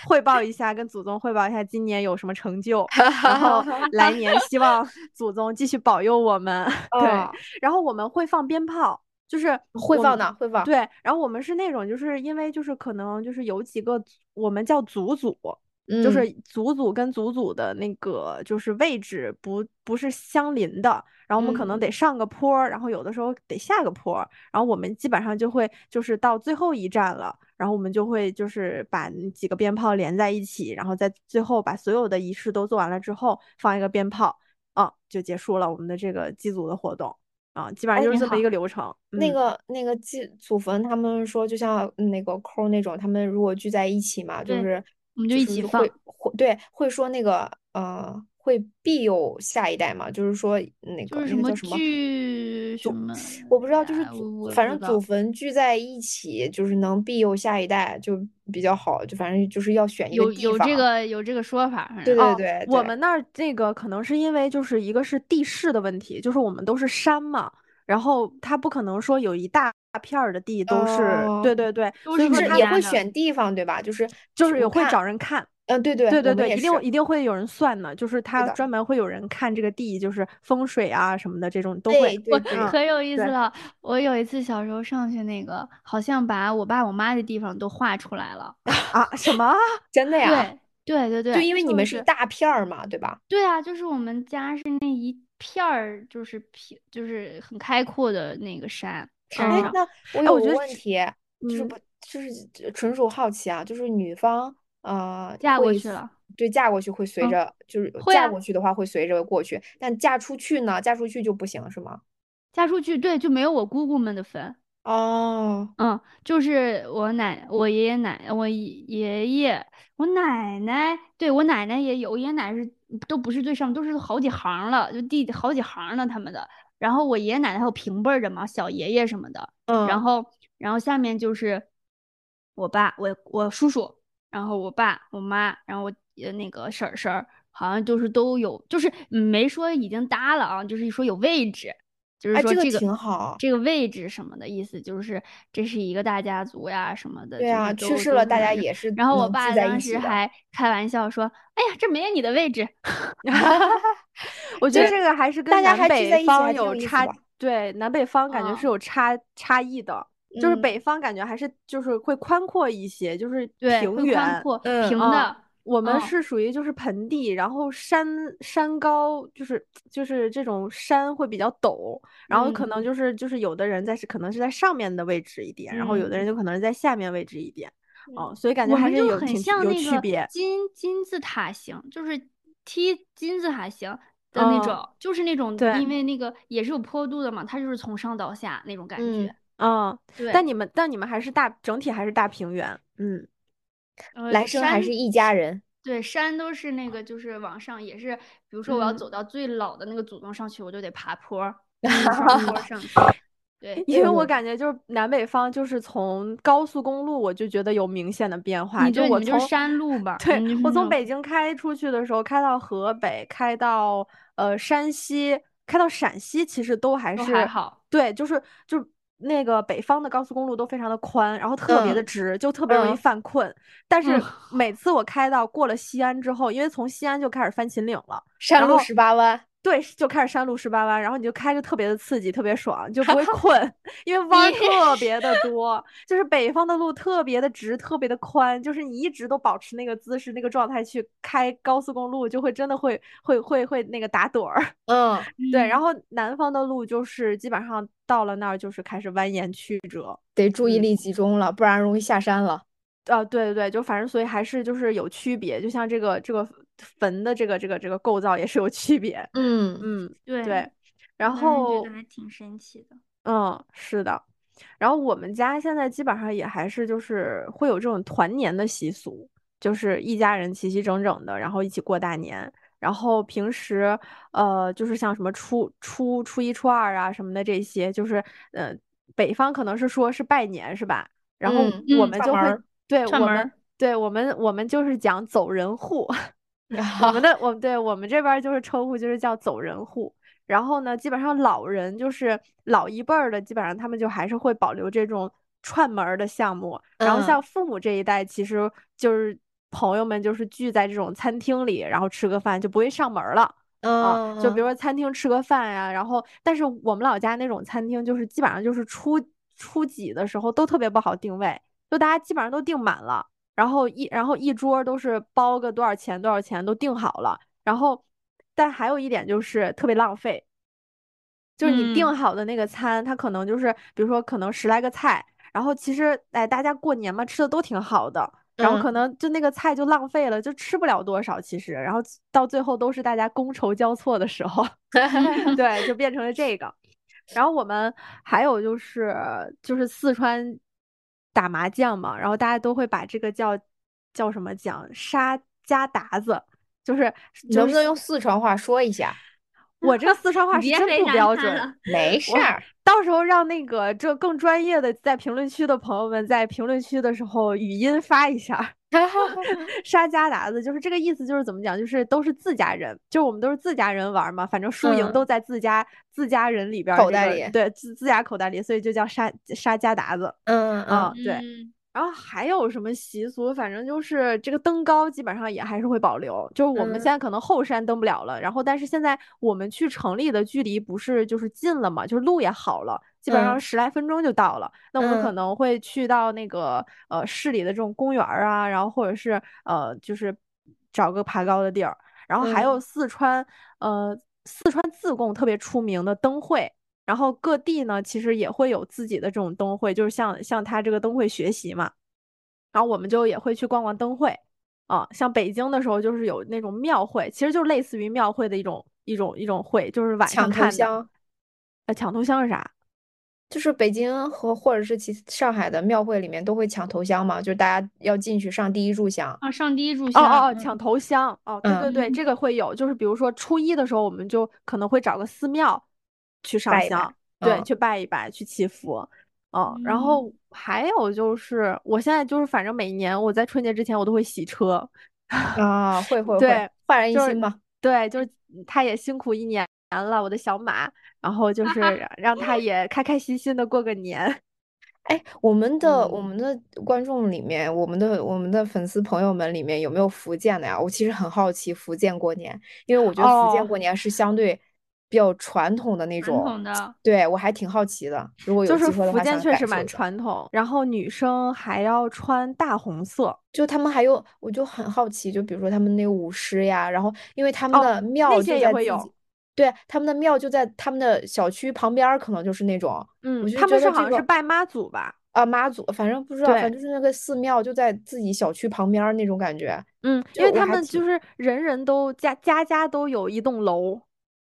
Speaker 1: 汇报一下，跟祖宗汇报一下今年有什么成 就，然后来年希望祖宗继续保佑我们。 对，
Speaker 4: 啊
Speaker 1: 然后我们会放鞭炮。就是
Speaker 4: 会
Speaker 1: 我们
Speaker 4: 放的，会放。
Speaker 1: 对，然后我们是那种，就是因为就是可能就是有几个组，我们叫组组，
Speaker 4: 嗯，
Speaker 1: 就是组组跟组组的那个就是位置不不是相邻的，然后我们可能
Speaker 4: 嗯
Speaker 1: 得上个坡儿，然后有的时候得下个坡儿，然后我们基本上就会就是到最后一站了，然后我们就会就是把那几个鞭炮连在一起，然后在最后把所有的仪式都做完了之后放一个鞭炮，啊，就结束了我们的这个祭祖的活动。啊，基本上
Speaker 4: 哎
Speaker 1: 就是
Speaker 3: 挺
Speaker 1: 这么一
Speaker 3: 好
Speaker 1: 个流程。
Speaker 4: 那
Speaker 1: 嗯
Speaker 4: 个那个祭祖坟，他们说就像嗯那个抠儿那种，他们如果聚在一起嘛，就
Speaker 3: 对
Speaker 4: 是
Speaker 3: 我们就一
Speaker 4: 是
Speaker 3: 起放
Speaker 4: 会会对会说那个呃会庇佑下一代嘛，就是说那
Speaker 3: 就
Speaker 4: 个
Speaker 3: 是
Speaker 4: 那
Speaker 3: 什
Speaker 4: 个
Speaker 3: 么
Speaker 4: 叫什么？
Speaker 3: 剧什么，
Speaker 4: 我不知道，就是
Speaker 3: 哎
Speaker 4: 祖
Speaker 3: 我
Speaker 4: 反
Speaker 3: 不
Speaker 4: 正
Speaker 3: 知
Speaker 4: 祖
Speaker 3: 道
Speaker 4: 坟聚在一起，就是能庇佑下一代，就比较好。就反正就是要选一个
Speaker 3: 有
Speaker 4: 地
Speaker 3: 有
Speaker 4: 方。
Speaker 3: 这个有这个说法，反
Speaker 4: 对
Speaker 3: 正
Speaker 4: 对
Speaker 1: 哦，
Speaker 4: 对
Speaker 1: 我
Speaker 4: 对
Speaker 1: 们那儿这个可能是因为就是一个是地势的问题，就是我们都是山嘛，然后它不可能说有一大片儿的地都是，
Speaker 4: 哦
Speaker 1: 对对对，
Speaker 3: 都
Speaker 1: 所以
Speaker 3: 是
Speaker 1: 说
Speaker 4: 是
Speaker 3: 人
Speaker 1: 它
Speaker 4: 也
Speaker 3: 家
Speaker 4: 会
Speaker 3: 的
Speaker 4: 选地方，对吧？就是
Speaker 1: 就是
Speaker 4: 我
Speaker 1: 有会
Speaker 4: 看
Speaker 1: 找人看，
Speaker 4: 嗯，对对，
Speaker 1: 对
Speaker 4: 我
Speaker 1: 对
Speaker 4: 们
Speaker 1: 对，
Speaker 4: 也
Speaker 1: 一定
Speaker 4: 是。
Speaker 1: 一定会有人算的，就是他
Speaker 4: 的
Speaker 1: 专门会有人看这个地，就是风水啊什么的这种都
Speaker 4: 对
Speaker 1: 会，
Speaker 4: 对嗯
Speaker 3: 我
Speaker 4: 对，
Speaker 3: 可有意思
Speaker 1: 对
Speaker 3: 了。我有一次小时候上去那个，好像把我爸我妈的地方都画出来了。
Speaker 1: 啊什么
Speaker 4: 真的呀，
Speaker 3: 对对对对，
Speaker 4: 就因为你们是
Speaker 3: 是
Speaker 4: 一大片儿嘛，对吧？
Speaker 3: 对啊，就是我们家是那一片儿，就是平，就是很开阔的那个山山
Speaker 4: 哎
Speaker 1: 嗯
Speaker 3: 上，，
Speaker 4: 那我
Speaker 1: 哎
Speaker 4: 有
Speaker 1: 我
Speaker 4: 个
Speaker 1: 觉得
Speaker 4: 问
Speaker 1: 这
Speaker 4: 题，就是
Speaker 1: 嗯
Speaker 4: 不就是纯属好奇啊，就是女方呃
Speaker 3: 嫁过
Speaker 4: 会
Speaker 3: 去了。
Speaker 4: 对，嫁过去会随
Speaker 3: 嗯
Speaker 4: 着，就是
Speaker 3: 会
Speaker 4: 嫁
Speaker 3: 啊
Speaker 4: 过去的话会随着过去，但嫁出去呢，嫁出去就不行是吗？
Speaker 3: 嫁出去，对，就没有我姑姑们的坟。
Speaker 4: 哦，
Speaker 3: 嗯，就是我奶、我爷爷奶、我爷爷爷、我奶奶，对我奶奶也有，我爷爷奶奶是都不是最上面，都是好几行儿了，就第好几行儿了他们的。然后我爷爷奶奶还有平辈儿的嘛，小爷爷什么的。然
Speaker 4: 嗯，
Speaker 3: 后，然后下面就是我爸、我我叔叔，然后我爸、我妈，然后我呃那个婶儿婶儿，好像就是都有，就是没说已经搭了啊，就是说有位置，就是
Speaker 4: 哎
Speaker 3: 说
Speaker 4: 这个
Speaker 3: 这个
Speaker 4: 挺好
Speaker 3: 这个位置什么的意思，就是这是一个大家族呀什么的，
Speaker 4: 对
Speaker 3: 就
Speaker 4: 啊，
Speaker 3: 是
Speaker 4: 去
Speaker 3: 都
Speaker 4: 世
Speaker 3: 都
Speaker 4: 了
Speaker 3: 是
Speaker 4: 大家
Speaker 3: 能
Speaker 4: 也是嗯
Speaker 3: 然后我
Speaker 4: 能聚
Speaker 3: 爸
Speaker 4: 在一
Speaker 3: 当
Speaker 4: 起
Speaker 3: 时
Speaker 4: 的
Speaker 3: 还开玩笑说：“哎呀，这没有你的位置。”
Speaker 1: 我觉得
Speaker 4: 对
Speaker 1: 这个还是
Speaker 4: 大
Speaker 1: 跟
Speaker 4: 家
Speaker 1: 南
Speaker 4: 还聚在
Speaker 1: 北
Speaker 4: 一起还
Speaker 1: 方
Speaker 4: 挺有
Speaker 1: 有
Speaker 4: 意思
Speaker 1: 差
Speaker 4: 吧，
Speaker 1: 对，南北方感觉是
Speaker 3: 嗯
Speaker 1: 有差差异的，就是
Speaker 4: 嗯
Speaker 1: 北方感觉还是就是会宽阔一些，就是
Speaker 3: 对，
Speaker 1: 平
Speaker 3: 会宽
Speaker 1: 原。
Speaker 3: 阔
Speaker 4: 嗯
Speaker 3: 平
Speaker 1: 嗯
Speaker 3: 的，
Speaker 1: 我们
Speaker 3: 嗯
Speaker 1: 是属于就是盆地，然后山山高，就是就是这种山会比较陡，然后可能
Speaker 4: 嗯
Speaker 1: 就是就是有的人在是可能是在上面的位置一点，然后有的人
Speaker 4: 嗯
Speaker 1: 就可能是在下面位置一点，哦，
Speaker 4: 嗯
Speaker 1: 所以感觉
Speaker 3: 我
Speaker 1: 还
Speaker 3: 们
Speaker 1: 是
Speaker 3: 就
Speaker 1: 有
Speaker 3: 很
Speaker 1: 挺
Speaker 3: 像
Speaker 1: 有
Speaker 3: 那
Speaker 1: 区
Speaker 3: 个
Speaker 1: 别，
Speaker 3: 金金字塔形，就是梯金字塔形的那
Speaker 4: 哦
Speaker 1: 嗯
Speaker 3: 种，就是那种，
Speaker 1: 对
Speaker 3: 因为那个也是有坡度的嘛，它就是从上到下那种感
Speaker 4: 嗯
Speaker 3: 觉。
Speaker 1: 嗯，
Speaker 3: 对，
Speaker 1: 但你们但你们还是大整体还是大平原，嗯。
Speaker 3: 呃
Speaker 4: 来生还
Speaker 3: 山
Speaker 4: 是一家人，
Speaker 3: 对，山都是那个，就是往上也是，比如说我要
Speaker 1: 嗯
Speaker 3: 走到最老的那个祖宗上去，我就得爬坡 儿，就是上坡儿上去。
Speaker 1: 哎
Speaker 3: 对，
Speaker 1: 因为我
Speaker 4: 嗯
Speaker 1: 感觉就是南北方，就是从高速公路我就觉得有明显的变化，
Speaker 3: 你
Speaker 1: 就
Speaker 3: 对你
Speaker 1: 我
Speaker 3: 们就是
Speaker 1: 从，
Speaker 3: 山路吧嗯
Speaker 1: 对
Speaker 3: 你就是
Speaker 1: 我
Speaker 3: 那
Speaker 1: 从
Speaker 3: 种
Speaker 1: 北京开出去的时候，开到河北，开到呃山西，开到陕西，其实都还
Speaker 3: 都
Speaker 1: 是
Speaker 3: 还好。
Speaker 1: 对，就是就那个北方的高速公路都非常的宽，然后特别的
Speaker 4: 嗯
Speaker 1: 直，就特别容易
Speaker 4: 嗯
Speaker 1: 犯困。但是
Speaker 3: 嗯
Speaker 1: 每次我开到过了西安之后，因为从西安就开始翻秦岭了，
Speaker 4: 山
Speaker 1: 然
Speaker 4: 路
Speaker 1: 后
Speaker 4: 十八弯，
Speaker 1: 对，就开始山路十八弯，然后你就开着特别的刺激，特别爽，就不 会困，因为弯儿
Speaker 3: 你
Speaker 1: 特别 的多，就是北方的路特别的直，特别的宽，就是你一直都保持那个姿势、那个状态去开高速公路，就会真的会会会会那个打盹儿。
Speaker 4: 嗯，
Speaker 1: 对，然
Speaker 3: 后
Speaker 1: 后南方的路就是基本上到了那儿就是开始蜿蜒曲折。
Speaker 4: 得注意
Speaker 1: 嗯
Speaker 4: 力集中了，不然容易下山了。
Speaker 1: 啊，对对对，就反正所以还是就是有区别，就像这个这个坟的这个这个这个构造也是有区别。
Speaker 4: 嗯，
Speaker 1: 嗯，
Speaker 3: 对
Speaker 1: 对，然
Speaker 3: 我当时
Speaker 1: 后
Speaker 3: 觉得还挺神奇的。
Speaker 1: 嗯，是的。然后我们家现在基本上也还是就是会有这种团年的习俗，就是一家人齐齐整整的，然后一起过大年。然后平时，呃，就是像什么初初初一、初二啊什么的这些，就是呃，北方可能是说是拜年是吧？然后
Speaker 4: 嗯
Speaker 1: 我
Speaker 3: 嗯
Speaker 1: 们
Speaker 4: 串
Speaker 1: 就
Speaker 4: 门
Speaker 1: 会
Speaker 4: 儿
Speaker 1: 对
Speaker 3: 串
Speaker 1: 我
Speaker 3: 门
Speaker 1: 们
Speaker 3: 儿
Speaker 1: 对我们我们就是讲走人户，我
Speaker 4: 哈
Speaker 1: 们的我们对我们这边儿就是称呼就是叫走人户。然后呢，基本上老人就是老一辈儿的，基本上他们就还是会保留这种串门儿的项目。然后
Speaker 4: 嗯
Speaker 1: 像父母这一代，其实就是朋友们就是聚在这种餐厅里，然后吃个饭就不会上门儿了啊。
Speaker 3: 哦
Speaker 1: 就比如
Speaker 4: 嗯
Speaker 1: 说餐厅吃个饭呀、然后但是我们老家那种餐厅，就是基本上就是初初几的时候都特别不好定位，就大家基本上都订满了。然后一然后一桌儿都是包个多少钱多少钱都定好了，然后但还有一点就是特别浪费，就是你定
Speaker 3: 嗯
Speaker 1: 好的那个餐，它可能就是比如说可能十来个菜，然后其实哎大家过年嘛吃的都挺好的，然后可
Speaker 4: 嗯
Speaker 1: 能就那个菜就浪费了，就吃不了多少其实，然后到最后都是大家觥筹交错的时 候，对，就变成了这个。然后我们还有就是就是四川打麻将嘛，然后大家都会把这个叫叫什么讲沙家达子，就是就
Speaker 4: 能不能
Speaker 1: 是
Speaker 4: 用四川话说一下？
Speaker 1: 我这个四川话
Speaker 3: 你
Speaker 1: 是
Speaker 3: 别
Speaker 1: 真
Speaker 3: 为
Speaker 1: 不
Speaker 3: 难
Speaker 1: 标
Speaker 3: 他
Speaker 1: 准，
Speaker 3: 了
Speaker 4: 没事
Speaker 1: 我
Speaker 4: 儿，
Speaker 1: 到时候让那个这更专业的在评论区的朋友们在评论区的时候语音发一下儿。沙家达子就是这个意思，就是怎么讲，就是都是自家人，就是我们都是自家人玩儿嘛，反正输赢
Speaker 4: 嗯
Speaker 1: 都在自家、自家人里边儿
Speaker 4: 口
Speaker 1: 这
Speaker 4: 袋
Speaker 1: 个
Speaker 4: 里
Speaker 1: 对自自家口袋里，所以就叫沙沙家达子
Speaker 4: 嗯
Speaker 1: 啊、
Speaker 4: 嗯
Speaker 1: 对。
Speaker 3: 嗯
Speaker 1: 然后还有什么习俗？反正就是这个登高基本上也还是会保留，就是我们
Speaker 4: 嗯
Speaker 1: 现在可能后山登不了了，然后但是现在我们去城里的距离不是就是近了嘛，就是路也好了，基本上
Speaker 4: 嗯
Speaker 1: 十来分钟就到了。那我们可
Speaker 4: 嗯
Speaker 1: 能会去到那个呃市里的这种公园儿啊，然后或者是呃就是找个爬高的地儿，然后还有
Speaker 4: 嗯
Speaker 1: 四川呃四川自贡特别出名的灯会。然后各地呢，其实也会有自己的这种灯会，就是向向他这个灯会学习嘛。然后我们就也会去逛逛灯会啊，像北京的时候就是有那种庙会，其实就类似于庙会的一种一种一种会，就是晚上
Speaker 4: 抢头
Speaker 1: 看的。
Speaker 4: 香
Speaker 1: 呃，抢头香是啥？
Speaker 4: 就是北京和或者是其上海的庙会里面都会抢头香嘛，就是大家要进去上第一炷香。
Speaker 3: 啊，上第一炷
Speaker 1: 哦
Speaker 3: 香，
Speaker 1: 哦哦，
Speaker 3: 嗯
Speaker 1: 抢头香哦，对对
Speaker 4: 嗯，
Speaker 1: 对，这个会有，就是比如说初一的时候，我们就可能会找个寺庙去上
Speaker 4: 拜一拜
Speaker 1: 香，对，
Speaker 4: 嗯
Speaker 1: 去拜一拜，去祈福，哦，然后
Speaker 3: 嗯
Speaker 1: 还有就是我现在就是反正每年我在春节之前我都会洗车，
Speaker 3: 哦
Speaker 4: 啊，会会会，
Speaker 1: 对，
Speaker 4: 焕然一
Speaker 1: 就是
Speaker 4: 新嘛。
Speaker 1: 对，就是嗯他也辛苦一年了，我的小马，然后就是 让让他也开开心心的过个年，
Speaker 4: 哎，我们的我
Speaker 1: 嗯
Speaker 4: 们的观众里面，我们的我们的粉丝朋友们里面有没有福建的呀？我其实很好奇福建过年，因为我觉得福建
Speaker 1: 哦，
Speaker 4: 过年是相对比较传统的那
Speaker 3: 传
Speaker 4: 种，
Speaker 3: 统的，
Speaker 4: 对，我还挺好奇的。如果有
Speaker 1: 就是
Speaker 4: 机会的
Speaker 1: 福
Speaker 4: 话，
Speaker 1: 建
Speaker 4: 想
Speaker 1: 确实
Speaker 4: 感受
Speaker 1: 蛮
Speaker 4: 一下。
Speaker 1: 传统，然后女生还要穿大红色。
Speaker 4: 就他们还有，我就很好奇，就比如说他们那个舞狮呀，然后因为他们
Speaker 1: 哦，
Speaker 4: 的
Speaker 1: 那
Speaker 4: 庙就
Speaker 1: 些也
Speaker 4: 在
Speaker 1: 会
Speaker 4: 自
Speaker 1: 有，
Speaker 4: 己，对，他们的庙就在他们的小区旁边儿，可能就是那种，我
Speaker 1: 嗯，
Speaker 4: 就
Speaker 1: 他
Speaker 4: 觉
Speaker 1: 们是
Speaker 4: 得
Speaker 1: 好
Speaker 4: 这
Speaker 1: 像是
Speaker 4: 个。
Speaker 1: 拜妈祖吧？
Speaker 4: 啊，妈祖，反正不知道，
Speaker 1: 对，
Speaker 4: 反正就是那个寺庙就在自己小区旁边儿那种感觉，
Speaker 1: 嗯，因
Speaker 4: 就
Speaker 1: 为
Speaker 4: 我
Speaker 1: 他
Speaker 4: 还
Speaker 1: 们就
Speaker 4: 挺
Speaker 1: 是人人都家家家都有一栋楼，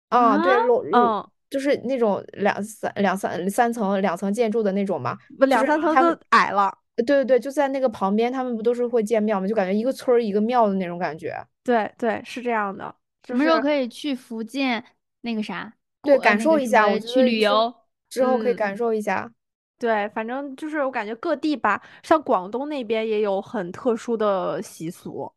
Speaker 4: 啊，
Speaker 3: 啊，
Speaker 4: 对，楼楼
Speaker 1: 嗯，
Speaker 4: 就是那种两三两三三层两层建筑的那种嘛，
Speaker 1: 不
Speaker 4: 就
Speaker 1: 两
Speaker 4: 是
Speaker 1: 三层
Speaker 4: 他
Speaker 1: 都
Speaker 4: 们，
Speaker 1: 矮了。
Speaker 4: 对对对，就在那个旁边，他们不都是会建庙嘛，就感觉一个村儿一个庙的那种感觉，
Speaker 1: 对对，是这样的，
Speaker 3: 什
Speaker 1: 就
Speaker 3: 么时候
Speaker 1: 是
Speaker 3: 可以去福建那个啥
Speaker 4: 对，
Speaker 3: 过呃那
Speaker 4: 感
Speaker 3: 个
Speaker 4: 受一
Speaker 3: 什
Speaker 4: 下，我
Speaker 3: 么
Speaker 4: 觉
Speaker 3: 去
Speaker 4: 得
Speaker 3: 旅
Speaker 4: 之
Speaker 3: 游？
Speaker 4: 之后可以
Speaker 1: 嗯。
Speaker 4: 感受一下，
Speaker 1: 对，反正就是我感觉各地吧，像广东那边也有很特殊的习俗，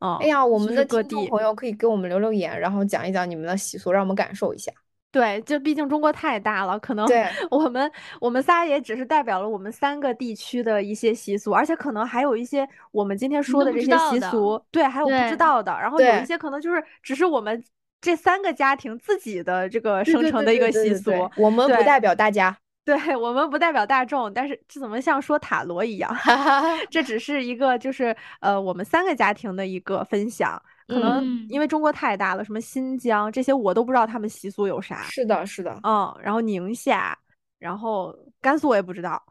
Speaker 4: 哎
Speaker 1: 嗯，
Speaker 4: 呀，我
Speaker 1: 就
Speaker 4: 们
Speaker 1: 是
Speaker 4: 的
Speaker 1: 各
Speaker 4: 听众
Speaker 1: 地，
Speaker 4: 朋友可以给我们留留言，然后讲一讲你们的习俗，让我们感受一下，
Speaker 1: 对，就毕竟中国太大了，可能
Speaker 4: 对，
Speaker 1: 我们我们仨也只是代表了我们三个地区的一些习俗，而且可能还有一些我们今天
Speaker 3: 你
Speaker 1: 说
Speaker 3: 都
Speaker 1: 的
Speaker 3: 不
Speaker 1: 这
Speaker 3: 知
Speaker 1: 些
Speaker 3: 道
Speaker 1: 习
Speaker 3: 的，
Speaker 1: 俗，对，还有不知
Speaker 3: 对
Speaker 1: 道的，然后有一
Speaker 4: 对，
Speaker 1: 些可能就是只是我们这三个家庭自己的这个
Speaker 4: 对
Speaker 1: 生
Speaker 4: 对
Speaker 1: 成
Speaker 4: 对
Speaker 1: 的一
Speaker 4: 对
Speaker 1: 个
Speaker 4: 对
Speaker 1: 习
Speaker 4: 对
Speaker 1: 俗。
Speaker 4: 对我们不
Speaker 1: 对
Speaker 4: 代表大家。
Speaker 1: 对我们不代表大众，但是这怎么像说塔罗一样？
Speaker 4: 哈哈哈。
Speaker 1: 这只是一个就是呃我们三个家庭的一个分享，可能
Speaker 3: 嗯
Speaker 1: 因为中国太大了，什么新疆这些我都不知道他们习俗有啥，
Speaker 4: 是的，是的，
Speaker 1: 嗯，然后宁夏，然后甘肃我也不知道，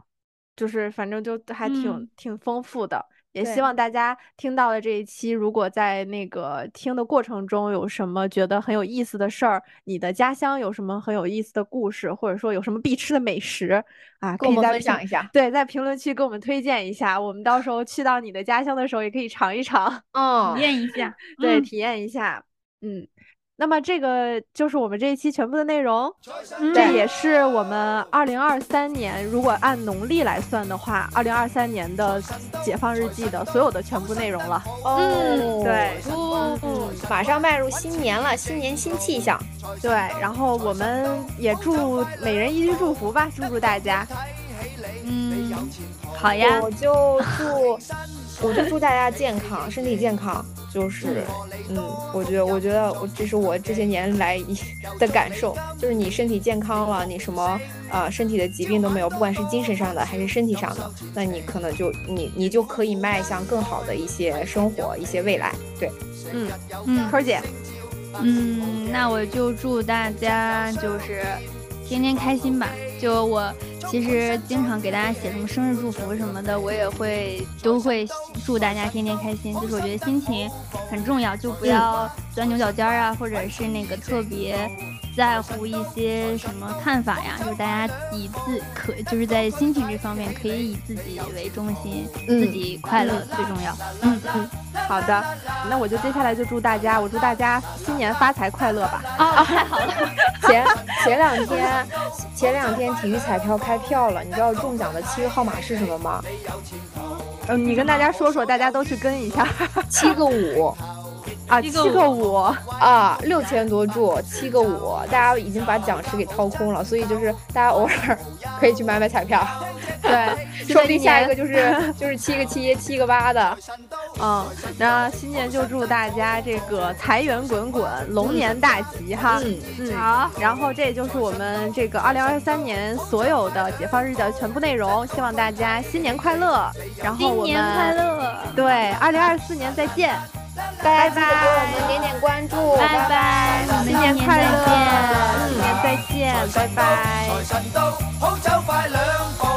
Speaker 1: 就是反正就还挺、
Speaker 3: 嗯
Speaker 1: 挺丰富的。也希
Speaker 4: 对
Speaker 1: 望大家听到了这一期，如果在那个听的过程中有什么觉得很有意思的事儿，你的家乡有什么很有意思的故事，或者说有什么必吃的美食啊，可
Speaker 4: 跟
Speaker 1: 以
Speaker 4: 我们
Speaker 1: 在
Speaker 4: 分
Speaker 1: 评
Speaker 4: 享一下。
Speaker 1: 对，在评论区给我们推荐一下，我们到时候去到你的家乡的时候也可以尝一尝，，
Speaker 4: 嗯
Speaker 3: 体，验一下
Speaker 1: 对，
Speaker 3: 嗯
Speaker 1: 体验一下。嗯，那么这个就是我们这一期全部的内容。
Speaker 3: 嗯
Speaker 1: 这也是我们二零二三年，如果按农历来算的话，二零二三年的解放日记的所有的全部内容了。嗯
Speaker 4: 哦，
Speaker 1: 对嗯
Speaker 4: 哦，马上迈入新年了，新年新气象。
Speaker 1: 对，然后我们也祝每人一句祝福吧，祝祝大家。
Speaker 3: 嗯，好呀，
Speaker 4: 我就祝，我就祝大家健康，身体健康。就是，嗯，我觉得，我觉得我这是我这些年来一的感受，就是你身体健康了，你什么呃身体的疾病都没有，不管是精神上的还是身体上的，那你可能就你你就可以迈向更好的一些生活，一些未来。对，
Speaker 1: 嗯，
Speaker 3: 嗯
Speaker 1: 坤儿姐，
Speaker 3: 嗯，那我就祝大家就是天天开心吧。就我其实经常给大家写什么生日祝福什么的，我也会都会祝大家天天开心。就是我觉得心情很重要，
Speaker 1: 嗯
Speaker 3: 就不要钻牛角尖儿啊，或者是那个特别在乎一些什么看法呀。就是大家以自可，就是在心情这方面可以以自己为中心，自
Speaker 4: 嗯
Speaker 3: 己快乐最重要。嗯嗯，
Speaker 1: 好的，那我就接下来就祝大家，我祝大家新年发财快乐吧。
Speaker 3: 哦，太好了。
Speaker 4: 前前两天前两天体育彩票开票了，你知道中奖的七个号码是什么吗？
Speaker 1: 嗯，你跟大家说说，大家都去跟一下
Speaker 4: 七个五。
Speaker 1: 啊，
Speaker 3: 七
Speaker 1: 七
Speaker 3: 个
Speaker 1: 个五，
Speaker 4: 啊，六千多注，七个五，大家已经把奖池给掏空了，所以就是大家偶尔可以去买买彩票，
Speaker 1: 对，
Speaker 4: 说不定下一个
Speaker 1: 就
Speaker 4: 就是就是七个七、七个八的。
Speaker 1: 嗯，那新年就祝大家这个财源滚滚，龙年大吉哈。
Speaker 4: 嗯，
Speaker 1: 嗯，
Speaker 3: 好，
Speaker 1: 然后这就是我们这个二零二三年所有的解放日的全部内容，希望大家新年快乐。然后
Speaker 3: 新
Speaker 1: 哦我们
Speaker 3: 年快乐，
Speaker 1: 对，二零二四年再见，
Speaker 4: 大家记得给我们点点关注，
Speaker 3: 拜
Speaker 4: 拜
Speaker 3: 拜，我们
Speaker 1: 新年
Speaker 3: 明
Speaker 1: 快
Speaker 3: 再
Speaker 1: 乐嗯
Speaker 3: 见。，
Speaker 1: 新年再见，拜拜。
Speaker 2: 财神到，好走快兩步。